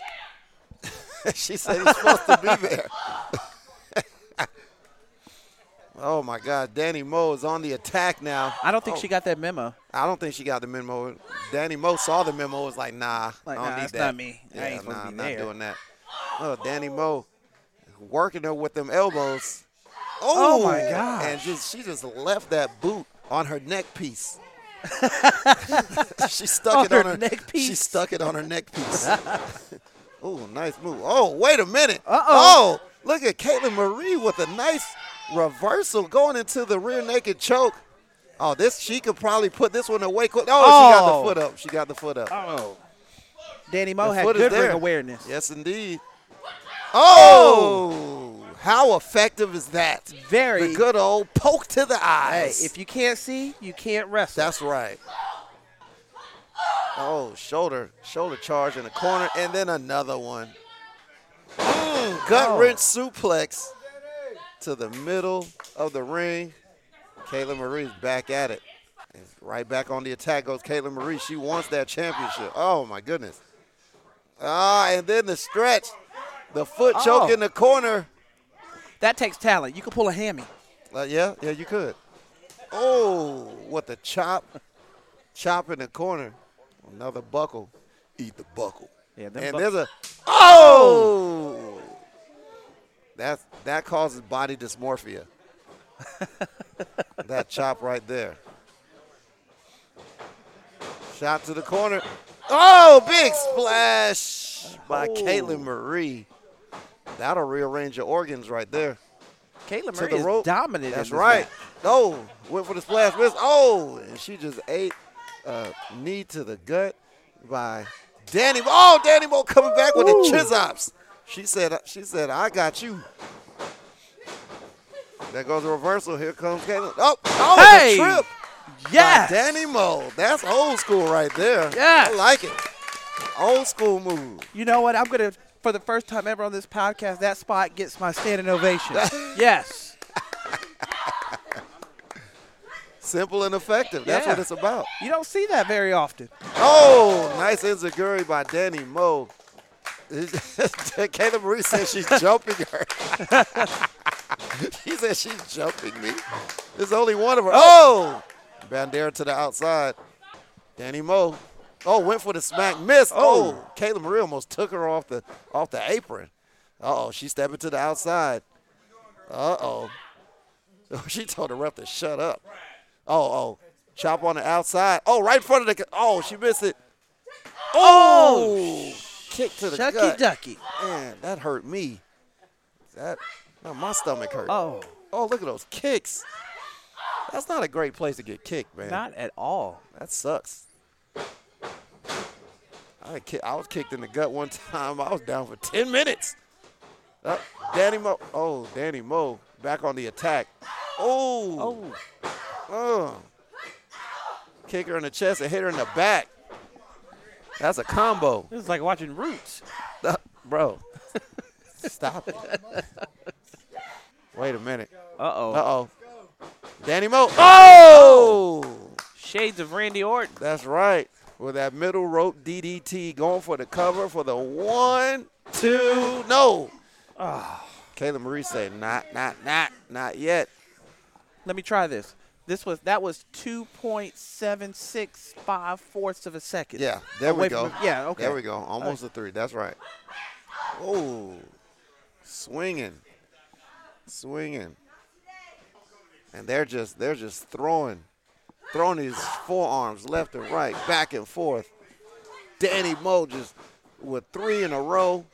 [SPEAKER 4] [laughs] she said he's supposed to be there. [laughs] oh my God, Danny Moe is on the attack now.
[SPEAKER 5] I don't think
[SPEAKER 4] Oh.
[SPEAKER 5] she got that memo.
[SPEAKER 4] I don't think she got the memo. Danny Mo saw the memo. Was like, nah,
[SPEAKER 5] Like,
[SPEAKER 4] I don't
[SPEAKER 5] nah,
[SPEAKER 4] need
[SPEAKER 5] that's
[SPEAKER 4] that.
[SPEAKER 5] not me. I
[SPEAKER 4] Yeah,
[SPEAKER 5] ain't supposed
[SPEAKER 4] nah,
[SPEAKER 5] to be
[SPEAKER 4] not
[SPEAKER 5] there.
[SPEAKER 4] doing that. Oh, Danny Mo, working her with them elbows.
[SPEAKER 5] Oh, my
[SPEAKER 4] Ooh,
[SPEAKER 5] gosh.
[SPEAKER 4] And just she just left that boot on her neck
[SPEAKER 5] [laughs]
[SPEAKER 4] piece. she stuck
[SPEAKER 5] On
[SPEAKER 4] it on
[SPEAKER 5] her
[SPEAKER 4] her
[SPEAKER 5] neck
[SPEAKER 4] She
[SPEAKER 5] piece.
[SPEAKER 4] stuck it on her neck piece. [laughs] Ooh, nice move. Oh, wait a minute. Oh,
[SPEAKER 5] Uh-oh.
[SPEAKER 4] look at Caitlin Marie with a nice reversal going into the rear naked choke. Oh, this she could probably put this one away quick. Oh, she got
[SPEAKER 5] Oh.
[SPEAKER 4] the foot up. She got the foot up.
[SPEAKER 5] Oh. Danny Moe
[SPEAKER 4] The
[SPEAKER 5] had
[SPEAKER 4] foot is
[SPEAKER 5] good ring
[SPEAKER 4] there.
[SPEAKER 5] awareness.
[SPEAKER 4] Yes, indeed. Oh, how effective is that?
[SPEAKER 5] Very.
[SPEAKER 4] The good old poke to the
[SPEAKER 5] Hey,
[SPEAKER 4] eyes.
[SPEAKER 5] if you can't see, you can't wrestle.
[SPEAKER 4] That's right. Oh, shoulder, shoulder charge in the corner, and then another one. Mm, gut wrench suplex to the middle of the ring. Kayla Marie's back at it. And right back on the attack goes Kayla Marie. She wants that championship. Oh my goodness. Ah, and then the stretch, the foot choke
[SPEAKER 5] Oh.
[SPEAKER 4] in the corner.
[SPEAKER 5] that takes talent. You can pull a hammy.
[SPEAKER 4] Uh, yeah, yeah, you could. Oh, what the chop, chop in the corner, another buckle. Eat the buckle.
[SPEAKER 5] Yeah, them
[SPEAKER 4] And
[SPEAKER 5] bu-
[SPEAKER 4] there's a oh, that that causes body dysmorphia. that chop right there. Shot to the corner. Oh, big splash by Caitlin Marie. That'll rearrange your organs right there
[SPEAKER 5] Caitlin
[SPEAKER 4] to
[SPEAKER 5] Murray
[SPEAKER 4] the
[SPEAKER 5] is
[SPEAKER 4] rope.
[SPEAKER 5] dominant. in
[SPEAKER 4] That's
[SPEAKER 5] this
[SPEAKER 4] right.
[SPEAKER 5] match.
[SPEAKER 4] Oh, went for the splash miss. Oh, and she just ate a knee to the gut by Danny, oh, Danny Mo coming back with the chizops. She said, uh, she said, I got you. There goes the reversal. Here comes Caitlin. Oh, oh, the
[SPEAKER 16] Hey!
[SPEAKER 4] trip.
[SPEAKER 16] Yes.
[SPEAKER 4] By Danny Mo. That's old school right there.
[SPEAKER 16] Yes.
[SPEAKER 4] I like it. Old school move.
[SPEAKER 5] You know what? I'm gonna for the first time ever on this podcast, that spot gets my standing
[SPEAKER 4] [laughs]
[SPEAKER 5] ovation.
[SPEAKER 16] yes.
[SPEAKER 4] Simple and effective. That's
[SPEAKER 5] Yeah.
[SPEAKER 4] what it's about.
[SPEAKER 5] You don't see that very often.
[SPEAKER 4] Oh, nice enziguri by Danny [laughs] Mo. Kayla Marie said she's jumping her. [laughs] she said she's jumping me. There's only one of her. Oh! Bandera to the outside. Danny Mo. Oh, went for the smack. Missed. Oh, Kayla Marie almost took her off the off the apron. Uh-oh, she's stepping to the outside. Uh-oh. [laughs] She told the ref to shut up. Oh, oh. Chop on the outside. Oh, right in front of the. Oh, she missed it. Oh, kick to the
[SPEAKER 5] Shucky
[SPEAKER 4] gut.
[SPEAKER 5] ducky.
[SPEAKER 4] Man, that hurt me. That now my stomach hurt.
[SPEAKER 16] Oh.
[SPEAKER 4] oh, look at those kicks. That's not a great place to get kicked, man.
[SPEAKER 16] Not at all.
[SPEAKER 4] that sucks. I, ki- I was kicked in the gut one [laughs] time. I was down for ten minutes. Uh, Danny Mo. Oh, Danny Mo back on the attack. Oh. Oh. Kick her in the chest and hit her in the back. That's a combo.
[SPEAKER 16] This is like watching Roots.
[SPEAKER 4] Bro. [laughs] Stop it. Wait a minute.
[SPEAKER 16] Uh oh.
[SPEAKER 4] Uh oh. Danny Mo. Oh!
[SPEAKER 16] Shades of Randy Orton.
[SPEAKER 4] That's right. With that middle rope DDT going for the cover for the one, two, no. Kayla Marie said, not, not, not, not yet.
[SPEAKER 5] Let me try this. This was that was two point seven six five fourths of a second.
[SPEAKER 4] Yeah, there we
[SPEAKER 5] Away
[SPEAKER 4] go.
[SPEAKER 5] from the- yeah, okay.
[SPEAKER 4] There we go. Almost a three. That's right. Oh, swinging, swinging, and they're just they're just throwing, throwing his forearms left and right, back and forth. Danny Mo just with three in a row.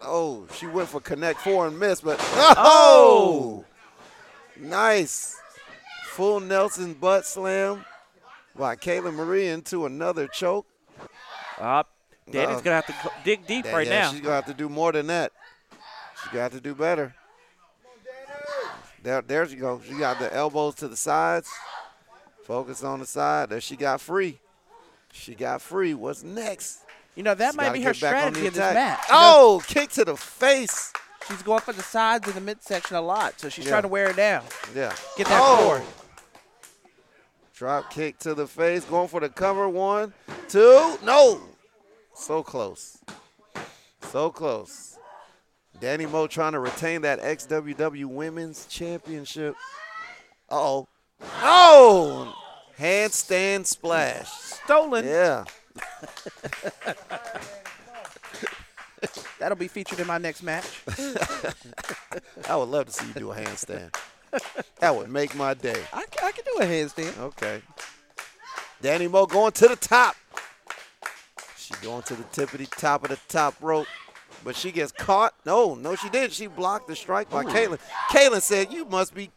[SPEAKER 4] Oh, she went for connect four and missed, but [laughs] oh, nice full Nelson butt slam by Kayla Marie into another choke.
[SPEAKER 16] Uh, Danny's
[SPEAKER 4] Uh,
[SPEAKER 16] gonna have to co- dig deep
[SPEAKER 4] Yeah,
[SPEAKER 16] right
[SPEAKER 4] yeah,
[SPEAKER 16] now.
[SPEAKER 4] She's gonna have to do more than that. She got to do better. There, there she go. She got the elbows to the sides. Focus on the side. There she got free. She got free. What's next?
[SPEAKER 5] You know that
[SPEAKER 4] She
[SPEAKER 5] might
[SPEAKER 4] gotta
[SPEAKER 5] be her
[SPEAKER 4] get back on the
[SPEAKER 5] strategy in this
[SPEAKER 4] attack.
[SPEAKER 5] match. You know,
[SPEAKER 4] Oh, kick to the face.
[SPEAKER 5] she's going for the sides and the midsection a lot, so she's
[SPEAKER 4] Yeah.
[SPEAKER 5] trying to wear it down.
[SPEAKER 4] Yeah.
[SPEAKER 5] Get that
[SPEAKER 4] oh.
[SPEAKER 5] forward.
[SPEAKER 4] Drop kick to the face. Going for the cover. One, two. No. So close. So close. Danny Mo trying to retain that XWW Women's Championship. Uh oh. Oh! Handstand splash.
[SPEAKER 5] Stolen.
[SPEAKER 4] Yeah.
[SPEAKER 5] That'll be featured in my next match.
[SPEAKER 4] I would love to see you do a handstand. That would make my day.
[SPEAKER 5] I, c- I can do a handstand.
[SPEAKER 4] Okay. Danny Mo going to the top. She going to the tippity top of the top rope, but she gets caught. No, no, she didn't. She blocked the strike by Kaylin. Kaylin said, "You must be,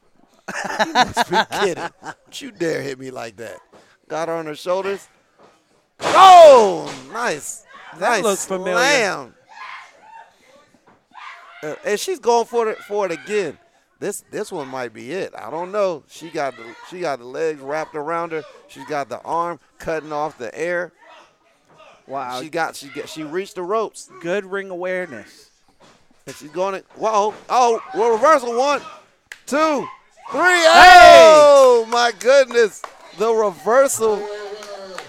[SPEAKER 4] you must be kidding. Don't you dare hit me like that." Got her on her shoulders. Oh, nice, nice
[SPEAKER 16] looks familiar.
[SPEAKER 4] slam. Uh, and she's going for it for it again. This this one might be it. I don't know. She got the she got the legs wrapped around her. She's got the arm cutting off the air.
[SPEAKER 5] Wow.
[SPEAKER 4] She got she got, she reached the ropes.
[SPEAKER 5] Good ring awareness.
[SPEAKER 4] And she's going to whoa oh well, reversal one, two, three. Oh my goodness! The reversal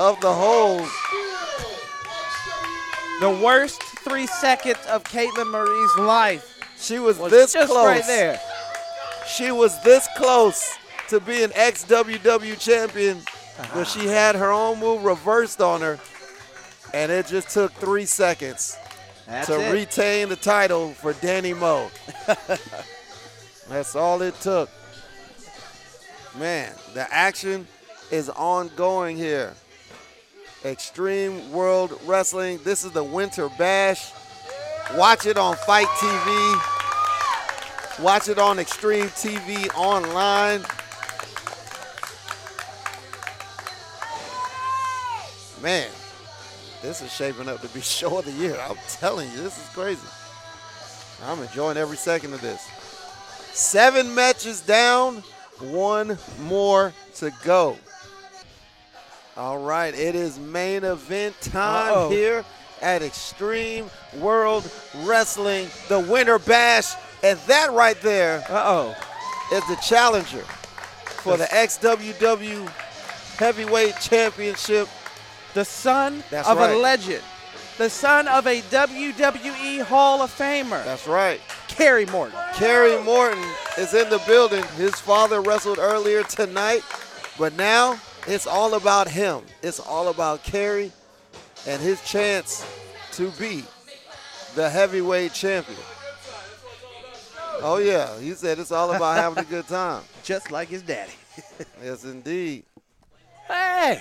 [SPEAKER 4] of the hold.
[SPEAKER 5] The worst three seconds of Caitlin Marie's life
[SPEAKER 4] She was,
[SPEAKER 5] was
[SPEAKER 4] this
[SPEAKER 5] just
[SPEAKER 4] close.
[SPEAKER 5] right there.
[SPEAKER 4] She was this close to being XWW champion when she had her own move reversed on her, and it just took three seconds
[SPEAKER 5] That's
[SPEAKER 4] to
[SPEAKER 5] it.
[SPEAKER 4] retain the title for Danny
[SPEAKER 5] [laughs]
[SPEAKER 4] Mo. That's all it took. Man, the action is ongoing here. Extreme World Wrestling. This is the Winter Bash. Watch it on Fight TV. Watch it on Extreme TV online. Man, This is shaping up to be [laughs] show of the year. I'm telling you, this is crazy. I'm enjoying every second of this. Seven matches down, one more to go. All right, it is main event time
[SPEAKER 5] Uh-oh.
[SPEAKER 4] here at Extreme World Wrestling, the Winter Bash, and that right there is the challenger for the XWW Heavyweight Championship.
[SPEAKER 5] The son
[SPEAKER 4] That's
[SPEAKER 5] of
[SPEAKER 4] right.
[SPEAKER 5] a legend, the son of a WWE Hall of Famer.
[SPEAKER 4] That's right.
[SPEAKER 5] Kerry Morton.
[SPEAKER 4] Kerry Morton is in the building. His father wrestled earlier tonight, but now it's all about him. It's all about Kerry and his chance to be the heavyweight champion. Oh yeah, he said it's all about having a
[SPEAKER 5] [laughs]
[SPEAKER 4] good time.
[SPEAKER 5] Just like his daddy.
[SPEAKER 4] Yes, indeed.
[SPEAKER 5] Hey,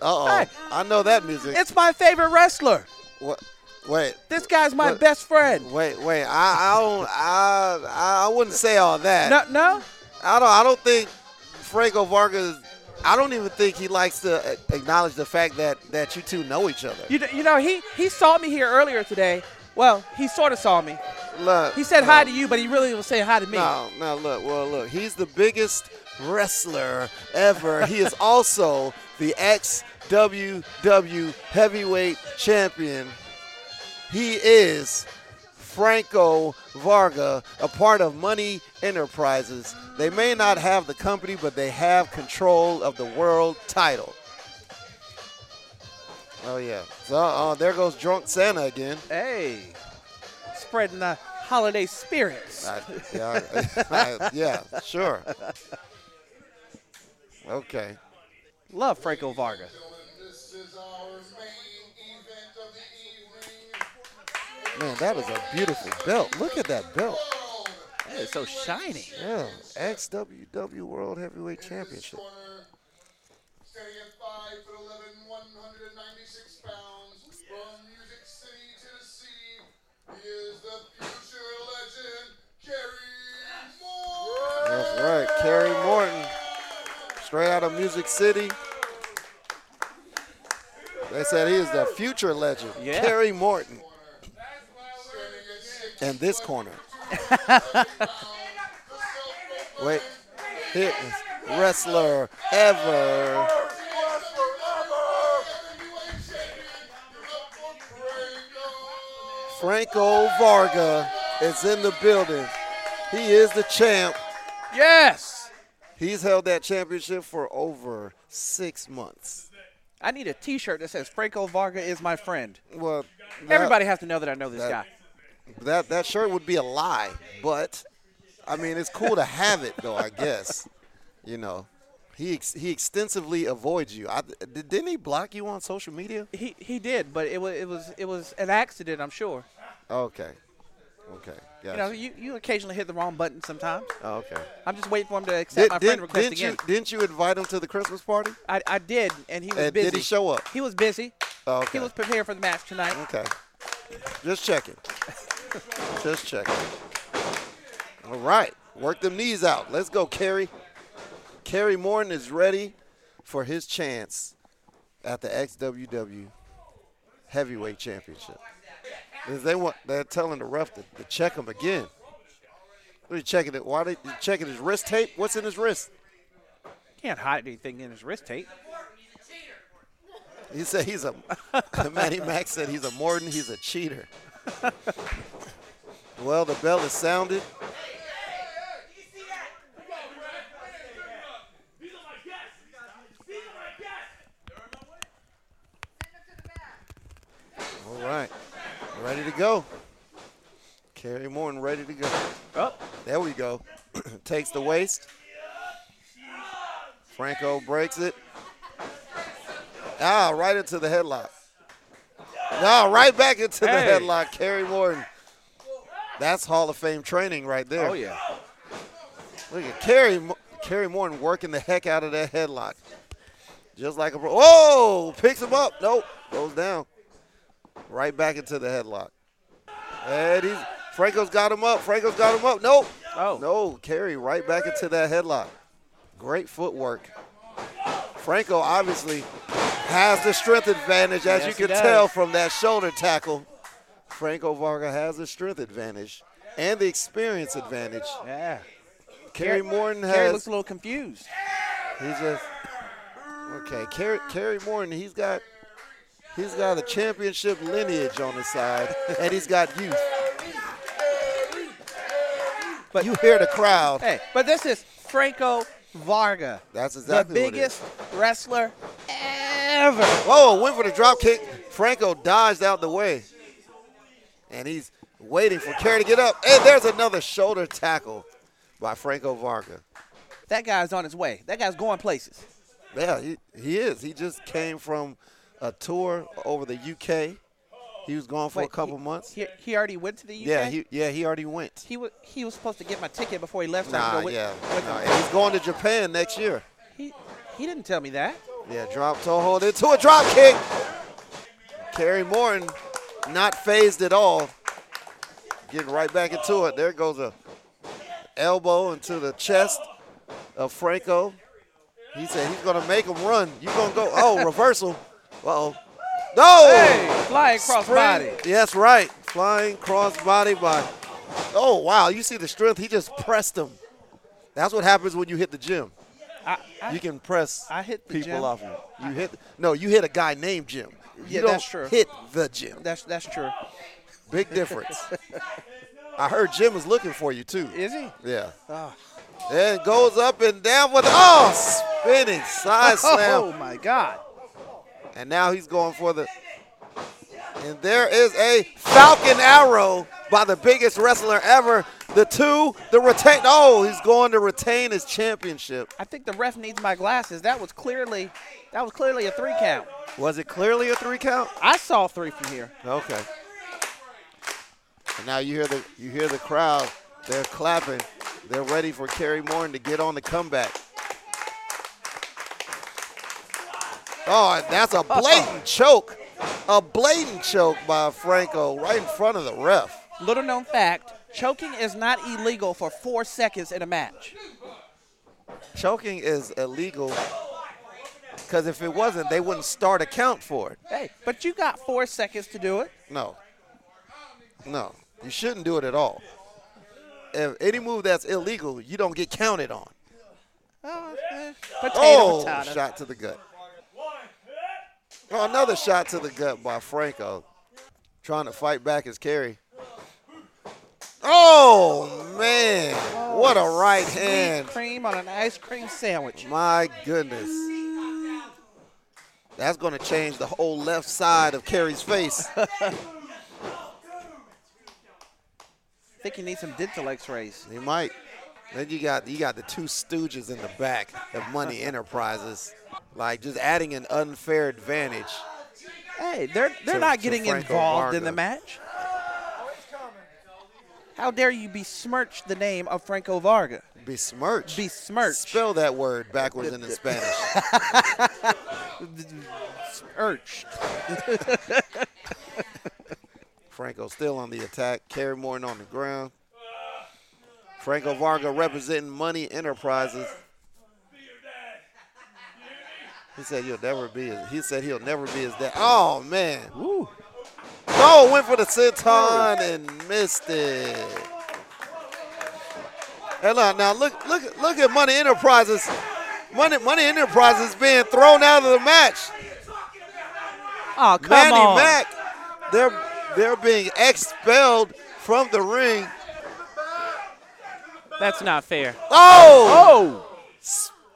[SPEAKER 4] Uh oh,
[SPEAKER 5] Hey.
[SPEAKER 4] I know that music.
[SPEAKER 5] it's my favorite wrestler.
[SPEAKER 4] What? Wait,
[SPEAKER 5] This guy's my
[SPEAKER 4] What?
[SPEAKER 5] best friend.
[SPEAKER 4] wait, wait. I, I don't. I, I wouldn't say all that.
[SPEAKER 5] No, no.
[SPEAKER 4] I don't. I don't think Franco Vargas. I don't even think he likes to a- acknowledge the fact that that you two know each other.
[SPEAKER 5] You, d- you know he he saw me here earlier today. Well, he sort of saw me.
[SPEAKER 4] look,
[SPEAKER 5] He said
[SPEAKER 4] no,
[SPEAKER 5] hi to you, but he really was saying hi to me.
[SPEAKER 4] No, no. Look, well, look. He's the biggest wrestler ever. he is also the XWW Heavyweight Champion. He is Franco Varga, a part of Money Enterprises. They may not have the company, but they have control of the world title. Oh yeah. So uh, there goes drunk Santa again.
[SPEAKER 5] Hey, spreading the holiday spirits.
[SPEAKER 4] I, yeah, I- yeah, sure. Okay.
[SPEAKER 5] Love Franco Varga.
[SPEAKER 6] This is our main event of the evening.
[SPEAKER 4] Man, that is a beautiful belt. Look at that belt.
[SPEAKER 5] That is so shiny.
[SPEAKER 4] Yeah. XWW World Heavyweight Championship.
[SPEAKER 6] Corner, standing at 5 foot 11, 196 pounds, from Music City, Tennessee, he is the future legend, Kerry Moore.
[SPEAKER 4] That's right. Kerry Morton. Straight out of Music City. They said he is the future legend.
[SPEAKER 17] Yeah.
[SPEAKER 4] Kerry Morton
[SPEAKER 6] Standing at 6
[SPEAKER 4] in this corner. Wait. Fitness wrestler ever.
[SPEAKER 6] heavyweight champion, give up for Prego.
[SPEAKER 4] Franco Varga is in the building. He is the champ.
[SPEAKER 5] Yes.
[SPEAKER 4] He's held that championship for over six months.
[SPEAKER 5] I need a T-shirt that says Franco Varga is my friend.
[SPEAKER 4] Well, that-
[SPEAKER 5] Everybody has to know that I know this
[SPEAKER 4] that-
[SPEAKER 5] guy.
[SPEAKER 4] That that shirt would be a lie, but I mean it's cool to have it though. I guess you know he ex- he extensively avoids you. I, did- didn't he block you on social media?
[SPEAKER 5] He he did, but it was it was it was an accident, I'm sure.
[SPEAKER 4] Okay, okay,
[SPEAKER 5] You know,
[SPEAKER 4] gotcha.
[SPEAKER 5] you, you occasionally hit the wrong button sometimes.
[SPEAKER 4] Oh, okay.
[SPEAKER 5] I'm just waiting for him to accept
[SPEAKER 4] Did,
[SPEAKER 5] my
[SPEAKER 4] did,
[SPEAKER 5] friend request
[SPEAKER 4] didn't
[SPEAKER 5] again.
[SPEAKER 4] you didn't you invite him to the Christmas party?
[SPEAKER 5] I, I did, and he was
[SPEAKER 4] And
[SPEAKER 5] busy.
[SPEAKER 4] did he show up?
[SPEAKER 5] He was busy.
[SPEAKER 4] Oh, okay.
[SPEAKER 5] He was preparing for the match tonight.
[SPEAKER 4] Okay. Just checking. Just checking. All right. Work them knees out. Let's go, Kerry. Kerry Morton is ready for his chance at the XWW Heavyweight Championship. 'Cause They want, they're telling the ref to, to check him again. What are you checking it? Why are they you checking his wrist tape? What's in his wrist?
[SPEAKER 5] Can't hide anything in his wrist tape.
[SPEAKER 4] He said he's a [laughs] Matty Mack said he's a Morton, he's a cheater. well, the bell is sounded. All right, ready to go. Kerry Morton ready to go.
[SPEAKER 5] Oh,
[SPEAKER 4] There we go. [clears throat] Takes the waist. Franco breaks it. Ah, right into the headlock. No, right back into the
[SPEAKER 5] Hey.
[SPEAKER 4] headlock. Kerry Morton. That's Hall of Fame training right there.
[SPEAKER 17] Oh yeah.
[SPEAKER 4] Look at Kerry, Mo- Kerry Morton working the heck out of that headlock. Just like a pro. Whoa! Picks him up. Nope. Goes down. Right back into the headlock. And he's, Franco's got him up. Franco's got him up. Nope.
[SPEAKER 5] Oh.
[SPEAKER 4] No, Kerry right back into that headlock. Great footwork. Franco obviously has the strength advantage,
[SPEAKER 18] Yes,
[SPEAKER 4] as you
[SPEAKER 18] he
[SPEAKER 4] can
[SPEAKER 18] does.
[SPEAKER 4] tell from that shoulder tackle. Franco Varga has the strength advantage and the experience advantage.
[SPEAKER 5] Yeah.
[SPEAKER 4] Kerry Morton has.
[SPEAKER 5] Kerry looks a little confused.
[SPEAKER 4] He just okay. Kerry, Kerry Morton, he's got he's got a championship lineage on his side, [laughs] and he's got youth. But you hear the crowd.
[SPEAKER 5] Hey, but this is Franco Varga.
[SPEAKER 4] That's exactly
[SPEAKER 5] the
[SPEAKER 4] what it is.
[SPEAKER 5] biggest wrestler ever.
[SPEAKER 4] Whoa! Went for the drop kick. Franco dodged out the way, and he's waiting for Kerry to get up. And there's another shoulder tackle by Franco Varga.
[SPEAKER 5] That guy's on his way. That guy's going places.
[SPEAKER 4] Yeah, he, he is. He just came from a tour over the UK. He was gone for a
[SPEAKER 5] Wait,
[SPEAKER 4] couple months.
[SPEAKER 5] He, he already went to the UK.
[SPEAKER 4] Yeah, he yeah he already went.
[SPEAKER 5] he was he was supposed to get my ticket before he left. so I could
[SPEAKER 4] Nah,
[SPEAKER 5] go with-
[SPEAKER 4] yeah,
[SPEAKER 5] with
[SPEAKER 4] nah,
[SPEAKER 5] him.
[SPEAKER 4] and he's going to Japan next year.
[SPEAKER 5] He he didn't tell me that.
[SPEAKER 4] Yeah, drop toe hold into a drop kick. Kerry Morton, not phased at all, getting right back into it. There goes a elbow into the chest of Franco. He said he's gonna make him run. You gonna go? Oh, reversal. Uh oh. No.
[SPEAKER 5] Hey, flying crossbody.
[SPEAKER 4] Spring- Yes, right. Flying crossbody by. Oh wow! You see the strength. He just pressed him. That's what happens when you hit the gym.
[SPEAKER 5] I, I,
[SPEAKER 4] You can press
[SPEAKER 5] I hit the
[SPEAKER 4] people
[SPEAKER 5] gym.
[SPEAKER 4] off you. You hit no, you hit a guy named Jim. You
[SPEAKER 5] Yeah,
[SPEAKER 4] don't
[SPEAKER 5] that's true.
[SPEAKER 4] Hit the gym.
[SPEAKER 5] That's that's true.
[SPEAKER 4] Big
[SPEAKER 5] [laughs]
[SPEAKER 4] difference. I heard Jim was looking for you too.
[SPEAKER 5] Is he?
[SPEAKER 4] Yeah.
[SPEAKER 5] Ah.
[SPEAKER 4] And goes up and down with oh spinning side slam.
[SPEAKER 5] [laughs] Oh my God!
[SPEAKER 4] And now he's going for the. And there is a Falcon arrow by the biggest wrestler ever. The two, the retain. Oh, he's going to retain his championship.
[SPEAKER 5] I think the ref needs my glasses. That was clearly that was clearly a three count.
[SPEAKER 4] Was it clearly a three count?
[SPEAKER 5] I saw three from here.
[SPEAKER 4] Okay. And now you hear the you hear the crowd. They're clapping. They're ready for Kerry Morton to get on the comeback. Oh, and that's [laughs] a blatant choke. A blatant choke by Franco right in front of the ref.
[SPEAKER 5] Little known fact: choking is not illegal for four seconds in a match.
[SPEAKER 4] Choking is illegal because if it wasn't, they wouldn't start a count for it.
[SPEAKER 5] Hey, but you got four seconds to do it.
[SPEAKER 4] No. No. You shouldn't do it at all. If any move that's illegal, you don't get counted on.
[SPEAKER 5] Oh, eh, potato,
[SPEAKER 4] Oh,
[SPEAKER 5] potato.
[SPEAKER 4] shot to the gut. Oh, another shot to the gut by Franco. Trying to fight back his carry. Oh, man. What a right hand.
[SPEAKER 5] Cream on an ice cream sandwich.
[SPEAKER 4] My goodness. That's going to change the whole left side of Kerry's face.
[SPEAKER 5] I think you need some dental X-rays.
[SPEAKER 4] He might. Then you got you got the two stooges in the back of Money Enterprises, like just adding an unfair advantage.
[SPEAKER 5] Hey, they're they're
[SPEAKER 4] To-
[SPEAKER 5] not
[SPEAKER 4] to
[SPEAKER 5] getting
[SPEAKER 4] Franco
[SPEAKER 5] involved in
[SPEAKER 4] Varga.
[SPEAKER 5] the match. How dare you besmirch the name of Franco Varga?
[SPEAKER 4] Besmirch.
[SPEAKER 5] Besmirch.
[SPEAKER 4] Spell that word backwards in the Spanish.
[SPEAKER 5] Urged.
[SPEAKER 4] Franco still on the attack. Kerry Morton on the ground. Franco Varga representing Money Enterprises. He said he'll never be. His, he said he'll never be his dad. Oh man! Oh, went for the senton and missed it. And now, now look, look, look at Money Enterprises. Money, Money Enterprises being thrown out of the match.
[SPEAKER 5] Oh, come
[SPEAKER 4] Manny
[SPEAKER 5] on.
[SPEAKER 4] Mack, they're they're being expelled from the ring.
[SPEAKER 19] That's not fair.
[SPEAKER 4] Oh,
[SPEAKER 19] Oh!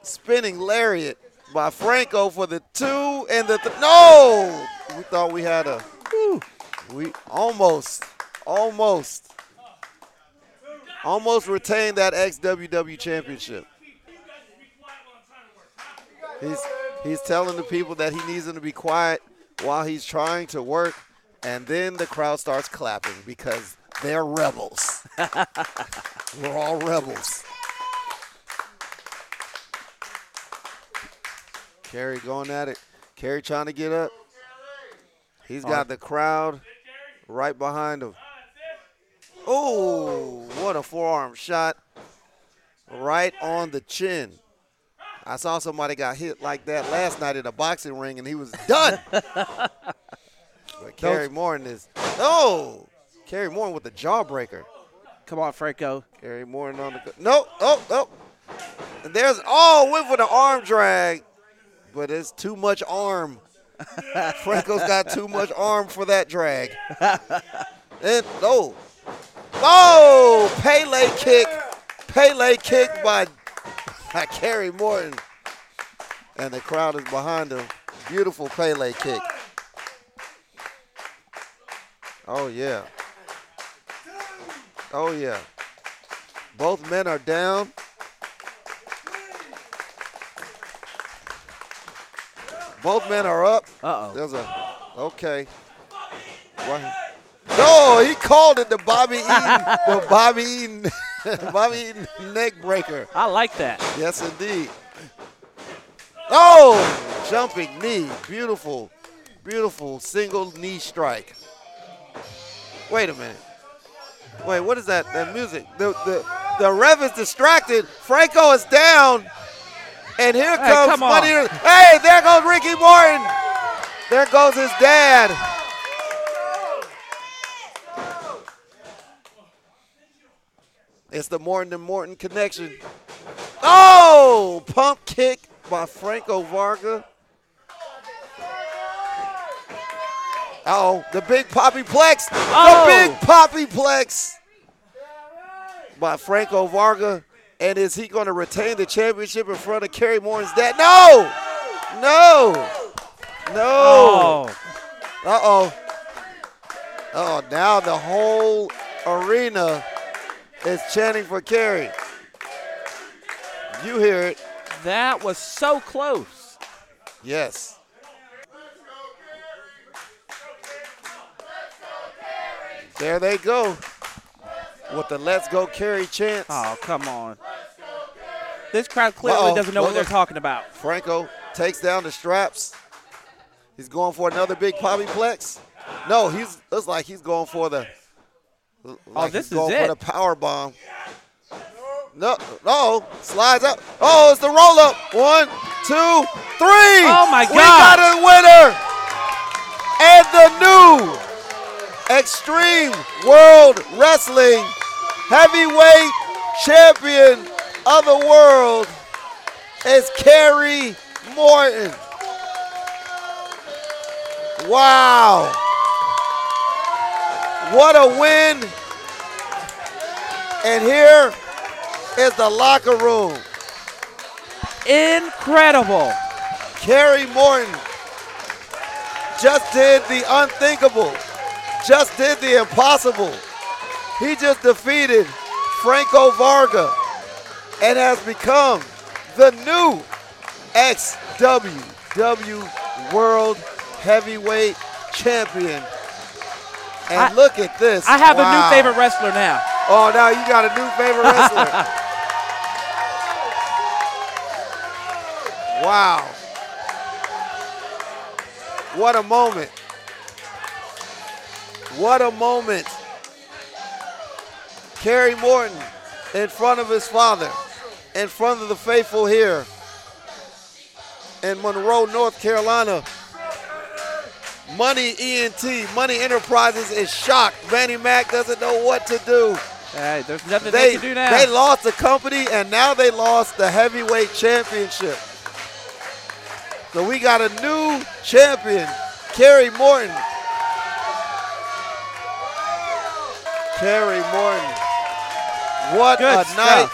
[SPEAKER 4] spinning lariat by Franco for the two and the th- no. We thought we had a. We almost, almost, almost retained that XWW championship. He's he's telling the people that he needs them to be quiet while he's trying to work, and then the crowd starts clapping because they're rebels. [laughs] We're all rebels. Kerry going at it. Kerry trying to get up. He's got the crowd right behind him. Oh, what a forearm shot. Right on the chin. I saw somebody got hit like that last night in a boxing ring, and he was done. but Kerry Morton is oh, Kerry Morton with the jawbreaker.
[SPEAKER 20] Come on, Franco.
[SPEAKER 4] Kerry Morton on the go- no, oh, oh. And there's oh, went for the arm drag, but it's too much arm. [laughs] Franco's got too much arm for that drag. and oh, oh, Pele kick, Pele kick by by Kerry Morton, and the crowd is behind him. Beautiful Pele kick. Oh yeah. Oh yeah. Both men are down. Both men are up. Uh oh. There's a okay. Why- No, he called it the Bobby Eaton, the Bobby Eaton, [laughs] Bobby Eaton neck breaker.
[SPEAKER 5] I like that.
[SPEAKER 4] Yes, indeed. Oh, jumping knee, beautiful, beautiful single knee strike. Wait a minute. Wait, what is that? That music. The the the ref is distracted. Franco is down, and here
[SPEAKER 5] Hey,
[SPEAKER 4] comes
[SPEAKER 5] come on.
[SPEAKER 4] Money. Hey, there goes Ricky Morton. There goes his dad. It's the Morton and Morton connection. Oh, pump kick by Franco Varga. Oh, the big poppy plex.
[SPEAKER 5] Oh.
[SPEAKER 4] The big poppy plex by Franco Varga. And is he going to retain the championship in front of Kerry Morton's dad? No! No!
[SPEAKER 5] Oh.
[SPEAKER 4] No! Uh oh. Oh, now the whole arena is chanting for Kerry. You hear it.
[SPEAKER 5] That was so close.
[SPEAKER 4] Yes. There they go. With the let's go Kerry chant.
[SPEAKER 5] Oh, come on.
[SPEAKER 20] This crowd
[SPEAKER 5] clearly
[SPEAKER 4] Uh-oh.
[SPEAKER 5] doesn't know what they're
[SPEAKER 4] Uh-oh.
[SPEAKER 5] talking about.
[SPEAKER 4] Franco takes down the straps. He's going for another big poppy plex. No, he's looks like he's going for the. Like
[SPEAKER 5] Oh, this
[SPEAKER 4] he's
[SPEAKER 5] is
[SPEAKER 4] going
[SPEAKER 5] it.
[SPEAKER 4] for the power bomb. No, no, slides up. Oh, it's the roll up. One, two, three.
[SPEAKER 5] Oh, my
[SPEAKER 4] We
[SPEAKER 5] God.
[SPEAKER 4] got a winner and the new Extreme World Wrestling Heavyweight Champion of the World is Kerry Morton. Wow. What a win. And here is the locker room.
[SPEAKER 5] Incredible.
[SPEAKER 4] Kerry Morton just did the unthinkable, just did the impossible. He just defeated Franco Varga and has become the new XWW World Heavyweight Champion. And
[SPEAKER 5] I-
[SPEAKER 4] look at this.
[SPEAKER 5] I have
[SPEAKER 4] Wow.
[SPEAKER 5] a new favorite wrestler now.
[SPEAKER 4] Oh, now you got a new favorite wrestler. wow. What a moment. What a moment. Kerry Morton in front of his father, in front of the faithful here in Monroe, North Carolina. Money ENT, Money Enterprises is shocked. Vanny Mac doesn't know what to do.
[SPEAKER 5] Hey, there's nothing they,
[SPEAKER 4] They,
[SPEAKER 5] can do now.
[SPEAKER 4] they lost the company and now they lost the heavyweight championship. So we got a new champion, Kerry Morton. Kerry Morton. What
[SPEAKER 5] Good
[SPEAKER 4] a
[SPEAKER 5] stuff.
[SPEAKER 4] night.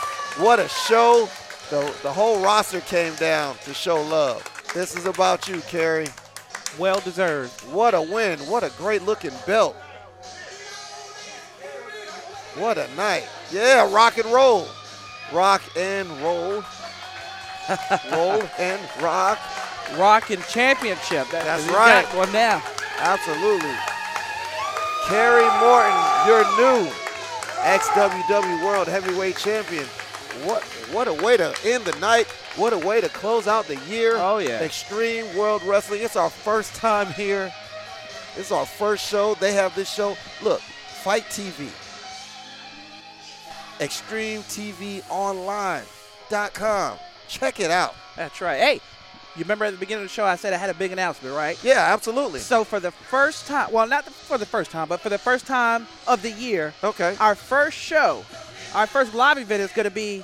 [SPEAKER 4] What a show. The, the whole roster came down to show love. This is about you, Kerry.
[SPEAKER 5] well deserved.
[SPEAKER 4] What a win. What a great looking belt. What a night. Yeah, rock and roll. Rock and roll. [laughs] roll and rock.
[SPEAKER 5] Rocking championship. That-
[SPEAKER 4] That's
[SPEAKER 5] we
[SPEAKER 4] right.
[SPEAKER 5] Got one now.
[SPEAKER 4] Absolutely. Kerry Morton, your new XWW World Heavyweight Champion. What what a way to end the night. What a way to close out the year.
[SPEAKER 5] Oh, yeah.
[SPEAKER 4] Extreme World Wrestling. It's our first time here. It's our first show. They have this show. Look, Fight TV. ExtremeTVOnline.com. Check it out.
[SPEAKER 5] That's right. Hey, you remember at the beginning of the show I said I had a big announcement, right?
[SPEAKER 4] Yeah, absolutely.
[SPEAKER 5] So for the first time, well, not the, for the first time, but for the first time of the year,
[SPEAKER 4] okay,
[SPEAKER 5] our first show, our first live event is going to be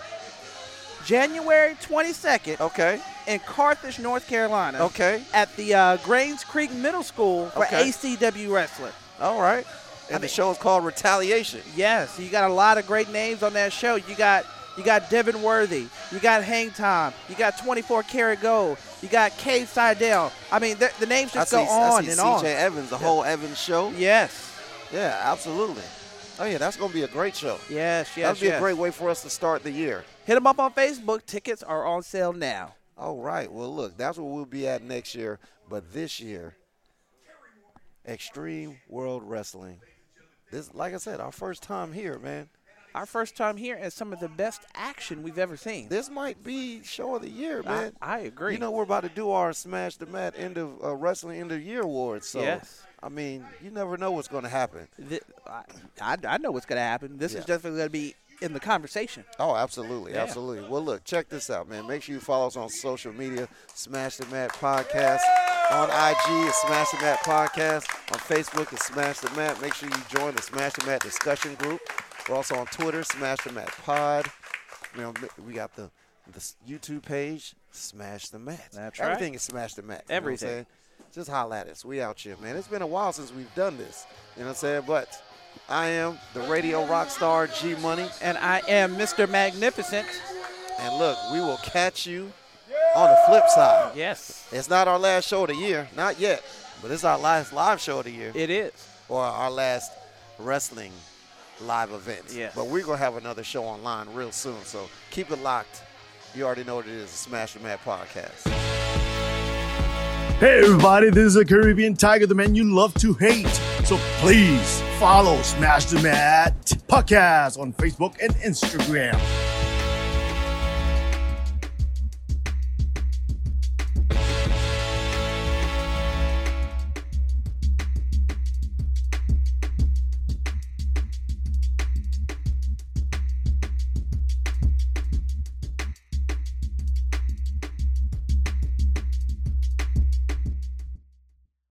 [SPEAKER 5] January 22nd.
[SPEAKER 4] Okay.
[SPEAKER 5] In Carthage, North Carolina.
[SPEAKER 4] Okay.
[SPEAKER 5] At the uh, Grains Creek Middle School for
[SPEAKER 4] Okay.
[SPEAKER 5] ACW wrestling.
[SPEAKER 4] All right. And the show is called Retaliation.
[SPEAKER 5] Yes, you got a lot of great names on that show. You got you got Devin Worthy, you got Hang Time, you got 24 Karat Gold, you got Cade Seidel. I mean, the, the names just
[SPEAKER 4] I
[SPEAKER 5] go
[SPEAKER 4] see,
[SPEAKER 5] on
[SPEAKER 4] I see
[SPEAKER 5] and
[SPEAKER 4] CJ
[SPEAKER 5] on.
[SPEAKER 4] Evans, the
[SPEAKER 5] Yeah.
[SPEAKER 4] whole Evans show.
[SPEAKER 5] Yes.
[SPEAKER 4] Yeah, absolutely. Oh yeah, that's gonna be a great show.
[SPEAKER 5] Yes, yes,
[SPEAKER 4] That'd be
[SPEAKER 5] yes.
[SPEAKER 4] a great way for us to start the year.
[SPEAKER 5] Hit them up on Facebook. Tickets are on sale now.
[SPEAKER 4] All right. Well, look, that's where we'll be at next year. But this year, Extreme World Wrestling. This, like I said, our first time here, man.
[SPEAKER 5] Our first time here and some of the best action we've ever seen.
[SPEAKER 4] This might be show of the year,
[SPEAKER 5] I-
[SPEAKER 4] man.
[SPEAKER 5] I agree.
[SPEAKER 4] You know, we're about to do our Smash the Mat end of uh, wrestling end of year awards. So,
[SPEAKER 5] Yes.
[SPEAKER 4] I mean, you never know what's going to happen.
[SPEAKER 5] Th- I, I, I know what's going to happen. This
[SPEAKER 4] Yeah.
[SPEAKER 5] is definitely going to be in the conversation.
[SPEAKER 4] Oh, absolutely,
[SPEAKER 5] Yeah.
[SPEAKER 4] absolutely. Well, look, check this out, man. Make sure you follow us on social media. Smash the Mat Podcast on IG is Smash the Mat Podcast on Facebook is Smash the Mat. Make sure you join the Smash the Mat discussion group. We're also on Twitter, Smash the Mat Pod. You know, we got the the YouTube page, Smash the Mat.
[SPEAKER 5] That's right.
[SPEAKER 4] Everything is Smash the Mat. You know what I'm
[SPEAKER 5] Everything.
[SPEAKER 4] saying? Just holla at us. We out here, man. It's been a while since we've done this. You know what I'm saying? But I am the radio rock star G Money.
[SPEAKER 5] And I am Mr. Magnificent.
[SPEAKER 4] And look, we will catch you on the flip side.
[SPEAKER 5] Yes.
[SPEAKER 4] It's not our last show of the year, not yet, but it's our last live show of the year
[SPEAKER 5] It is.
[SPEAKER 4] or our last wrestling live event.
[SPEAKER 5] Yes.
[SPEAKER 4] But we're going to have another show online real soon, so keep it locked. You already know what it is, the Smash the Mad podcast.
[SPEAKER 3] Hey everybody, this is the Caribbean Tiger, the man you love to hate. So please follow Smash the Mat Podcast on Facebook and Instagram.